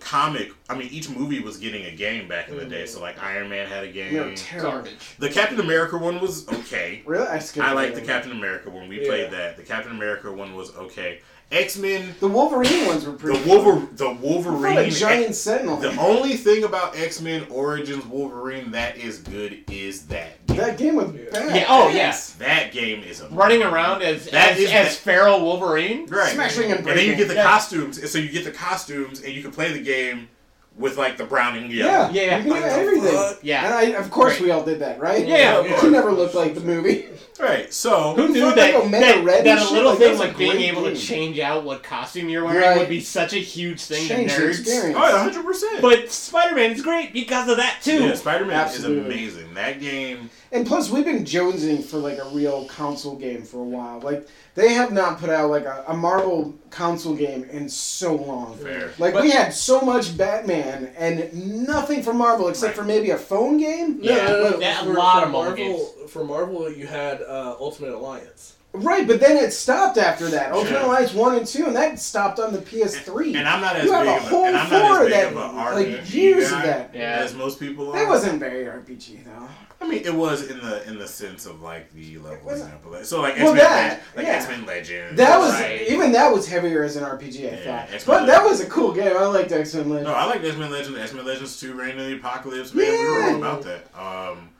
comic. I mean each movie was getting a game back in the day. So like Iron Man had a game.
You know, terrible.
Garbage.
the Captain America one was okay.
Really? I skipped
I like
that
the
one.
Captain America one. We
Yeah.
played that. The Captain America one was okay. X Men.
The Wolverine ones were
The
pretty.
Wolver, the
cool.
Wolverine,
Wolverine. Like giant sentinel.
The only thing about X Men Origins Wolverine that is good is that game.
that game was
Yeah.
bad.
Yeah. Oh, yes.
That game is a
Running around as
That
as,
is-
as feral Wolverine.
right.
Smashing and
and
breaking.
then you get the
Yeah.
costumes, and so you get the costumes, and you can play the game with like the brown and yellow.
Yeah.
Yeah, yeah.
You can do
Like, the
everything.
fuck?
And
Yeah.
I, of course,
Right.
we all did that, right?
Yeah,
yeah, of
You
course.
never looked like the movie.
Right. So oh,
Who knew
Fuck,
that,
like Omega
that,
Red and
that a
shit,
little
like,
thing
that's a
like being
great
able
game.
to change out what costume you're wearing
Right.
would be such a huge thing
Change
to
the
nerds?
experience.
Oh, yeah, hundred percent.
But Spider-Man is great because of that too.
yeah, Spider Man is
Absolutely.
amazing. That game.
And plus, we've been jonesing for like a real console game for a while. Like they have not put out like a, a Marvel console game in so long.
Fair.
Like
But-
we had so much Batman and nothing from Marvel except for maybe a phone game.
Yeah.
but
that- a
for,
lot
for
of Marvel
Marvel. For Marvel, you had uh, Ultimate Alliance.
Right, but then it stopped after that. Ultimate
Yeah.
Alliance one and two, and that stopped on the PS3.
And I'm not as
you have
big
a
of
whole
and I'm not
four
as
of
big
that,
of an
like,
RPG
years
guy
of that.
Yeah.
as most people are.
That wasn't very RPG though.
I mean, it was in the in the sense of like the level
was-
example. Like, so like X
Well,
Men,
that,
like
yeah.
X Men Legends.
That was
right?
even that was heavier as an RPG, I
Yeah,
thought.
X-Men
but that
Legends.
was a cool game. I liked X Men Legends.
no, I like X Men Legends. X Men Legends Two, Reign of the Apocalypse. Man, we were
Yeah.
all about that. Um,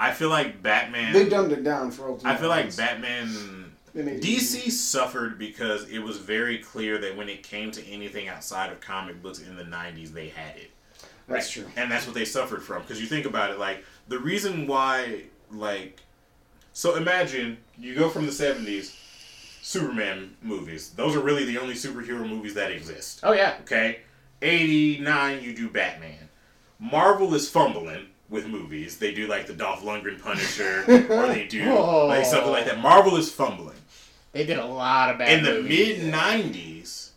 I feel like Batman.
They dumbed it down for Ultimate.
I feel like
Alliance.
Batman.
They made it easy.
DC suffered because it was very clear that when it came to anything outside of comic books in the '90s, they had it.
That's
Right.
true.
And that's what they suffered from. Because you think about it, like, the reason why, like, so imagine you go from the 70s, Superman movies. Those are really the only superhero movies that exist.
Oh yeah.
Okay? 89, you do Batman. Marvel is fumbling with movies. They do, like, the Dolph Lundgren Punisher, or they do, like, something like that. Marvel is fumbling
They did a lot of bad
in the
movies.
mid '90s,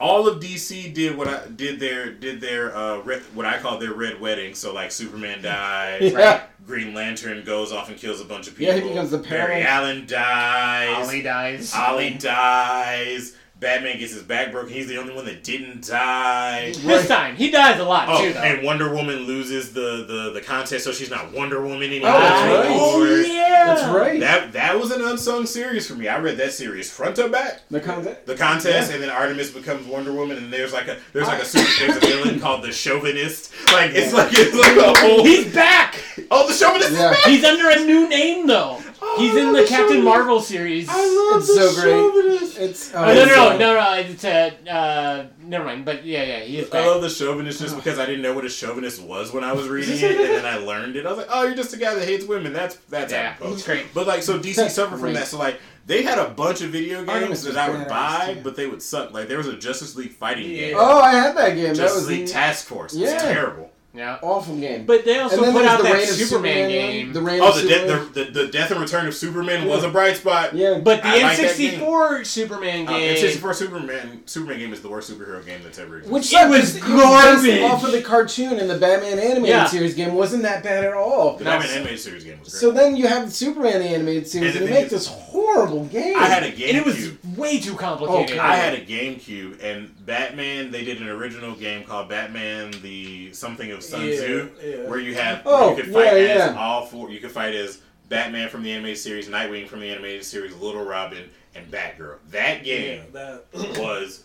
all of DC did what I did their did their uh, red, what I call their red wedding. So like Superman dies,
Yeah.
Green Lantern goes off and kills a bunch of people.
Yeah, he becomes the
Barry
parent.
Allen dies.
Ollie dies.
Ollie dies. Batman gets his back broken. He's the only one that didn't die.
This time he dies a lot
Oh,
too, though.
and Wonder Woman loses the, the, the contest, so she's not Wonder Woman anymore.
Oh, that's
Right.
right.
Oh, yeah.
That's right.
That that was an unsung series for me. I read that series front to back.
the con-
The contest, and then Artemis becomes Wonder Woman, and there's like a there's like a super, there's a villain called the chauvinist. Like it's like it's like a whole
He's back.
oh the chauvinist is
Yeah.
back.
He's under a new name though.
Oh,
He's in the Captain Marvel series.
It's so great. It's oh,
Oh, no,
it's so-
no, no, no, no. It's uh, uh, never mind. But yeah, yeah, he is
I
back.
love the chauvinist just because I didn't know what a chauvinist was when I was reading it, and then I learned it. I was like, "Oh, you're just a guy that hates women." That's that's
Yeah,
apropos.
it's great.
But like, so DC suffered from that. So like, they had a bunch of video games
Artemis
that
was
I would
badass,
buy,
too.
but they would suck. Like, there was a Justice League fighting
Yeah.
game,
Oh, I had that game. that
Justice
was
League
an
Task Force. It's
Yeah.
terrible.
Yeah.
awful game.
But they also
and then
put
there's
out
the
that
Reign of
Superman,
Superman
game.
one, The Reign
Oh,
of
the, de-
Superman.
the, the the death and return of Superman was a bright spot.
yeah.
but the
I like that
N64 Superman
Uh,
game.
N64 Superman Superman game is the worst superhero game that's ever existed.
Which
It was garbage.
Off of the cartoon and the Batman animated
Yeah.
series game wasn't that bad at all.
The Batman animated series game was great.
So then you have the Superman animated series
And
and they
the thing
make this
is-
horrible game.
I had a GameCube.
and it was way too complicated.
Oh,
I had a GameCube and Batman. They did an original game called Batman: The Something of Sun
Yeah,
Tzu,
yeah.
where you have
Oh,
you could fight
yeah,
as
yeah.
all four. You could fight as Batman from the animated series, Nightwing from the animated series, Little Robin, and Batgirl. That
Yeah,
game
that.
was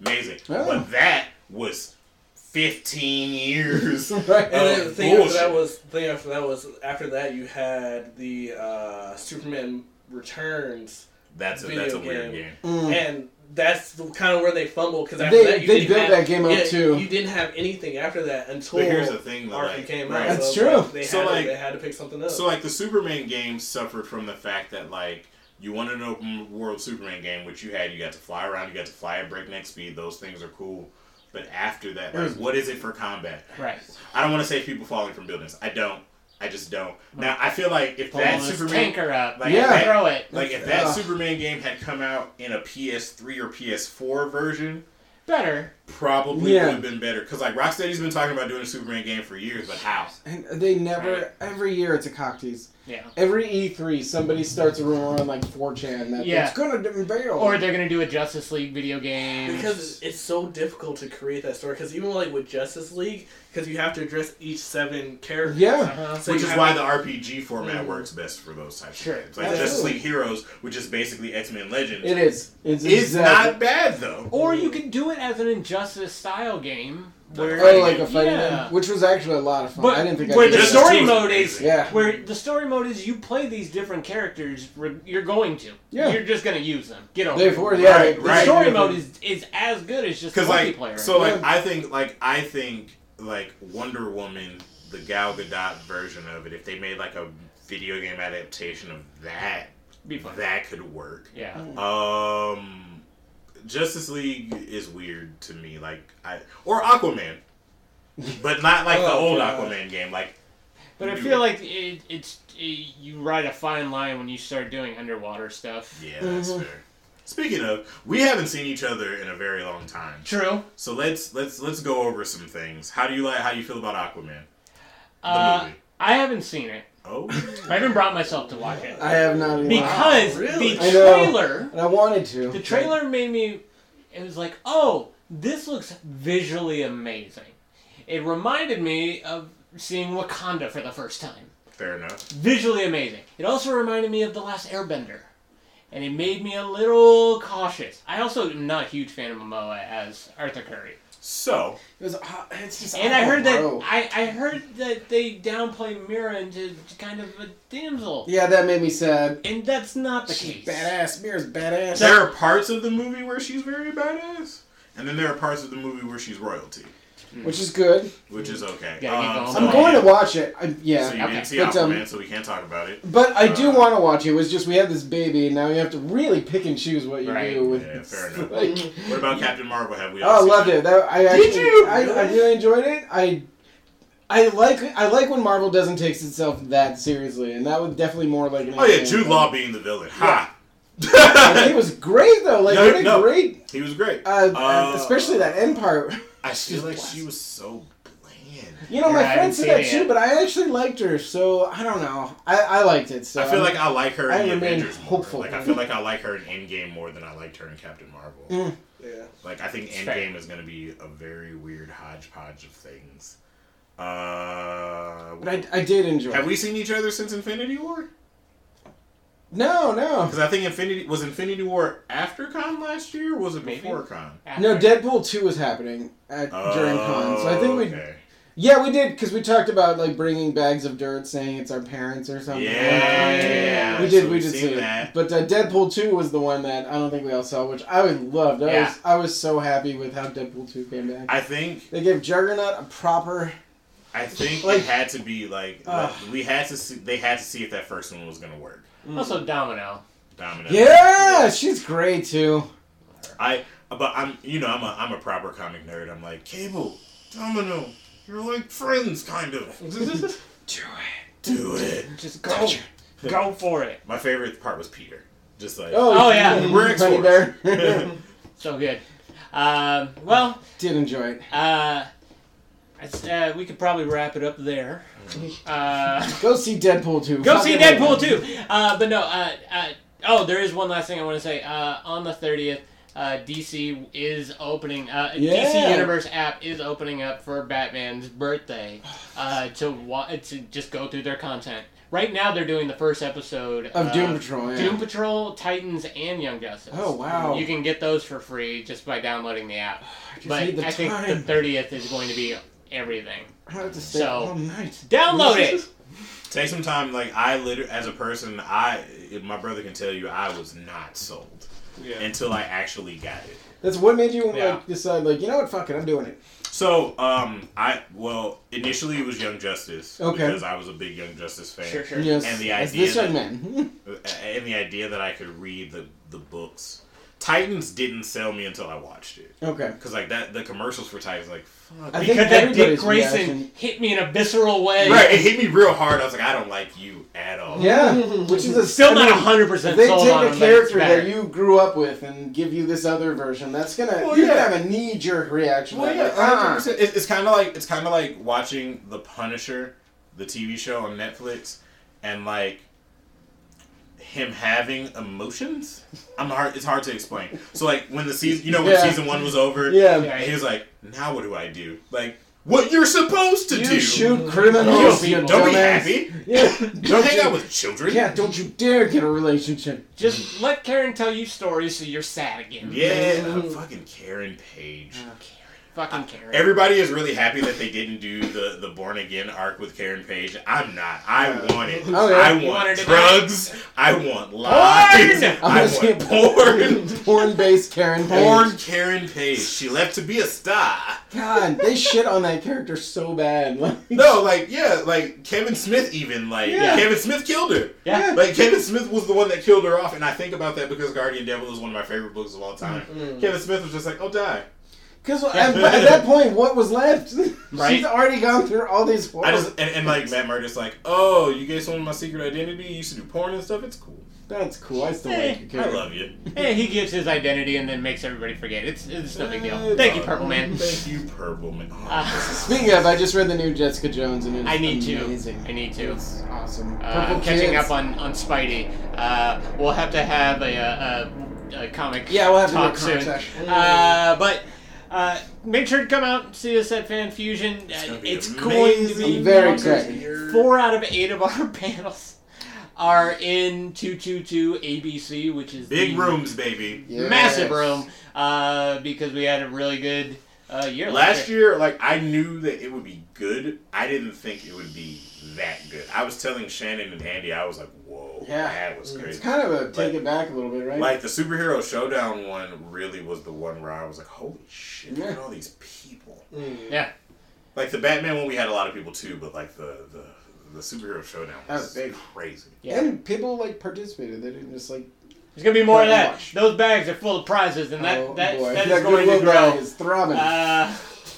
amazing,
Oh.
but that was fifteen years.
Right.
And
of
then the thing after
bullshit.
that was the thing after that was after that you had the uh, Superman Returns,
that's a,
video
that's a weird
game.
game.
Mm.
and that's the, kind of where they fumbled because after
They-
that you
they
didn't
built
have-
that game up,
yeah,
too.
You didn't have anything after that until
But here's the thing, though,
Arkham
like,
came
right.
out.
That's
so, like,
true.
they
So,
had
like-
to, they had to pick something up.
So like the Superman game suffered from the fact that like you wanted an open world Superman game, which you had. You got to fly around. You got to fly at breakneck speed. Those things are cool. But after that,
Mm.
like, what is it for combat?
right.
I don't want to say people falling from buildings. I don't. I just don't. Now I feel like if
Pulling
that
his
Superman
tanker up.
like,
Mm. Yeah.
that-
Throw it.
like if that
Ugh.
Superman game had come out in a PS3 or PS4 version,
Better.
probably
Yeah.
would have been better. Because like Rocksteady's been talking about doing a Superman game for years, but how?
And they never,
Right.
every year it's a cock tease.
Yeah.
Every E3, somebody starts a rumor on like 4chan that
Yeah.
it's gonna unveil.
Or they're gonna do a Justice League video game.
because it's so difficult to create that story because even like with Justice League because you have to address each seven characters.
yeah.
uh
So
which
you
is
have Mm-hmm.
why
to-
the RPG format works best for those types
Sure.
of games. Like
Absolutely.
Justice League Heroes, which is basically X Men Legends,
It is. It's
is
exactly-
not bad though.
Or you could do it as an Injustice style game where
Oh, like a fighting
yeah.
game, which was actually a lot of fun.
But
I didn't think I
where
could
the
do
Justice
that.
story
Two is
mode
amazing.
is
Yeah.
where the story mode is you play these different characters re- you're going to
Yeah.
you're just going to use them get over
They've
it.
already- yeah,
Right,
they-
the
right.
story mode is is as good as just
because
multiplayer
like so like
Yeah.
I think like I think like Wonder Woman, the Gal Gadot version of it, if they made like a video game adaptation of that,
be fun
that could work.
yeah
Um, Justice League is weird to me. Like I or Aquaman, but not like the
Oh,
old
God.
Aquaman game. Like
but I
do
feel
it.
like it, it's it, you ride a fine line when you start doing underwater stuff
Yeah, that's fair. Speaking of, we haven't seen each other in a very long time.
true
So let's let's let's go over some things. How do you like how you feel about Aquaman? The
uh,
movie.
I haven't seen it
Oh,
I haven't brought myself to watch it
I have not even.
because
really?
the
I know.
trailer
And I wanted to.
The trailer made me. It was like, oh, this looks visually amazing. It reminded me of seeing Wakanda for the first time.
fair enough.
Visually amazing. It also reminded me of The Last Airbender. And it made me a little cautious. I also am not a huge fan of Momoa as Arthur Curry.
So
It was, uh, it's just.
And I heard that
oh, bro.
I, I heard that they downplay Mira into kind of a damsel.
Yeah, that made me sad.
And that's not the
She's
case.
badass. Mira's badass.
there are parts of the movie where she's very badass, and then there are parts of the movie where she's royalty,
which is good.
which is okay. Um,
Gotta get going.
so
I'm
you-
going to watch it. I, yeah.
Oh, So you
Okay.
didn't see
But, um,
Aquaman, so we can't talk about it.
but I do
Uh,
want to watch it. It was just we had this baby, and now you have to really pick and choose what you
Right.
do. With
Yeah, fair enough.
Like,
What about Captain Marvel? Have we? all
oh, I
seen
loved it. That, I actually,
you?
I, I really enjoyed it. I, I like I like when Marvel doesn't take itself that seriously, and that was definitely more like. an
Oh yeah,
anime.
Jude Law being the villain. Ha!
I think it was great though. Like
No,
what a
no.
great,
He was great.
uh,
Uh,
especially that end part.
I feel
She's
like
blessed.
she was so bland.
You know, my
Yeah, I
friend
haven't
said
seen
that
it
too,
yet.
but I actually liked her, so I don't know. I, I liked it. So um,
I feel like I like her
I
in the
remain
Avengers more.
hopeful.
Like I feel like I like her in Endgame more than I liked her in Captain Marvel.
Mm.
Yeah.
Like I think
It's
Endgame is going to be a very weird hodgepodge of things. Uh,
But I, I did enjoy.
have
it.
we seen each other since Infinity War?
No, no,
Because I think Infinity was Infinity War after Con last year. Or was it
Maybe.
before Con?
no. Deadpool two was happening at, during con, so I think we
Oh, Okay.
yeah we did because we talked about like bringing bags of dirt, saying it's our parents or something.
Yeah,
We did,
so
we
we've
did
seen
see
that.
it. But uh, Deadpool 2 was the one that I don't think we all saw, which I loved. I,
Yeah.
was, I was so happy with how Deadpool 2 came back.
I think
they gave Juggernaut a proper.
I think
Like- uh,
it had to be like
Ugh.
we had to see they had to see if that first one was gonna work.
Also, Domino.
Domino.
Yeah, she's great too.
I but I'm you know I'm a I'm a proper comic nerd. I'm like Cable, Domino, you're like friends kind of.
Do it.
Do it.
Just go, go for it.
My favorite part was Peter. Just like
Oh,
Oh, yeah.
we're ex
Honey Bear.
So good. Um, well,
Did enjoy it.
uh, it's, uh, we could probably wrap it up there. Uh,
Go see Deadpool 2.
Go
Fuck
see
everyone.
Deadpool too. Uh, but no, uh, uh, oh, there is one last thing I want to say. Uh, on the thirtieth, uh, DC is opening. Uh,
Yeah.
DC Universe app is opening up for Batman's birthday uh, to wa- to just go through their content. Right now, they're doing the first episode
Of Doom Patrol, yeah.
Doom Patrol, Titans, and Young Justice.
Oh, wow.
You can get those for free just by downloading the app.
just
but
need the
I think the
time.
thirtieth is going to be everything.
I have to stay
So-
all night.
Download it.
Take some time. Like I literally, as a person, I my brother can tell you I was not sold
Yeah.
until I actually got it.
That's what made you
Yeah.
like decide, like, you know what, fuck it, I'm doing it.
So, um, I well initially it was Young Justice
Okay.
because I was a big Young Justice fan,
Sure, sure.
Yes.
And the
that's
idea
this young man.
and the idea that I could read the the books. Titans didn't sell me until I watched it
okay.
because like that the commercials for Titans like fuck.
I think
Because that Dick
everybody's
Grayson
reaction-
hit me in a visceral way.
right, it hit me real hard. I was like, I don't like you at all.
Yeah. Which is a
Still not
I mean,
hundred percent
If they
sold on
take
him,
a
but it's
character
better.
that you grew up with and give you this other version, that's gonna
Well,
you're
yeah.
gonna have a knee jerk reaction.
Well,
to
yeah, Ah.
that, like, uh-uh. uh-huh.
100%. It- It's kind of like it's kind of like watching The Punisher, the TV show on Netflix, and like him having emotions. I'm hard. It's hard to explain. So like when the season, you know, when
Yeah.
season one was over,
Yeah.
and he was like, "Now what do I do?" Like what you're supposed to
uh-uh.
do.
you shoot criminals.
Don't
you
Don't be
dumbass.
happy.
Yeah,
Don't hang
you,
out with children.
Yeah, don't you dare get a relationship.
Just let Karen tell you stories so you're sad again.
Yeah,
Mm-hmm.
fucking Karen Page.
Fucking Karen.
Everybody is really happy that they didn't do the, the born again arc with Karen Page. I'm not. I want it.
Oh, yeah.
I
You
want
wanted it
drugs. I want lies.
Porn!
I'm
I
gonna
want
say
porn.
Porn based Karen. Page.
Born Karen Page. She left to be a star.
God, they shit on that character so bad. Like,
No, like yeah, like Kevin Smith even like
Yeah.
Kevin Smith killed her.
Yeah.
Like Kevin Smith was the one that killed her off, and I think about that because Guardian Devil is one of my favorite books of all time.
Mm-hmm.
Kevin Smith was just like, "Oh, die."
Because at, at that point, what was left? She's
Right.
already gone through all these.
I just and, and like Matt Murdock's like, "Oh, you gave someone my secret identity. You used to do porn and stuff. It's cool.
That's cool. I still like your
Eh, I
character.
love you."
Yeah, he gives his identity and then makes everybody forget. It's it's no big
Uh,
deal. Thank you, Purple Man.
Thank you, Purple Man. Oh,
Uh,
this is-
Speaking of, I just read the new Jessica Jones and it's
I need to.
amazing.
I need to.
It's awesome.
Uh,
Purple
I'm catching
Kids.
up on on Spidey. Uh, we'll have to have a, uh, a, a comic.
Yeah, we'll have to do a
talk
comic
soon.
section.
Uh, but. Uh, make sure to come out and see us at Fan Fusion.
It's
Uh,
gonna be
It's,
amazing.
going to be
I'm very
bonkers.
excited.
Four out of eight of our panels are in 222 ABC, which is
Big
the
rooms, baby.
Yes.
massive room, uh, because we had a really good uh, year
Last year, like I knew that it would be good. I didn't think it would be that good. I was telling Shannon and Andy, I was like, "Whoa,
Yeah.
that
Mm,
was
It's
crazy."
kind of a take it back a little bit, right?
Like the superhero showdown one really was the one where I was like, "Holy shit! Look at
Yeah.
all these people."
Mm.
Yeah,
Like the Batman one, we had a lot of people too, but like the the, the superhero showdown
That
was,
was big.
crazy.
yeah.
And people like participated. They didn't just like.
There's gonna be more of
Fun to
that.
watch.
Those bags are full of prizes, and that
oh
that,
boy,
that
that
is going to
goodwill guy
grow.
is throbbing.
Uh,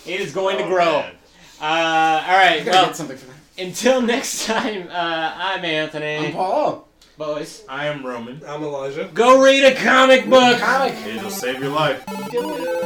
it is going to
Oh,
grow.
man.
Uh, all
I
right.
gotta
Well,
get something for that.
until next time. Uh, I'm
I'm
Anthony.
Paul.
Boys,
I am Roman.
I'm Elijah.
go read a comic book.
Comic.
It'll save your life.
Do it.